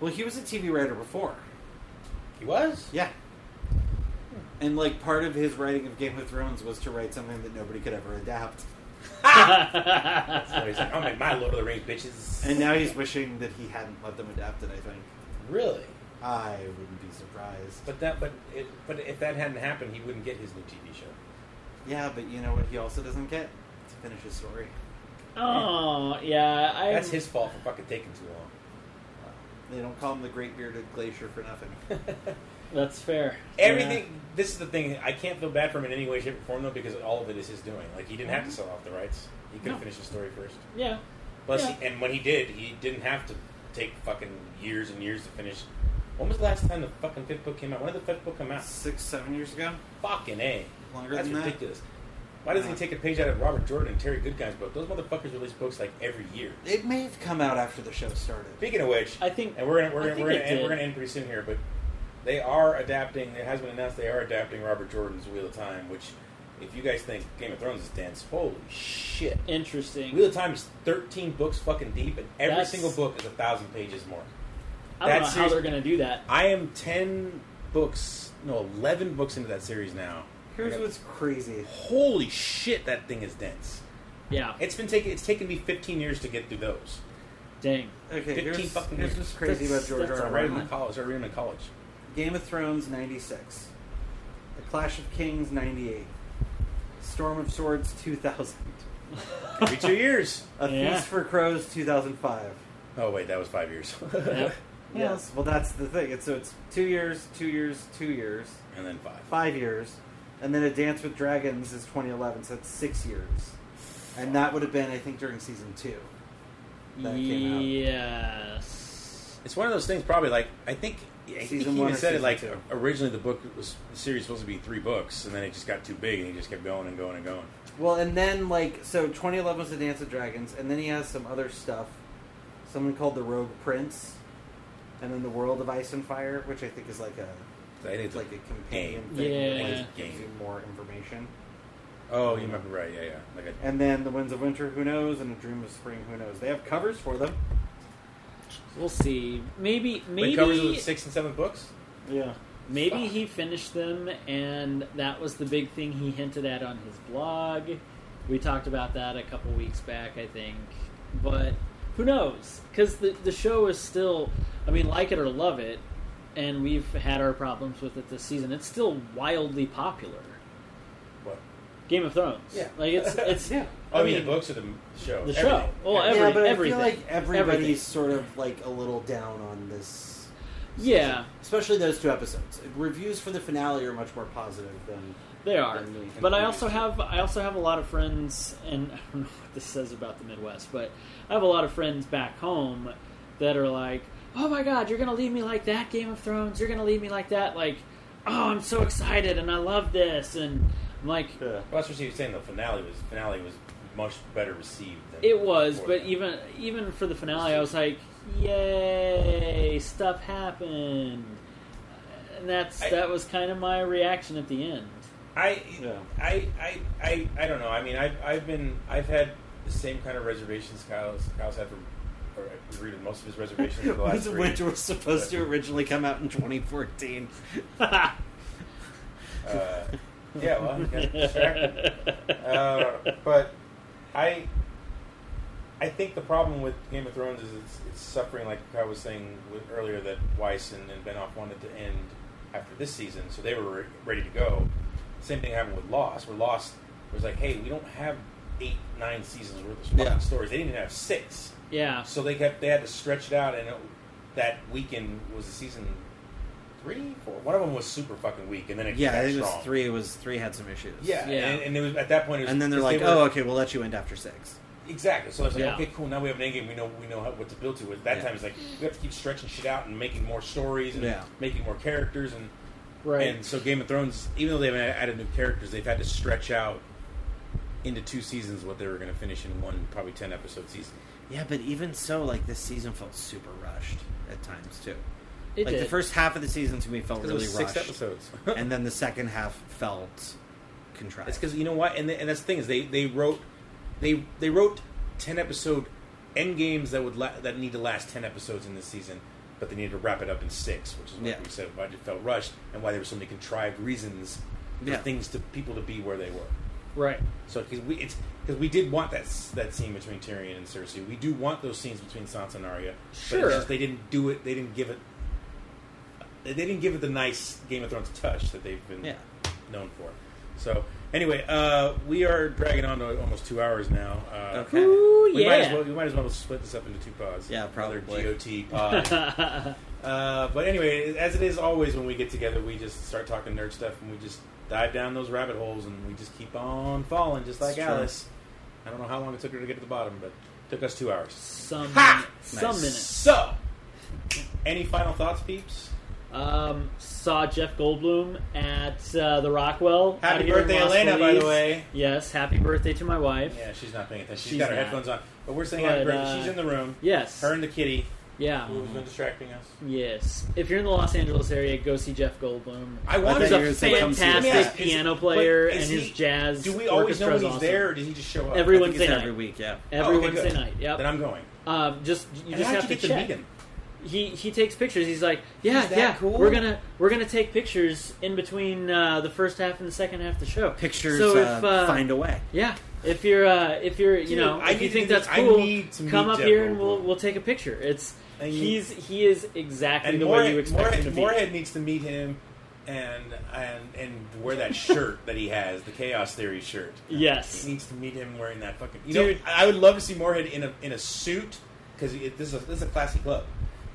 Speaker 4: well, he was a TV writer before.
Speaker 2: He was.
Speaker 4: Yeah. And like part of his writing of Game of Thrones was to write something that nobody could ever adapt.
Speaker 2: So Ah! he's like, I'll make my Lord of the Rings bitches.
Speaker 4: And now he's wishing that he hadn't let them adapt it, I think.
Speaker 2: really,
Speaker 4: I wouldn't be surprised.
Speaker 2: but that but it, but if that hadn't happened, he wouldn't get his new TV show.
Speaker 4: Yeah, but you know what he also doesn't get? To finish his story.
Speaker 3: oh yeah, I,
Speaker 2: That's his fault for fucking taking too long.
Speaker 4: They don't call him the Great Bearded Glacier for nothing.
Speaker 3: That's fair.
Speaker 2: Everything. This is the thing. I can't feel bad for him in any way, shape, or form though, because all of it is his doing. Like he didn't have to sell off the rights. He could
Speaker 3: Mm-hmm. No.
Speaker 2: have finished his story first.
Speaker 3: Yeah.
Speaker 2: Plus,
Speaker 3: Yeah.
Speaker 2: and when he did, he didn't have to take fucking years and years to finish. When was the last time the fucking fifth book came out? When did the fifth book come out?
Speaker 4: Six, seven years ago?
Speaker 2: Fucking a.
Speaker 4: Longer
Speaker 2: That's
Speaker 4: than that?
Speaker 2: ridiculous. Why doesn't he take a page out of Robert Jordan and Terry Goodguy's book? Those motherfuckers release books like every year.
Speaker 4: It may have come out after the show started.
Speaker 2: Speaking of which,
Speaker 3: I think-
Speaker 2: and we're gonna we're
Speaker 3: I
Speaker 2: gonna,
Speaker 3: think
Speaker 2: we're gonna,
Speaker 3: it
Speaker 2: end, we're
Speaker 3: did.
Speaker 2: gonna end pretty soon here, but they are adapting. It has been announced they are adapting Robert Jordan's Wheel of Time, which, if you guys think Game of Thrones is dense, holy shit!
Speaker 3: Interesting.
Speaker 2: Wheel of Time is thirteen books fucking deep, and every
Speaker 3: That's-
Speaker 2: single book is a thousand pages more.
Speaker 3: I don't know
Speaker 2: That
Speaker 3: how
Speaker 2: series-
Speaker 3: they're gonna do that.
Speaker 2: I am ten books, no, eleven books into that series now.
Speaker 4: Here's
Speaker 2: And
Speaker 4: what's crazy.
Speaker 2: holy shit, that thing is dense.
Speaker 3: Yeah.
Speaker 2: It's been taking it's taken me 15 years to get through those.
Speaker 3: Dang.
Speaker 4: Okay,
Speaker 2: 15
Speaker 4: here's,
Speaker 2: fucking
Speaker 4: here's
Speaker 2: years.
Speaker 4: what's crazy about
Speaker 3: That's-
Speaker 4: George
Speaker 3: that's
Speaker 4: R.
Speaker 2: I
Speaker 4: R.
Speaker 2: read them
Speaker 4: Martin.
Speaker 2: in college. I started reading them in [LAUGHS] college.
Speaker 4: Game of Thrones, 96. The Clash of Kings, 98. Storm of Swords, 2000.
Speaker 2: Every two years.
Speaker 4: A
Speaker 3: Yeah.
Speaker 4: Feast for Crows, 2005.
Speaker 2: Oh wait, that was five years. [LAUGHS]
Speaker 3: Yep.
Speaker 4: Yes. Well, that's the thing. It's, so it's two years, two years, two years,
Speaker 2: and then five.
Speaker 4: five years, and then A Dance with Dragons is 2011, so that's six years. And that would have been, I think, during season two. That came out.
Speaker 3: Yes.
Speaker 2: It's one of those things. Probably like I think I think
Speaker 4: Season
Speaker 2: he
Speaker 4: one
Speaker 2: even
Speaker 4: or
Speaker 2: said it
Speaker 4: season
Speaker 2: like
Speaker 4: two?
Speaker 2: originally the book was the series was supposed to be three books, and then it just got too big, and he just kept going and going and going.
Speaker 4: Well, and then like so, 2011 was the Dance of Dragons, and then he has some other stuff, someone called the Rogue Prince, and then the World of Ice and Fire, which I think is like a
Speaker 2: So I think it's
Speaker 4: like a companion
Speaker 2: game.
Speaker 4: thing, that,
Speaker 3: Yeah.
Speaker 4: like, gives you more information.
Speaker 2: oh, you might be right. Yeah, yeah. Like a,
Speaker 4: And then the Winds of Winter, who knows, and a Dream of Spring, who knows. They have covers for them.
Speaker 3: We'll see. Maybe. Maybe.
Speaker 2: Wait, covers of the sixth and seventh books.
Speaker 4: Yeah.
Speaker 3: Maybe
Speaker 2: Fuck.
Speaker 3: he finished them, and that was the big thing he hinted at on his blog. We talked about that a couple weeks back, I think. But who knows? Because the, the show is still, I mean, like it or love it, and we've had our problems with it this season, it's still wildly popular.
Speaker 2: What?
Speaker 3: Game of Thrones.
Speaker 2: Yeah.
Speaker 3: Like, it's, it's
Speaker 4: Yeah.
Speaker 2: Oh, I mean, the books or the show.
Speaker 3: the show.
Speaker 2: Everything. Everything.
Speaker 3: Well,
Speaker 4: yeah,
Speaker 3: every-
Speaker 4: but
Speaker 3: everything.
Speaker 4: I feel like everybody's
Speaker 3: Everything.
Speaker 4: sort of like a little down on this.
Speaker 3: yeah,
Speaker 4: Especially those two episodes. Reviews for the finale are much more positive than
Speaker 3: They are,
Speaker 4: than we-
Speaker 3: but I also have I also have a lot of friends, and [LAUGHS] I don't know what this says about the Midwest, but I have a lot of friends back home that are like, "Oh my God, you're gonna leave me like that, Game of Thrones? You're gonna leave me like that? Like, oh, I'm so excited and I love this." And I'm like,
Speaker 2: Well, that's what she was saying. The finale was finale was much better received. Than
Speaker 3: "It was,"
Speaker 2: before
Speaker 3: but
Speaker 2: that.
Speaker 3: even even for the finale, I was like, "Yay, stuff happened," and that's
Speaker 2: I-
Speaker 3: that was kind of my reaction at the end.
Speaker 2: I,
Speaker 4: Yeah.
Speaker 2: I, I, I, I don't know. I mean, I've, I've been, I've had the same kind of reservations Kyle's, Kyle's had from, or I've read most of his reservations for the
Speaker 4: [LAUGHS]
Speaker 2: last
Speaker 4: Winds of
Speaker 2: three.
Speaker 4: Winter was supposed to originally come out in [LAUGHS] 2014.
Speaker 2: Uh, yeah, well, I'm kinda distracted. uh, but I, I think the problem with Game of Thrones is it's, it's suffering, like I was saying with, earlier, that Weiss and, and Benoff wanted to end after this season, so they were re- ready to go. Same thing happened with Lost, where Lost was like, hey, we don't have eight, nine seasons worth of fucking
Speaker 4: Yeah.
Speaker 2: stories. They didn't even have six.
Speaker 3: yeah,
Speaker 2: So they kept they had to stretch it out, and it, that weekend was the season three, four. One of them was super fucking weak, and then it
Speaker 4: yeah,
Speaker 2: got
Speaker 4: it was
Speaker 2: strong.
Speaker 4: three. It was three had some issues.
Speaker 2: Yeah,
Speaker 3: Yeah.
Speaker 2: And, and it was at that point. It was,
Speaker 4: and then they're
Speaker 2: 'cause they
Speaker 4: like,
Speaker 2: were-
Speaker 4: "Oh, okay, we'll let you end after six.
Speaker 2: Exactly. So it's like,
Speaker 3: Yeah.
Speaker 2: okay, cool. Now we have an end game. We know we know how, what to build to. At that
Speaker 4: Yeah.
Speaker 2: time, it's like we have to keep stretching shit out and making more stories and
Speaker 4: Yeah.
Speaker 2: making more characters and
Speaker 3: right.
Speaker 2: and so Game of Thrones, even though they haven't added new characters, they've had to stretch out into two seasons what they were going to finish in one probably ten episode season.
Speaker 4: Yeah, but even so, like this season felt super rushed at times too.
Speaker 3: it
Speaker 4: like
Speaker 3: did.
Speaker 4: the first half of the season to me felt
Speaker 2: Because
Speaker 4: really
Speaker 2: it was six
Speaker 4: rushed,
Speaker 2: episodes. [LAUGHS]
Speaker 4: and then the second half felt contrived.
Speaker 2: It's because you know what, and, and that's the thing is they, they wrote they they wrote ten episode end games that would la- that need to last ten episodes in this season, but they needed to wrap it up in six, which is what
Speaker 4: Yeah.
Speaker 2: we said why it felt rushed and why there were so many contrived reasons for
Speaker 4: Yeah.
Speaker 2: things to people to be where they were.
Speaker 3: right.
Speaker 2: So because we it's because we did want that s- that scene between Tyrion and Cersei, we do want those scenes between Sansa and Arya. but
Speaker 3: Sure.
Speaker 2: it's just they didn't do it. They didn't give it. They didn't give it the nice Game of Thrones touch that they've been
Speaker 4: Yeah.
Speaker 2: known for. So anyway, uh, we are dragging on to almost two hours now. Uh,
Speaker 4: Okay.
Speaker 3: Ooh,
Speaker 2: We,
Speaker 3: yeah.
Speaker 2: might as well, we might as well split this up into two pods.
Speaker 4: Yeah, probably.
Speaker 2: Another GOT pod.
Speaker 3: [LAUGHS]
Speaker 2: uh, but anyway, as it is always when we get together, we just start talking nerd stuff and we just dive down those rabbit holes and we just keep on falling, just like
Speaker 4: It's true.
Speaker 2: Alice. I don't know how long it took her to get to the bottom, but it took us two hours.
Speaker 3: some
Speaker 2: Ha!
Speaker 3: some
Speaker 4: Nice.
Speaker 3: minutes.
Speaker 2: So, any final thoughts, peeps?
Speaker 3: Um, saw Jeff Goldblum at uh, the Rockwell. out
Speaker 2: Happy
Speaker 3: here in
Speaker 2: birthday,
Speaker 3: Los
Speaker 2: Elena, by
Speaker 3: Feliz.
Speaker 2: the way.
Speaker 3: Yes, happy birthday to my wife.
Speaker 2: Yeah, she's not paying attention. she's
Speaker 3: She's
Speaker 2: got her
Speaker 3: not.
Speaker 2: headphones on, but we're saying
Speaker 3: But,
Speaker 2: happy birthday.
Speaker 3: uh,
Speaker 2: she's in the room.
Speaker 3: Yes.
Speaker 2: Her and the kitty,
Speaker 3: yeah.
Speaker 2: who's been distracting us.
Speaker 3: Yes. If you're in the Los Angeles area, go see Jeff Goldblum.
Speaker 2: I
Speaker 4: thought
Speaker 2: wanted
Speaker 3: He's
Speaker 2: to
Speaker 4: you were
Speaker 3: a
Speaker 4: gonna say come see us.
Speaker 3: fantastic
Speaker 2: Yeah, is-
Speaker 3: piano
Speaker 2: but
Speaker 3: player and
Speaker 2: is
Speaker 3: his
Speaker 2: he-
Speaker 3: jazz.
Speaker 2: Do we always know
Speaker 3: orchestra's
Speaker 2: when he's
Speaker 3: awesome.
Speaker 2: there, or does he just show up?
Speaker 4: I
Speaker 3: Every
Speaker 4: think
Speaker 3: Wednesday
Speaker 4: it's
Speaker 3: night.
Speaker 4: every week, yeah.
Speaker 3: Every
Speaker 2: Oh, okay,
Speaker 3: Wednesday
Speaker 2: good.
Speaker 3: night. Yep.
Speaker 2: Then I'm going.
Speaker 3: Um, just you
Speaker 2: And
Speaker 3: just
Speaker 2: how'd
Speaker 3: have
Speaker 2: you
Speaker 3: to
Speaker 2: get
Speaker 3: check.
Speaker 2: meet him?
Speaker 3: he he takes pictures. He's like, yeah,
Speaker 4: Is that
Speaker 3: yeah,
Speaker 4: cool?
Speaker 3: we're gonna we're gonna take pictures in between uh, the first half and the second half of the show.
Speaker 4: Pictures
Speaker 3: So if,
Speaker 4: uh,
Speaker 3: uh,
Speaker 4: find a way.
Speaker 3: Yeah, if you're uh, if you're you
Speaker 2: Dude,
Speaker 3: know
Speaker 2: I
Speaker 3: if you
Speaker 2: need
Speaker 3: think
Speaker 2: to-
Speaker 3: that's
Speaker 2: I
Speaker 3: cool,
Speaker 2: need to
Speaker 3: come
Speaker 2: meet
Speaker 3: up
Speaker 2: Jeff
Speaker 3: here and
Speaker 2: Goldblum.
Speaker 3: we'll we'll take a picture. It's
Speaker 2: I need-
Speaker 3: he's he is exactly
Speaker 2: And
Speaker 3: the way you
Speaker 2: Moorhead,
Speaker 3: expect him to
Speaker 2: Moorhead,
Speaker 3: be.
Speaker 2: Moorhead needs to meet him, and and and wear
Speaker 3: [LAUGHS]
Speaker 2: that shirt that he has, the Chaos Theory shirt.
Speaker 3: Yes.
Speaker 2: He needs to meet him wearing that fucking. You
Speaker 3: Dude.
Speaker 2: know, I I would love to see Moorhead in a in a suit because this is a, this is a classic club,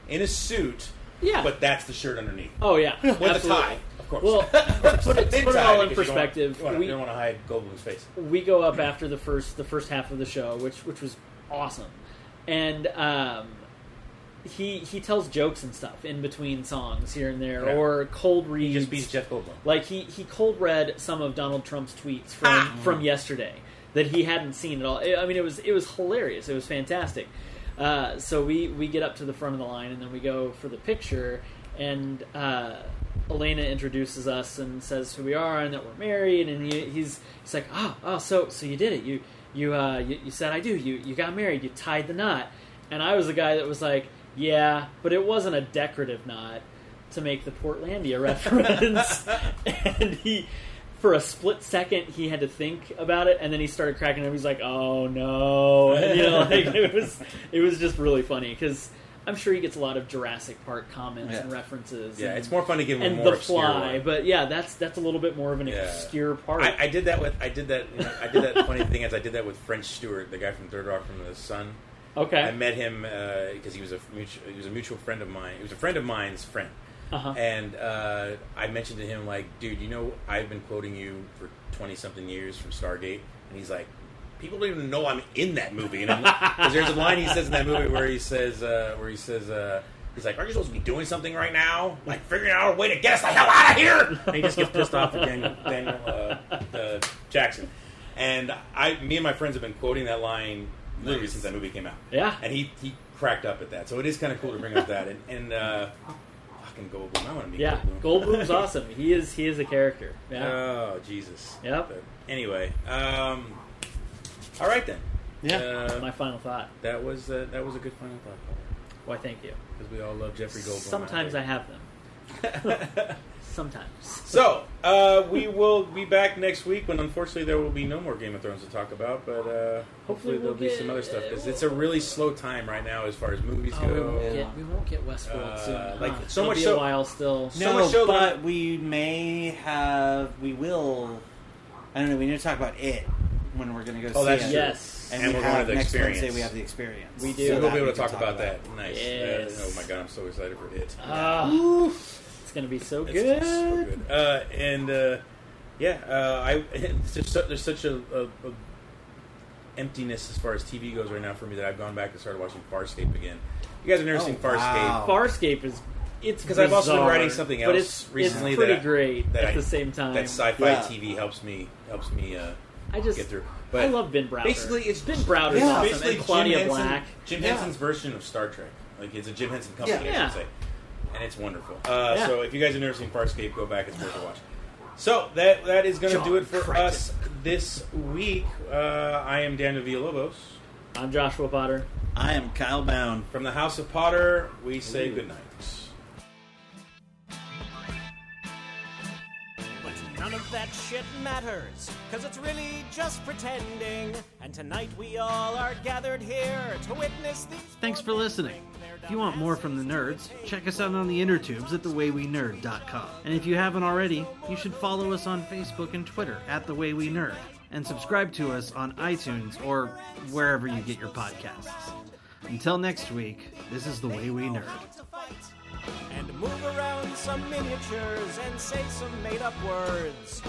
Speaker 2: in a suit,
Speaker 3: Yeah.
Speaker 2: but that's the shirt underneath
Speaker 3: oh yeah.
Speaker 2: [LAUGHS] with
Speaker 3: absolutely.
Speaker 2: a tie, of course. [LAUGHS]
Speaker 3: Well, to put it,
Speaker 2: Thin
Speaker 3: put it
Speaker 2: tie,
Speaker 3: all in
Speaker 2: because you don't want-
Speaker 3: perspective,
Speaker 2: You, want,
Speaker 3: we
Speaker 2: you don't want to hide Goldblum's face.
Speaker 3: we go up after the first the first half of the show, which which was awesome, and um, he he tells jokes and stuff in between songs here and there,
Speaker 2: Yeah.
Speaker 3: or cold reads.
Speaker 2: He just beats Jeff Goldblum.
Speaker 3: Like he he cold read some of Donald Trump's tweets from from yesterday that he hadn't seen at all. I I mean, it was it was hilarious. It was fantastic. Uh, so we we get up to the front of the line and then we go for the picture and. Uh, Elena introduces us and says who we are and that we're married and he, he's he's like oh oh so so you did it you you uh you, you said I do you you got married you tied the knot and I was the guy that was like yeah but it wasn't a decorative knot to make the Portlandia [LAUGHS] reference. and he, for a split second, he had to think about it, and then he started cracking up. He's like, "Oh no!" And, you know, like it was, it was just really funny because I'm sure he gets a lot of Jurassic Park comments and
Speaker 4: Yeah.
Speaker 3: references.
Speaker 2: Yeah,
Speaker 3: and,
Speaker 2: it's more fun to give him
Speaker 3: and
Speaker 2: more
Speaker 3: the
Speaker 2: obscure
Speaker 3: fly,
Speaker 2: one.
Speaker 3: but yeah, that's that's a little bit more of an
Speaker 2: Yeah.
Speaker 3: obscure part.
Speaker 2: I, I did that with I did that you know, I did that funny thing is I did that with French Stewart, the guy from Third Rock from the Sun.
Speaker 3: okay,
Speaker 2: I met him because he was a mutual, he was a mutual friend of mine. He was a friend of mine's friend,
Speaker 3: Uh-huh.
Speaker 2: and uh, I mentioned to him like, dude, you know, I've been quoting you for twenty something years from Stargate, and he's like, people don't even know I'm in that movie, and I'm
Speaker 3: [LAUGHS]
Speaker 2: like, because there's a line he says in that movie where he says uh, where he says. Uh, He's like, "Aren't you supposed to be doing something right now? Like figuring out a way to get us the hell out of here!" And he just gets pissed off at Daniel, Daniel uh, uh, Jackson. And I, me and my friends have been quoting that line literally since that movie came out.
Speaker 3: Yeah.
Speaker 2: And he, he cracked up at that. So it is kind of cool to bring up that. And, and uh, fucking Goldblum. I want to meet
Speaker 3: yeah,
Speaker 2: Goldblum.
Speaker 3: Goldblum's
Speaker 2: [LAUGHS]
Speaker 3: awesome. He is he is a character. Yeah,
Speaker 2: Oh, Jesus.
Speaker 3: Yep.
Speaker 2: But anyway, um, all right then.
Speaker 4: Yeah.
Speaker 2: Uh,
Speaker 3: my final thought.
Speaker 2: that was uh, that was a good final thought
Speaker 3: Why, thank you.
Speaker 2: because we all love Jeffrey Goldblum.
Speaker 3: Sometimes I
Speaker 2: out
Speaker 3: have them.
Speaker 2: [LAUGHS] there.
Speaker 3: Sometimes.
Speaker 2: so uh, we will be back next week when unfortunately there will be no more Game of Thrones to talk about, but uh, hopefully,
Speaker 3: Hopefully we'll
Speaker 2: there'll be
Speaker 3: get-
Speaker 2: some other stuff because it's a really slow time right now as far as movies
Speaker 3: Oh, we,
Speaker 2: go.
Speaker 3: won't
Speaker 4: Yeah.
Speaker 3: get, we won't get Westworld
Speaker 2: Uh,
Speaker 3: soon. huh?
Speaker 2: like, so
Speaker 3: It'll
Speaker 2: much
Speaker 3: be
Speaker 2: so-
Speaker 3: a while still.
Speaker 2: No.
Speaker 4: no,
Speaker 2: much so
Speaker 4: but
Speaker 2: that-
Speaker 4: we may have. We will. I don't know. We need to talk about it when we're going to go
Speaker 2: Oh,
Speaker 4: see
Speaker 2: that's
Speaker 4: it.
Speaker 2: true.
Speaker 3: Yes.
Speaker 4: And,
Speaker 2: And
Speaker 4: we
Speaker 2: we're going
Speaker 4: have
Speaker 2: to the
Speaker 4: next
Speaker 2: experience.
Speaker 4: Wednesday. We have the experience.
Speaker 3: We do.
Speaker 2: So
Speaker 3: Yeah,
Speaker 2: we'll
Speaker 4: that
Speaker 2: be able
Speaker 4: we
Speaker 2: to
Speaker 4: can
Speaker 2: talk about that. Nice.
Speaker 3: Yes.
Speaker 2: Uh, oh my god, I'm so excited for it.
Speaker 3: Ah, it's gonna be so
Speaker 2: It's
Speaker 3: good.
Speaker 2: so good. Uh, [LAUGHS] and uh, yeah, uh, I it's just su- there's such a, a, a emptiness as far as TV goes right now for me that I've gone back and started watching Farscape again. You guys have never
Speaker 6: Oh,
Speaker 2: seen Farscape.
Speaker 6: wow.
Speaker 3: Farscape is it's
Speaker 2: Because I've also been
Speaker 3: bizarre,
Speaker 2: writing something
Speaker 3: but
Speaker 2: else
Speaker 3: it's,
Speaker 2: recently
Speaker 3: It's pretty
Speaker 2: that I-
Speaker 3: great
Speaker 2: that
Speaker 3: at
Speaker 2: I-
Speaker 3: the same time.
Speaker 2: That sci-fi
Speaker 6: Yeah.
Speaker 2: TV helps me helps me uh,
Speaker 3: I just
Speaker 2: get through. But
Speaker 3: I love Ben Browder.
Speaker 2: basically, it's
Speaker 3: Ben Browder's
Speaker 6: Yeah.
Speaker 3: awesome.
Speaker 2: basically
Speaker 3: and Claudia
Speaker 2: Jim Henson-
Speaker 3: Black.
Speaker 2: Jim
Speaker 6: Yeah.
Speaker 2: Henson's version of Star Trek. Like it's a Jim Henson company,
Speaker 3: Yeah.
Speaker 2: I should say, and it's wonderful. Uh,
Speaker 3: Yeah.
Speaker 2: So if you guys have never seen Farscape, go back; it's worth a watch. So that that is going to
Speaker 3: John
Speaker 2: do it for
Speaker 3: Crichton.
Speaker 2: us this week. Uh, I am Daniel Villalobos
Speaker 3: I'm Joshua Potter.
Speaker 6: I am Kyle Bound.
Speaker 2: from the House of Potter. We say good night.
Speaker 1: But none of that shit matters, cause it's really just pretending. And tonight we all are gathered here to witness these.
Speaker 4: Thanks for listening. If you want more from the nerds, check us out on the inner tubes at thewayweenerd.com. And if you haven't already, you should follow us on Facebook and Twitter at The Way We Nerd, and subscribe to us on iTunes or wherever you get your podcasts. Until next week, this is The Way We Nerd.
Speaker 1: And move around some miniatures and say some made up words.